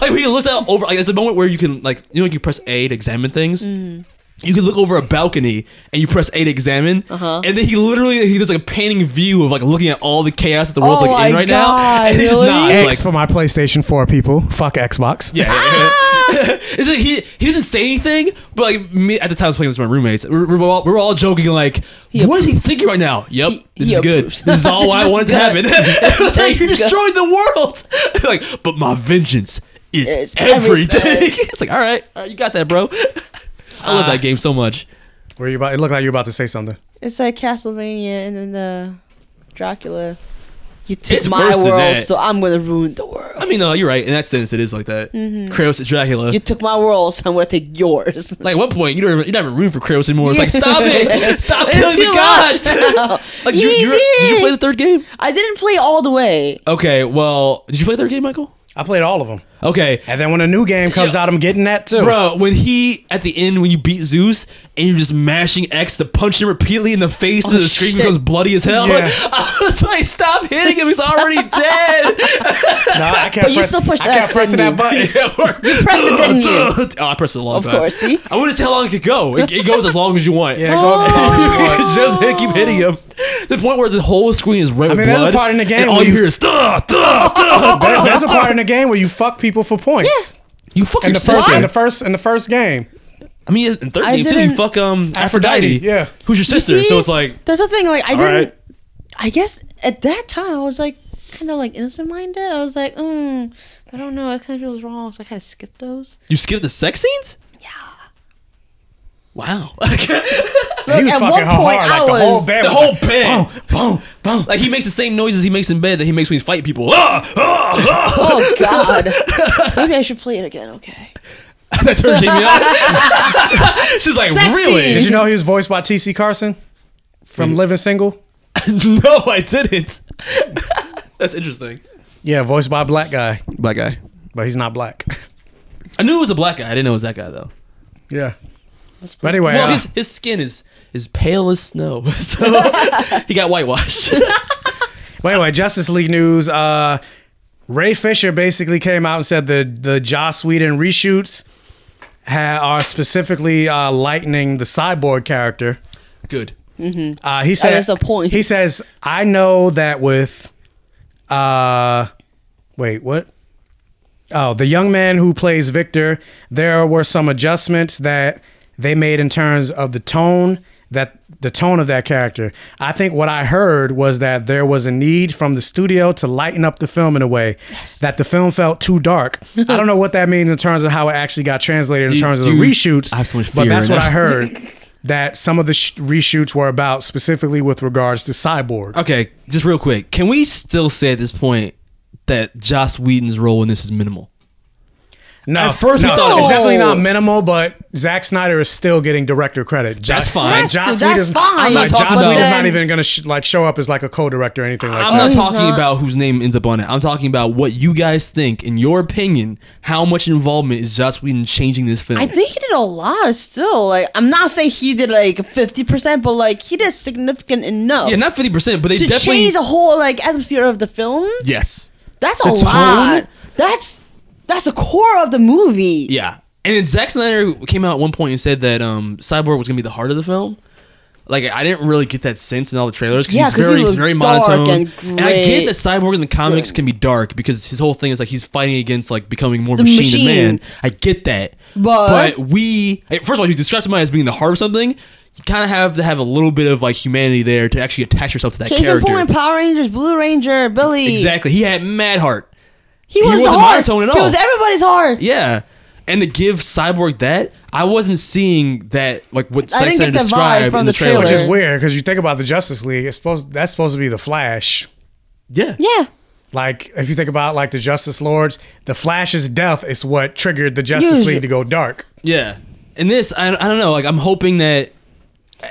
S2: like when he looks out over, like there's a moment where you can like you know like you press A to examine things.
S4: Mm-hmm.
S2: You can look over a balcony and you press A to examine,
S4: Uh-huh.
S2: and then he literally he does like a panning view of like looking at all the chaos that the world's
S4: Oh
S2: like in
S4: my
S2: right now,
S4: God,
S2: and he just
S4: really?
S2: nods.
S3: X
S2: Like,
S3: for my PlayStation 4 people. Fuck Xbox.
S2: yeah, yeah, yeah. it's like he he doesn't say anything, but like me at the time I was playing with my roommates, we were, we were all, we were all joking like, what is he thinking right now? Yep,
S4: He-
S2: this
S4: he
S2: is good.
S4: approves.
S2: This is all why I
S4: This is
S2: wanted to
S4: good.
S2: happen.
S4: This
S2: It's like
S4: is
S2: you
S4: good.
S2: destroyed the world. like, but my vengeance is
S4: It's
S2: everything.
S4: everything. Ah.
S2: it's like all right, all right, you got that, bro. I love that game so much.
S3: Were you about? It looked like you were about to say something.
S4: It's like Castlevania and then the Dracula. You took
S2: It's
S4: my
S2: worse than
S4: world,
S2: that.
S4: so I'm gonna ruin the world.
S2: I mean, no, you're right. In that sense, it is like that. Kratos and Dracula.
S4: Mm-hmm. You took my world, so I'm gonna take yours.
S2: like at one point, you don't even, you're not even rooting for Kratos anymore. It's like stop it, stop
S4: It's
S2: killing
S4: too
S2: the
S4: much
S2: gods.
S4: now.
S2: like you, you, did you
S4: Easy.
S2: play the third game?
S4: I didn't play all the way.
S2: Okay, well, did you play their game, Michael?
S3: I played all of them,
S2: Okay.
S3: and then when a new game comes
S2: Yo.
S3: out, I'm getting that too.
S2: Bro, when he at the end when you beat Zeus and you're just mashing X to punch him repeatedly in the face and the screen
S4: Oh, shit.
S2: becomes bloody as hell.
S3: Yeah.
S2: I was like, stop hitting him, he's already dead.
S3: no, I can't.
S4: But you
S3: press-
S4: still pushed
S3: I can't
S4: X,
S3: press that
S4: didn't
S3: button.
S2: Yeah, we're-
S4: pressed it, didn't you?
S2: Oh, I pressed it a long
S4: Of
S2: time.
S4: course, see?
S2: I want to say how long it could go. It, it goes as long as you want.
S3: Yeah, it goes.
S4: Oh.
S2: just hit- keep hitting him. To The point where the whole screen is red
S3: I
S2: with
S3: mean, there's a
S2: blood,
S3: part in the game
S2: and all
S3: where
S2: you
S3: you-
S2: hear is duh, duh,
S4: Oh,
S2: duh,
S3: There-
S2: duh.
S3: there's a part in the game where you fuck people for points.
S2: You fuck
S3: In
S2: your
S3: the first,
S2: sister.
S3: in the first, in the first game.
S2: I mean, in third
S4: I
S2: game too, you
S4: didn't-
S2: fuck um Aphrodite,
S3: Aphrodite, yeah.
S2: who's your
S4: You
S2: sister.
S4: see?
S2: so it's like
S4: that's the thing. Like I
S2: all
S4: didn't.
S2: right.
S4: I guess at that time I was like kind of like innocent minded. I was like, mm, I don't know. It kind of feels wrong, so I kind of skipped those.
S2: you skip the sex scenes. Yeah. Wow.
S3: he was
S4: at
S3: fucking
S4: one
S3: her
S4: point,
S3: hard.
S4: I
S3: Like the whole
S4: was-
S3: band.
S2: the
S3: was
S2: whole
S3: like,
S2: bed.
S3: Boom, boom, boom.
S2: Like he makes the same noises he makes in bed that he makes when he fight people. Ah, ah, ah.
S4: Oh God. Maybe I should play it again. Okay.
S2: that turned Jamie on. She's like,
S4: Sex
S2: really?
S3: Did you know he was voiced by T.C. Carson from Living Single?
S2: no, I didn't. That's interesting.
S3: Yeah, voiced by a black guy,
S2: Black guy.
S3: but he's not black.
S2: I knew it was a black guy. I didn't know it was that guy though.
S3: yeah. But anyway,
S2: Well,
S3: uh,
S2: his his skin is is pale as snow, so he got whitewashed.
S3: But anyway, Justice League news. Uh, Ray Fisher basically came out and said the the Joss Whedon reshoots ha- are specifically uh, lightening the cyborg character.
S2: Good.
S3: Uh, he said,
S4: is a point.
S3: He says, "I know that with, uh, wait, what? Oh, the young man who plays Victor. There were some adjustments that they made in terms of the tone that the tone of that character. I think what I heard was that there was a need from the studio to lighten up the film in a way that the film felt too dark. I don't know what that means in terms of how it actually got translated
S2: Dude,
S3: in terms of
S2: dude,
S3: the reshoots.
S2: I have so much
S3: but
S2: fear
S3: that's
S2: right
S3: what
S2: now.
S3: I heard that some of the sh- reshoots were about specifically with regards to Cyborg.
S2: Okay, just real quick. Can we still say at this point that Joss Whedon's role in this is minimal?
S3: No,
S2: At first we
S3: no,
S2: thought oh. it
S3: it's
S2: was-
S3: definitely not minimal, but Zack Snyder is still getting director credit. Jo-
S2: That's fine. Has
S4: to, that's
S3: Whedon's-
S4: fine.
S3: I'm not
S2: I'm not
S3: Joss
S2: talking
S3: Whedon's
S2: about-
S3: not even gonna sh- like show up as like a co-director or anything like
S2: I'm
S3: that.
S2: not
S4: Oh, he's
S2: talking
S4: not.
S2: about whose name ends up on it. I'm talking about what you guys think, in your opinion, how much involvement is Joss Whedon changing this film?
S4: I think he did a lot still. Like I'm not saying he did like 50 percent, but like he did significant enough
S2: yeah, not fifty percent, but they
S4: to
S2: definitely
S4: change the whole like atmosphere of the film.
S2: yes,
S4: That's
S2: The
S4: a
S2: tone?
S4: lot. That's that's the core of the movie.
S2: yeah. And then Zack Snyder came out at one point and said that um, Cyborg was gonna be the heart of the film. Like I didn't really get that sense in all the trailers because
S4: Yeah,
S2: he's
S4: 'cause he
S2: very, he's
S4: looked
S2: very
S4: dark
S2: monotone.
S4: and
S2: I get
S4: gray.
S2: that Cyborg in the comics can be dark because his whole thing is like he's fighting against like becoming more
S4: The
S2: machine,
S4: machine.
S2: than man. I get that,
S4: But-
S2: but we hey, first of all, you describe somebody as being the heart of something. You kind of have to have a little bit of like humanity there to actually attach yourself to that
S4: Case in
S2: character.
S4: point, Power Rangers, Blue Ranger, Billy.
S2: Exactly, he had mad heart.
S4: He was the
S2: wasn't
S4: heart.
S2: monotone at
S4: He
S2: all.
S4: was everybody's heart.
S2: Yeah. And to give Cyborg that, I wasn't seeing that like what
S4: I
S2: Zack
S4: didn't
S2: Snyder
S4: get the vibe
S2: described
S4: from
S2: in the
S4: the
S2: trailer.
S3: Which
S4: trailer.
S3: is weird because you think about the Justice League, it's supposed that's supposed to be the Flash.
S2: yeah.
S4: Yeah.
S3: Like if you think about like the Justice Lords, the Flash's death is what triggered the Justice
S4: Usually.
S3: League to go dark.
S2: Yeah. And this, I, I don't know. Like, I'm hoping that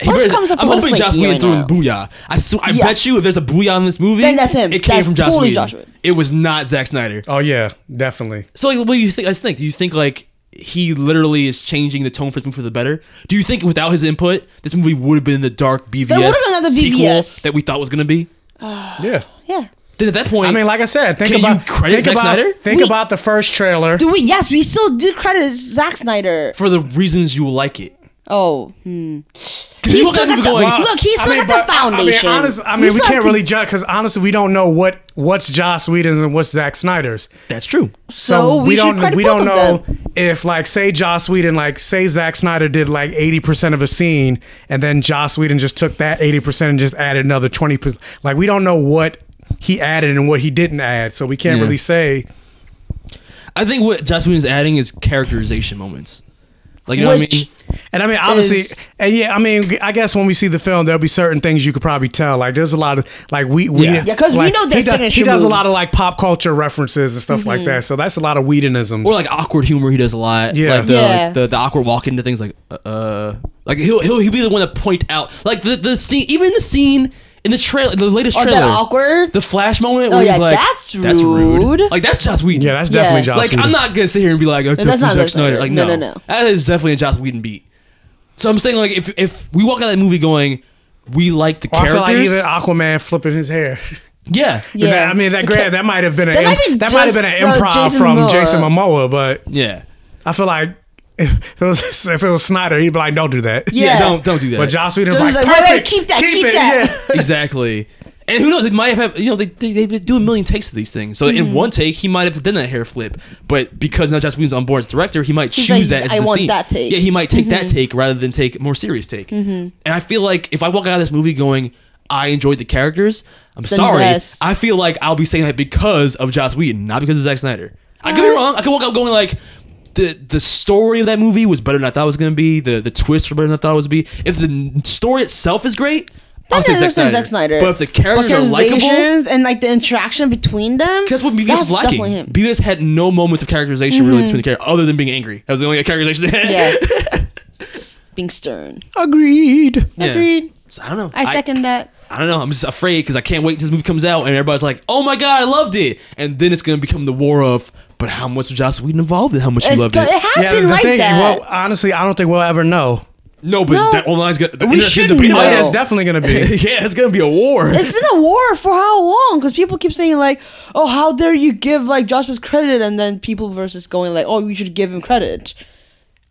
S2: He
S4: Which
S2: better-
S4: comes up
S2: I'm
S4: from
S2: hoping
S4: Flakey
S2: Josh Whedon
S4: right
S2: threw in
S4: now.
S2: Booyah. I sw- I
S4: Yeah.
S2: bet you if there's a Booyah in this movie,
S4: Then that's him.
S2: It came
S4: That's
S2: from Josh
S4: totally
S2: Whedon.
S4: Josh Whedon.
S2: It was not Zack Snyder.
S3: Oh yeah, definitely.
S2: So like, what do you think? I think. Do you think like he literally is changing the tone for this movie for the better? Do you think without his input, this movie would have been the dark BVS
S4: would've been another
S2: sequel
S4: BVS.
S2: that we thought was gonna be?
S3: Yeah.
S4: Yeah.
S2: Then at that point,
S3: I mean, like I said, think
S2: Can you
S3: about
S2: credit
S3: think
S2: Zack
S3: about
S2: Snyder?
S3: think
S4: We-
S3: about the first trailer.
S4: Do we? Yes, we still do credit Zack Snyder.
S2: for the reasons you like it.
S4: Oh, hmm.
S2: 'Cause you
S4: He's
S2: look at
S4: still
S2: him
S4: got the-
S2: going,
S4: Wow. Look, he's still at the
S3: Uh, but-
S4: foundation.
S3: I mean, honest, I
S4: You
S3: mean we
S4: still have
S3: can't
S4: to-
S3: really judge because honestly, we don't know what what's Joss Whedon's and what's Zack Snyder's.
S2: That's true.
S4: So we should
S3: don't
S4: credit
S3: we
S4: both
S3: don't
S4: of
S3: know if like say Joss Whedon like say Zack Snyder did like eighty percent of a scene and then Joss Whedon just took that eighty percent and just added another twenty percent. Like we don't know what he added and what he didn't add, so we can't
S2: Yeah.
S3: really say.
S2: I think what Josh Whedon's adding is characterization moments. Like you know
S4: Which-
S2: what I mean?
S3: And I mean, obviously,
S4: Is-
S3: and yeah, I mean, I guess when we see the film, there'll be certain things you could probably tell. Like, there's a lot of like we, we
S2: Yeah. Yeah,
S4: 'cause we
S3: like,
S4: know their
S3: he does,
S4: signature
S3: He does a
S4: moves.
S3: lot of like pop culture references and stuff
S4: Mm-hmm.
S3: like that. So that's a lot of Whedonisms.
S2: Or like awkward humor, he does a lot.
S3: Yeah.
S2: like the,
S4: Yeah.
S2: Like the, the awkward walk into things, like uh, uh, like he'll he'll he'll be the one to point out, like the the scene, even the scene in the trailer, the latest
S4: Oh, that
S2: trailer,
S4: awkward?
S2: the flash moment.
S4: Oh,
S2: where
S4: yeah,
S2: he's like,
S4: that's rude.
S2: Like that's Joss Whedon.
S3: yeah, that's
S4: Yeah.
S3: definitely Joss.
S2: like I'm
S3: Whedon.
S2: not gonna sit here and be like, oh,
S4: that's
S2: that's
S4: not
S2: not Zack
S4: Zack Snyder.
S2: Snyder. Like
S4: No,
S2: no,
S4: no, no.
S2: that is definitely a Joss Whedon beat. So I'm saying like if if we walk out of that movie going, we like the
S3: Or I
S2: characters.
S3: feel like even Aquaman flipping his hair.
S2: yeah,
S4: Yeah.
S3: I mean, that
S4: The
S3: grab
S4: ca-
S3: that might have been an
S4: That
S3: that,
S4: might be
S3: that might have been an
S4: just, uh,
S3: improv
S4: Jason
S3: from
S4: Momoa.
S3: Jason Momoa, but
S2: yeah,
S3: I feel like if it was if it was Snyder, he'd be like, "Don't do that."
S4: Yeah.
S2: yeah. Don't don't do that.
S3: But Joss Whedon
S4: Joss
S3: like,
S4: is
S3: like,
S4: like, "Wait, wait,
S3: Perfect,
S4: keep that, keep that."
S3: Yeah.
S2: exactly. And who knows? They might have, you know, they, they, they do a million takes of these things. So
S4: Mm-hmm.
S2: in one take, he might have done that hair flip, but because now Josh Whedon's on board as director, he might choose
S4: like,
S2: that. As
S4: "I
S2: the
S4: want
S2: scene.
S4: that take." Mm-hmm.
S2: Yeah, he might take that take rather than take a more serious take. And I feel like if I walk out of this movie going, I enjoyed the characters. I'm sorry.
S4: yes.
S2: I feel like I'll be saying that because of Joss Whedon, not because of Zack Snyder. I
S4: Uh-huh.
S2: could be wrong. I could walk out going like. The, the story of that movie was better than I thought it was gonna be. The the twists were better than I thought it was be. If the n- story itself is great, I'll say
S4: That's
S2: Zack Snyder.
S4: Zack Snyder.
S2: But if the characters are likable,
S4: characterizations and like the interaction between them.
S2: that's what BVS
S4: that's
S2: was lacking.
S4: definitely him. Mm-hmm.
S2: BVS had no moments of characterization really between the characters other than being angry. That was the only characterization they had.
S4: Yeah. Being stern.
S3: Agreed.
S2: Yeah.
S4: Agreed.
S2: So I don't know.
S4: I second that.
S2: I, don't know. I'm just afraid because I can't wait till this movie comes out and everybody's like, "Oh my god, I loved it!" And then it's gonna become the war of, but how much was Joss Whedon involved in? How much
S4: It's
S2: you loved
S4: good. It.
S2: it?
S4: has been like that.
S3: Well, honestly, I don't think we'll ever know.
S2: No, but
S4: No.
S2: that online's gonna. the
S4: We
S2: internet's gonna
S4: shouldn't
S2: debate
S4: know.
S3: Oh, yeah,
S2: about
S3: it's
S2: it.
S3: definitely gonna be.
S2: yeah, it's gonna be a war.
S4: it's been a war for how long? Because people keep saying like, "Oh, how dare you give like Joshua's credit?" And then people versus going like, "Oh, you should give him credit."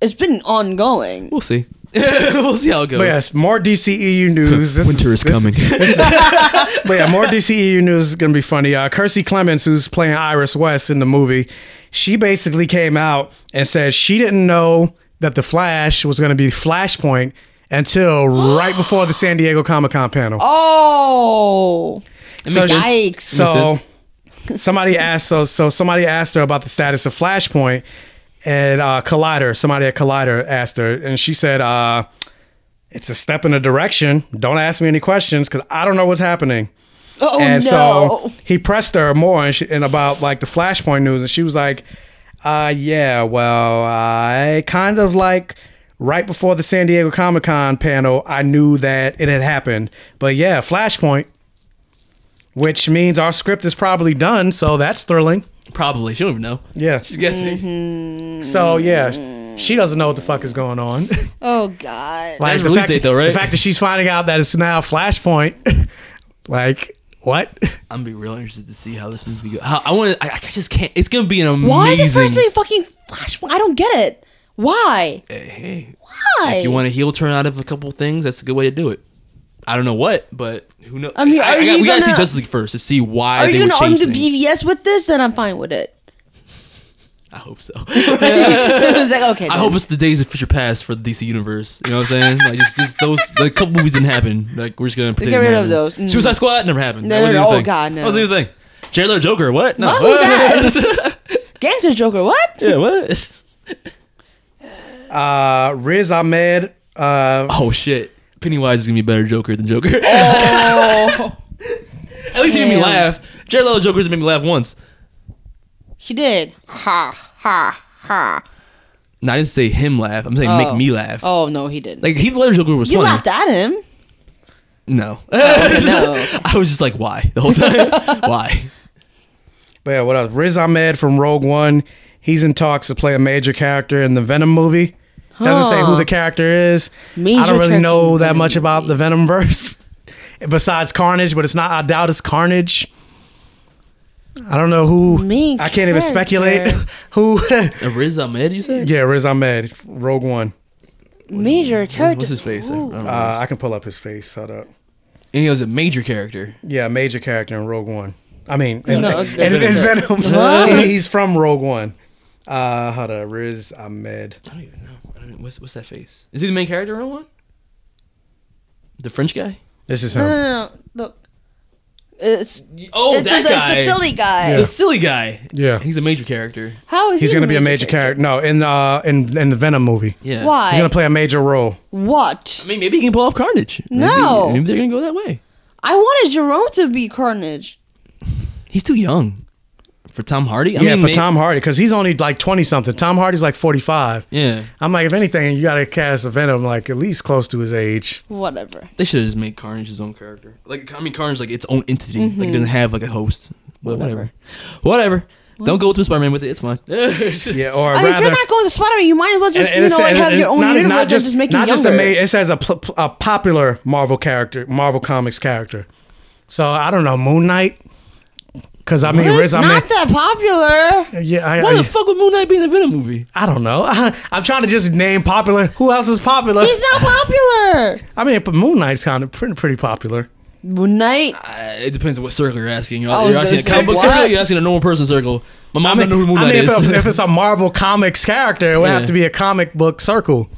S4: It's been ongoing.
S2: we'll see. we'll see how it goes.
S3: But yes, more DCEU news. This
S2: Winter is
S3: this-
S2: coming.
S3: But yeah, more DCEU news is gonna be funny. Uh, Kersey Clemens, who's playing Iris West in the movie, she basically came out and said she didn't know that the Flash was gonna be Flashpoint until right before the San Diego Comic Con panel.
S4: Oh,
S3: So she-
S4: yikes!
S3: So
S2: Makes
S3: somebody asked so so somebody asked her about the status of Flashpoint and uh, Collider. Somebody at Collider asked her, and she said, uh, "It's a step in a direction. Don't ask me any questions because I don't know what's happening."
S4: oh
S3: and
S4: no!
S3: so he pressed her more and, she, and about like the Flashpoint news, and she was like, uh, "Yeah, well, I kind of like." Right before the San Diego Comic Con panel, I knew that it had happened. But yeah, Flashpoint, which means our script is probably done, so that's thrilling.
S2: Probably. She don't even know.
S3: Yeah.
S2: She's guessing.
S4: Mm-hmm.
S3: So yeah, she doesn't know what the fuck is going on.
S4: oh god!
S3: like
S2: That's release
S3: fact
S2: date, though, right?
S3: The fact that she's finding out that it's now Flashpoint, like what?
S2: I'm gonna be real interested to see how this movie goes. How, I want to. I, I just can't. It's gonna be an amazing.
S4: Why is it first name fucking Flashpoint? I don't get it. Why?
S2: Hey,
S4: Why?
S2: if you want a heel turn out of a couple things, that's a good way to do it. I don't know what, but who knows? I
S4: mean, Um, are
S2: I got-
S4: you
S2: we gotta see
S4: gonna-
S2: Justice League first to see why
S4: Are
S2: they
S4: you
S2: would
S4: gonna
S2: change
S4: undo
S2: things.
S4: BVS with this? Then I'm fine with it.
S2: I hope so.
S4: it's like okay.
S2: I
S4: then.
S2: hope it's the days of future past for the DC universe. You know what I'm saying? Like just, just those like a couple movies didn't happen. Like we're just gonna pretend
S4: Get
S2: it
S4: rid
S2: didn't
S4: of
S2: happen.
S4: those. Mm.
S2: Suicide Squad never happened.
S4: No,
S2: That wasn't
S4: no, no.
S2: even a
S4: Oh,
S2: thing.
S4: God, no.
S2: That wasn't even a thing. Jared Leto Joker. What? No.
S4: Why was Gangster Joker. What?
S2: yeah. What?
S3: Uh, Riz Ahmed. Uh,
S2: Oh shit. Pennywise is gonna be a better Joker than Joker.
S10: Oh.
S2: At least he made me
S4: Damn.
S2: laugh. Jared Leto Joker's made me laugh once.
S4: He did. Ha ha ha.
S2: No, I didn't say him laugh. I'm saying make
S4: Oh.
S2: me laugh.
S4: Oh no, he didn't.
S2: Like Heath Ledger's Joker was
S10: You
S2: funny.
S10: laughed at him.
S2: No,
S4: no.
S2: I was just like, why the whole time? why?
S3: But yeah, what else? Riz Ahmed from Rogue One. He's in talks to play a major character in the Venom movie. Doesn't say who the character is. I
S10: Major
S3: don't really
S10: character in
S3: know
S10: the
S3: that
S10: Venom
S3: much about
S10: movie.
S3: the Venom verse besides Carnage, but it's not. I doubt it's Carnage. I don't know who.
S10: Main
S3: I can't even speculate
S10: character.
S3: who.
S2: Riz Ahmed, you said?
S3: yeah, Riz Ahmed, Rogue One.
S10: Major character.
S2: What's his face? I don't know.
S3: Uh, I can pull up his face. Hold up.
S2: and he was a major character.
S3: Yeah, major character in Rogue One. I mean, in,
S10: No,
S3: in-
S10: okay.
S3: in- in Venom. He's from Rogue One. Uh, hold up, Riz Ahmed.
S2: I don't even know. I don't even, what's, what's that face? Is he the main character in one? The French guy?
S3: This is
S10: No,
S3: him.
S10: no, no. Look, it's
S2: Oh,
S10: it's,
S2: that
S10: it's, a,
S2: guy.
S10: it's a silly guy.
S2: The silly guy.
S3: Yeah.
S2: He's a major character.
S10: How is
S3: He's
S10: he
S3: gonna be a major character. No, in uh in in the Venom movie.
S2: Yeah.
S10: Why?
S3: He's gonna play a major role.
S2: I
S10: What?
S2: mean, maybe he can pull off Carnage. Maybe-
S10: No.
S2: Maybe, they're going to go that way.
S10: I wanted Jerome to be Carnage.
S2: He's too young for Tom Hardy. I
S3: yeah,
S2: mean,
S3: for
S2: may-
S3: Tom Hardy, because he's only like twenty something. Tom Hardy's like forty five.
S2: Yeah.
S3: I'm like, if anything, you gotta cast a Venom like at least close to his age.
S10: Whatever.
S2: They should have just made Carnage his own character. Like, I mean, Carnage like its own entity.
S10: Mm-hmm.
S2: Like, it doesn't have like a host. But whatever. Whatever. Don't go to Spider-Man with it. It's fine.
S3: Yeah, or
S10: I mean, if
S3: rather.
S10: you're not going to Spider-Man, you might as well just
S3: and- and
S10: you
S3: it's-
S10: know like
S3: and-
S10: have
S3: and
S10: your own
S3: not- not
S10: universe and
S3: just-
S10: just make
S3: not
S10: it
S3: just a
S10: younger.
S3: ma- it says a, pl- pl- a popular Marvel character, Marvel Comics character. So I don't know Moon Knight, because I mean
S10: But
S3: Riz
S10: it's
S3: Ahmed.
S10: not that popular.
S3: yeah, I,
S2: Why
S3: I,
S2: the fuck would Moon Knight be in the Venom movie?
S3: I don't know. I'm trying to just name popular. Who else is popular?
S10: He's not popular.
S3: I mean, but Moon Knight's kind of pretty, pretty popular.
S10: Moon Knight.
S2: Uh, it depends on what circle you're asking. You're,
S10: I was
S2: you're asking
S10: gonna
S2: a
S10: say,
S2: comic book
S10: what?
S2: circle. Or you're asking a normal person circle. My mom
S3: I mean,
S2: doesn't know who Moon
S3: I
S2: Knight
S3: mean if,
S2: is.
S3: it's, if it's a Marvel Comics character, it would
S2: Yeah.
S3: have to be a comic book circle.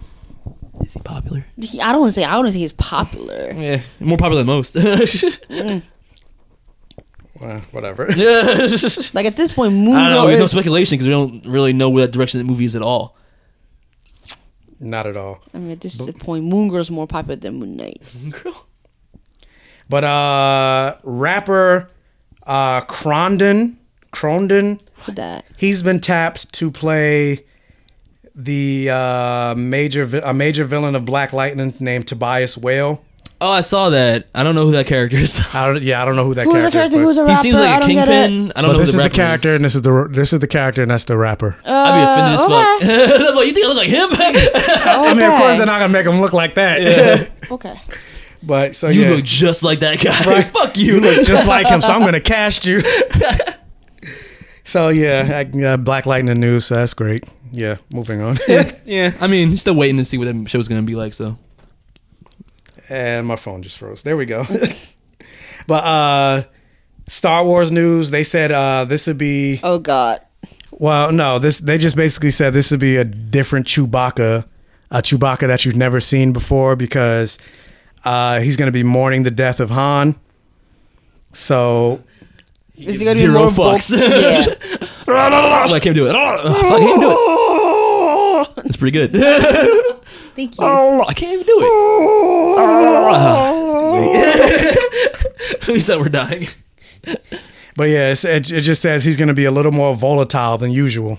S2: is he popular?
S10: He, I don't want to say. I want to say he's popular.
S2: Yeah, more popular than most. yeah,
S3: Well, whatever.
S2: I
S10: Like at this point, Moon
S2: don't know.
S10: Girl
S2: There's no
S10: is.
S2: speculation because we don't really know what direction that movie is at all.
S3: Not at all.
S10: I mean, at this point, Moon Girl's more popular than Moon Knight.
S2: Girl.
S3: But uh, rapper uh, Crondon, Crondon,
S10: For that,
S3: he's been tapped to play the uh, major vi- a major villain of Black Lightning named Tobias Whale.
S2: Oh, I saw that. I don't know who that character is.
S3: I don't, yeah, I don't know who that
S10: who's the
S3: character,
S10: character?
S3: is.
S10: Who's
S3: but-
S10: a rapper?
S2: he seems
S10: I
S2: like a
S10: don't get it.
S2: kingpin. I don't
S3: but
S2: know
S3: this
S2: who
S3: is
S2: the
S3: the
S2: rapper
S3: character,
S2: Is.
S3: and this is the this is the character, and that's the rapper.
S10: Uh,
S2: I'd be offended as fuck. Like, you think I look like him?
S10: Okay.
S3: I mean, of course, they're not gonna make him look like that.
S10: okay.
S3: but so
S2: you
S3: yeah.
S2: look just like that guy.
S3: Right.
S2: Fuck you.
S3: you look just like him, so I'm gonna cast you. so yeah, I, uh, Black Lightning news. So that's great. Yeah, moving on.
S2: yeah, I mean, still waiting to see what that show's gonna be like. So
S3: and my phone just froze. There we go. but uh Star Wars news. They said uh this would be
S10: Oh God.
S3: well, no, this they just basically said this would be a different Chewbacca, a Chewbacca that you've never seen before because uh he's gonna be mourning the death of Han. So
S10: Is
S2: gives zero fucks.
S10: yeah.
S2: I can't do it. Fuck, I can't do it. It's pretty good.
S10: Thank you.
S2: I can't even do it. At least that we're dying.
S3: But yeah, it's, it, it just says he's going to be a little more volatile than usual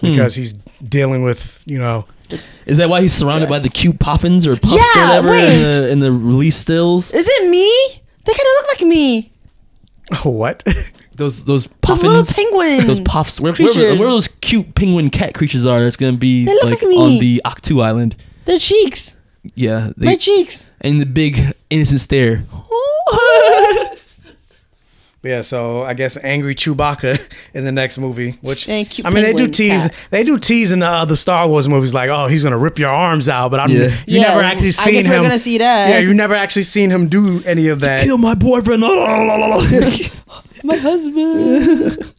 S3: because he's dealing with you know.
S2: Is that why he's surrounded by the cute poffins or puffs
S10: Yeah,
S2: or whatever in
S10: wait.
S2: the, in the release stills?
S10: Is it me? They kind of look like me.
S3: What?
S2: Those those
S10: Those
S2: puffins,
S10: little penguin
S2: those puffs. Where, wherever-
S10: creatures.
S2: where those cute penguin cat creatures are, that's gonna be
S10: They look
S2: like,
S10: like me.
S2: on the Octu Island.
S10: Their cheeks.
S2: Yeah, they,
S10: My cheeks.
S2: and the big innocent stare.
S3: yeah, so I guess angry Chewbacca in the next movie, which
S10: And cute
S3: I mean they do
S10: penguin
S3: tease
S10: cat.
S3: they do tease in the other Star Wars movies like oh he's gonna rip your arms out, but I'm
S2: Yeah.
S3: you
S10: Yeah,
S3: never actually
S10: I
S3: seen
S10: guess
S3: him.
S10: we're gonna see that.
S3: Yeah, you never actually seen him do any of that.
S2: Kill my boyfriend.
S10: My
S3: Uh,
S10: husband.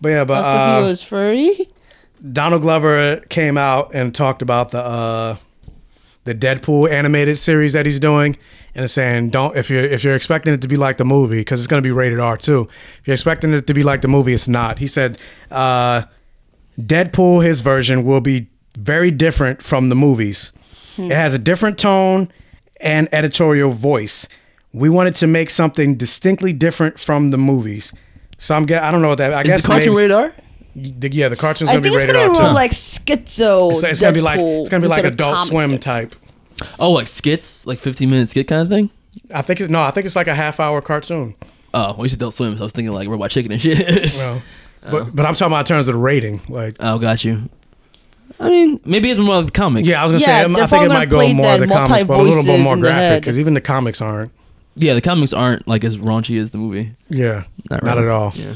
S3: But yeah, but
S10: also,
S3: uh,
S10: he was furry.
S3: Donald Glover came out and talked about the uh, the Deadpool animated series that he's doing, and is saying don't if you're if you're expecting it to be like the movie because it's going to be rated R too. If you're expecting it to be like the movie, it's not. He said uh, Deadpool his version will be very different from the movies.
S4: Hmm.
S3: It has a different tone and editorial voice. We wanted to make something distinctly different from the movies. So I'm get I don't know what that I
S2: Is
S3: guess
S2: the content
S3: maybe-
S2: rated R?
S3: The, yeah, the cartoon's
S4: I
S3: gonna
S4: think
S3: be
S4: it's
S3: rated
S4: gonna be
S3: R
S4: more
S3: too.
S4: like schizo.
S3: it's, it's gonna be like
S4: Deadpool
S3: it's gonna be like
S4: instead of
S3: Adult
S4: comic
S3: Swim
S4: Deadpool.
S3: type.
S2: Oh, like skits, like fifteen minute skit kind of thing.
S3: I think it's no, I think it's like a half hour cartoon.
S2: Oh, well, you said Adult Swim, so I was thinking like Robot Chicken and shit.
S3: Well, uh-huh. but but I'm talking about in terms of the rating. Like,
S2: Oh, got you. I mean, maybe it's more of the comic.
S3: yeah, I was gonna
S4: Yeah,
S3: say I'm-
S4: they're
S3: I think
S4: probably
S3: it
S4: gonna
S3: might go
S4: play
S3: more the
S4: that
S3: comics, but a little bit
S4: multi-voices
S3: more
S4: in the
S3: graphic
S4: head.
S3: because even the comics aren't.
S2: yeah. The comics aren't like as raunchy as the movie.
S3: Yeah, not,
S2: Not really.
S3: at all.
S2: Yeah.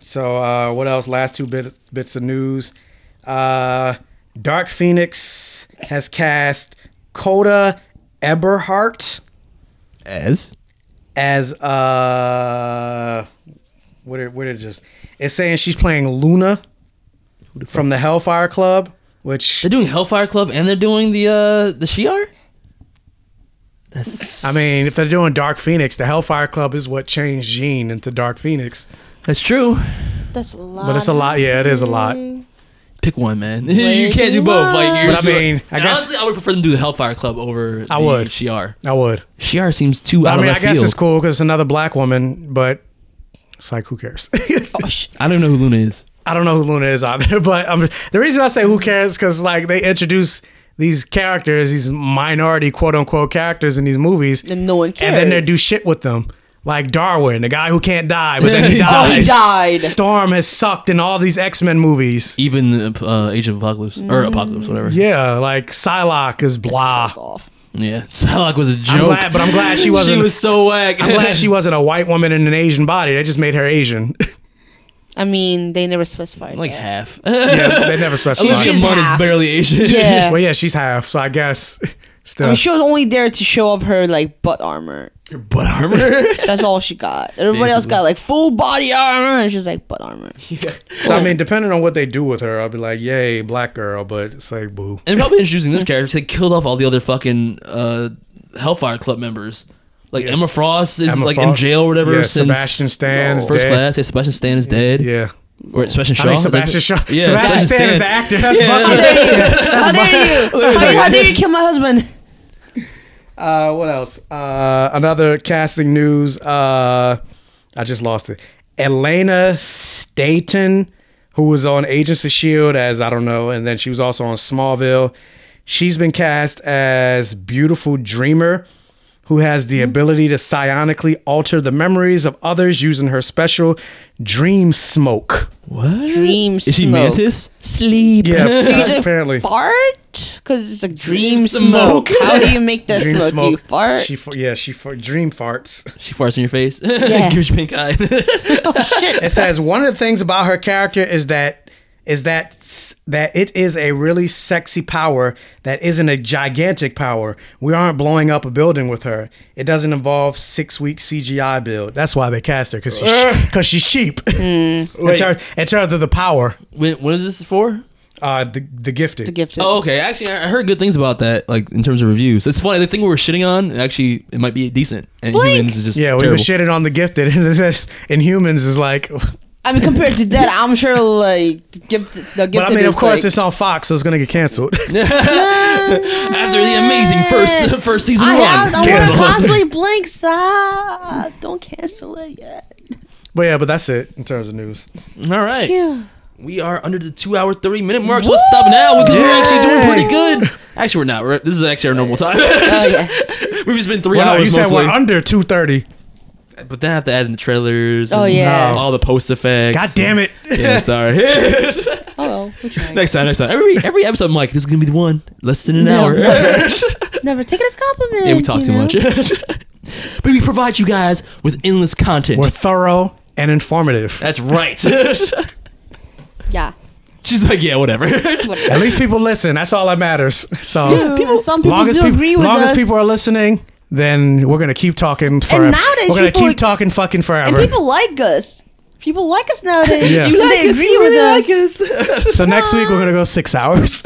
S3: So uh, what else? Last two bit, bits of news. Uh, Dark Phoenix has cast Coda Eberhart
S2: As
S3: as uh, what it what it just it's saying she's playing Luna from the Hellfire Club, which
S2: they're doing Hellfire Club and they're doing the uh the Shi'ar. That's
S3: I mean, if they're doing Dark Phoenix, the Hellfire Club is what changed Jean into Dark Phoenix.
S2: that's true.
S4: That's a lot.
S3: But it's a lot. Yeah, it is a lot.
S2: Pick one, man. you can't do both. Like, you're,
S3: But I mean, I
S2: And
S3: guess-
S2: honestly, I would prefer them do the Hellfire Club over.
S3: I
S2: the
S3: would.
S2: Shi'ar.
S3: I would.
S2: Shi'ar seems too. Out
S3: I mean,
S2: of
S3: I
S2: left
S3: guess
S2: field.
S3: it's cool because it's another black woman, but it's like, who cares?
S2: I don't know who Luna is.
S3: I don't know who Luna is either, but um, the reason I say who cares because like they introduce these characters, these minority quote unquote characters in these movies,
S4: And no one
S3: and then they
S4: cares.
S3: do shit with them. Like Darwin, the guy who can't die, but then he
S2: He
S3: dies.
S4: died.
S3: Storm has sucked in all these X Men movies.
S2: Even the uh, Agent of Apocalypse
S4: Mm.
S2: or Apocalypse, whatever.
S3: Yeah, like Psylocke is blah.
S4: off.
S2: Yeah, Psylocke was a joke.
S3: glad- but I'm glad she wasn't-
S2: she was so whack.
S3: I'm glad she wasn't a white woman in an Asian body. They just made her Asian.
S4: I mean, they never specified.
S2: like
S4: that.
S2: half.
S3: yeah, they never specified.
S2: Olivia
S4: She's
S2: Munn is
S4: half.
S2: barely Asian.
S4: Yeah.
S3: Well, yeah, uh, she's half, so I guess still.
S4: I mean, she was only there to show up her like butt armor.
S2: butt armor.
S4: That's all she got. Everybody else got like full body armor, and she's like butt armor.
S3: so I mean, depending on what they do with her, I'll be like, "Yay, black girl," but it's like, boo.
S2: and probably introducing this character, they killed off all the other fucking uh, Hellfire Club members. Like
S3: Yes.
S2: Emma Frost is
S3: Emma
S2: like in
S3: Frost.
S2: jail or whatever
S3: Yeah,
S2: since
S3: Sebastian Stan is
S2: first
S3: dead.
S2: class. Yeah, Sebastian Stan is dead.
S3: Yeah.
S2: Or Sebastian Shaw.
S3: I mean,
S2: is that-
S3: Sebastian Shaw.
S2: Yeah,
S3: Sebastian
S2: Sebastian
S3: Stan is
S2: Stan.
S3: the actor. That's
S2: Yeah.
S3: fucking-
S4: How dare you? How dare you? How, how dare you kill my husband?
S3: Uh, what else? Uh, another casting news. Uh, I just lost it. Elena Staten, who was on Agents of Shield as I don't know, and then she was also on Smallville. She's been cast as beautiful dreamer, who has
S4: Mm-hmm.
S3: the ability to psionically alter the memories of others using her special dream smoke.
S2: What?
S4: Dream
S2: Is she
S4: smoke.
S2: Mantis? Sleep.
S3: Yeah,
S4: Do you just
S3: apparently.
S4: fart? Because it's like dream,
S2: Dream
S4: smoke.
S2: smoke.
S4: How do you make that smoke? Do you fart?
S3: She fa- yeah, she fa- dream farts.
S2: She farts in your face. Yeah. Gives you pink eye.
S4: Oh,
S3: It says one of the things about her character is that is that s- that it is a really sexy power that isn't a gigantic power. We aren't blowing up a building with her. It doesn't involve six week CGI build. That's why they cast her because because she's cheap. in, ter- in terms of the power,
S2: when, what is this for?
S3: uh, the the gifted.
S4: to give to
S2: Oh, okay. Actually, I I heard good things about that, like in terms of reviews. It's funny. The thing we were shitting on, actually, it might be decent. And humans is just
S3: yeah, we
S2: terrible.
S3: were shitting on the gifted, and, then- and humans is like.
S4: I mean, compared to that, I'm sure like to give the give.
S3: But I mean, of course, it's on Fox, so it's gonna get canceled.
S2: after the amazing first first season
S4: I,
S2: one.
S4: have, I want to
S2: Cancel.
S4: constantly blink. Stop! Don't cancel it yet.
S3: but yeah, but that's it in terms of news.
S2: All right, we are under the two hour thirty minute mark. So let's stop now because we're actually doing pretty good. Actually, we're not. We're, this is actually our normal time.
S4: Oh yeah.
S2: We've just been three
S3: Well, no, you
S2: hours
S3: said
S2: mostly.
S3: we're under two thirty.
S2: but then I have to add in the trailers.
S4: Oh
S2: and
S4: yeah.
S3: No.
S2: All the post effects.
S3: God damn it!
S2: Yeah, sorry.
S4: Oh, well, we're trying.
S2: next time, next time. Every every episode, I'm like, this is gonna be the one. Less than an
S4: No,
S2: hour.
S4: Never take it as a compliment.
S2: Yeah, we talk
S4: you
S2: too
S4: know?
S2: much. but we provide you guys with endless content.
S3: We're thorough and informative.
S2: That's right.
S4: Yeah.
S2: She's like, yeah, whatever.
S3: At least people listen. That's all that matters. So,
S4: People, some people
S3: long as
S4: do
S3: people,
S4: agree with
S3: long
S4: us.
S3: as people are listening, then we're gonna keep talking forever.
S4: nowadays
S3: we're gonna
S4: people-
S3: keep talking fucking
S4: and
S3: forever.
S4: people like us. People like us nowadays.
S3: Yeah. You
S4: they agree with us.
S3: so next week we're gonna go six hours.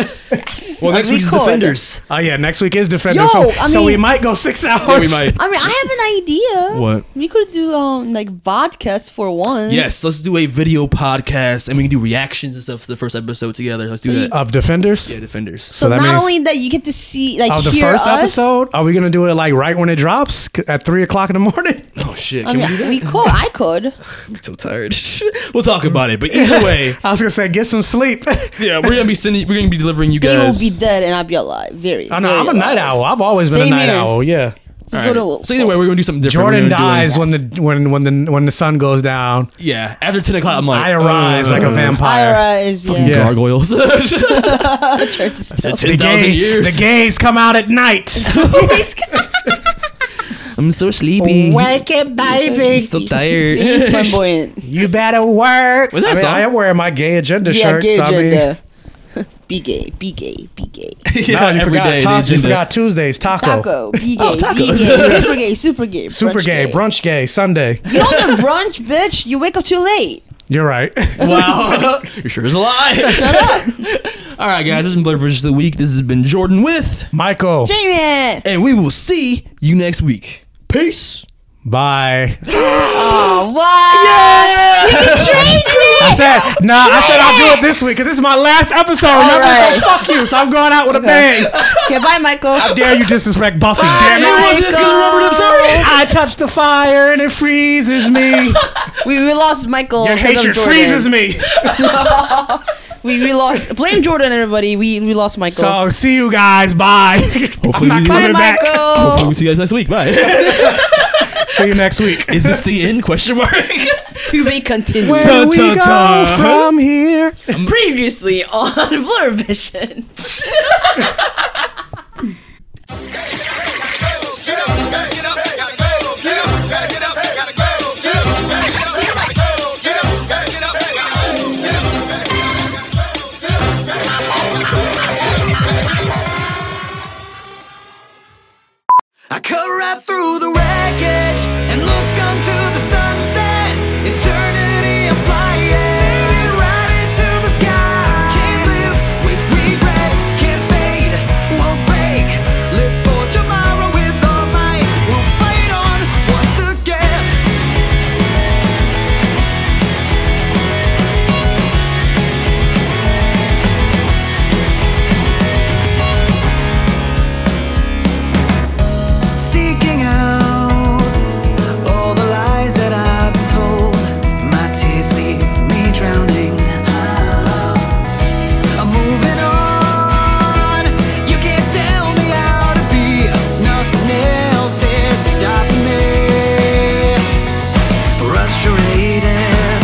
S2: well, next
S4: we week's could. Defenders.
S3: oh yeah, next week is Defender.
S4: Yo,
S3: so,
S4: I
S3: so we
S4: mean-
S3: might go six hours.
S4: I mean, I have an idea.
S2: What?
S4: We could do um like vodcast for once.
S2: Yes, let's do a video podcast and we can do reactions and stuff for the first episode together. Let's do that.
S3: Of Defenders.
S2: yeah, Defenders.
S4: So,
S3: that
S4: not
S3: means-
S4: only that you get to see like
S3: Of the
S4: hear
S3: first
S4: us,
S3: episode, are we gonna do it like right when it drops c- at three o'clock in the morning?
S2: Oh,
S11: shit!
S4: I
S11: Can we do
S4: mean, we could. I could.
S11: I'm so tired. we'll talk about it. But either way,
S3: I was gonna say, get some sleep.
S11: yeah, we're gonna be sending. We're gonna be delivering you
S4: They will
S11: guys.
S4: be dead and I'll be alive. Very.
S3: I know. I'm a
S4: very
S3: night
S4: alive.
S3: owl. I've always been
S4: Same
S3: a night
S4: here.
S3: owl.
S11: All
S3: Yeah.
S11: right.
S4: Jordan will-
S11: So either way, we're gonna do something different.
S3: Jordan
S11: We're gonna do
S3: dies
S11: it-
S3: when the when when the when the sun goes down.
S11: yeah, after ten o'clock, I'm like,
S3: I arise
S11: uh,
S3: like a vampire.
S4: Ira is yeah.
S11: fucking
S3: Yeah.
S11: Gargoyles. Ten
S3: The
S11: thousand
S3: gay,
S11: years.
S3: the gays come out at night.
S11: I'm so sleepy.
S3: Welcome,
S11: I'm
S3: baby.
S11: so tired.
S4: See, flamboyant.
S3: You better work.
S11: Was that
S3: I
S11: a
S3: mean,
S11: song?
S3: I am wearing my gay agenda
S4: yeah,
S3: shirt.
S4: gay
S3: so I mean-
S4: agenda. Be gay, be gay, be gay.
S11: yeah,
S3: no, you
S11: every
S3: forgot
S11: day,
S3: ta-
S11: the
S3: you
S11: agenda.
S3: forgot Tuesdays Oh, taco.
S4: Taco, be gay, be
S11: tacos.
S4: gay, super gay, super gay,
S3: Super
S4: brunch
S3: gay, brunch gay, Sunday.
S4: You know the brunch, bitch. You wake up too late.
S3: You're right.
S11: Wow, you sure is a lie. All right, guys, this has been Blood versus the week. This has been Jordan with,
S3: Michael,
S4: Damn it.
S11: and we will see you next week. Peace.
S3: bye.
S4: Oh, what? You betrayed me.
S3: I said, nah, I said I'll do it this week because this is my last episode. Remember,
S4: right.
S3: so fuck you. So I'm going out with a bang.
S4: Okay, bye, Michael.
S3: Dare you disrespect Buffy? Damn
S11: It
S3: it!
S11: wasn't as good as Robert, I'm sorry.
S3: I touch the fire and it freezes me.
S4: We, we lost Michael.
S3: Your
S4: 'cause of
S3: hatred
S4: Jordan.
S3: freezes me.
S4: We, we lost. Blame Jordan, everybody. We we lost Michael.
S3: So see you guys. Bye.
S11: Hopefully
S3: I'm
S11: we-
S3: not
S4: bye,
S3: coming back.
S4: Michael.
S11: We'll see you guys next week. Bye.
S3: See you next week.
S11: Is this the end? Question mark.
S4: to be continued.
S3: Where
S11: Dun,
S3: do we
S11: dun,
S3: go
S11: dun.
S3: from here?
S4: Previously on Blur Vision.
S2: I cut right through the wreckage and look unto the sunset. Eternity, I'm flying, sailing right into the sky. Can't live with regret, can't fade, won't break. Live for tomorrow with all might. We'll fight on once again. Seeking out all the lies that I've been told. My tears leave me drowning. I'm moving on. You can't tell me how to be. Nothing else is stopping me. Frustrated,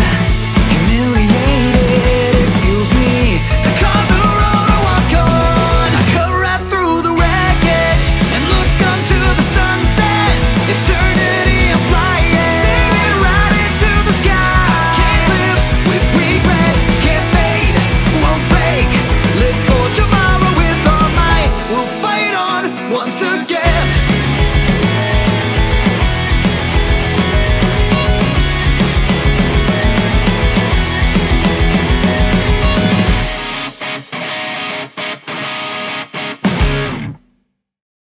S2: humiliated, it fuels me to carve the road I walk on. I cut right through the wreckage and look unto the sunset. Eternity, I'm flying, sailing right into the sky. Can't live with regret, can't fade, won't break. Live for tomorrow with all might. We'll fight on once again.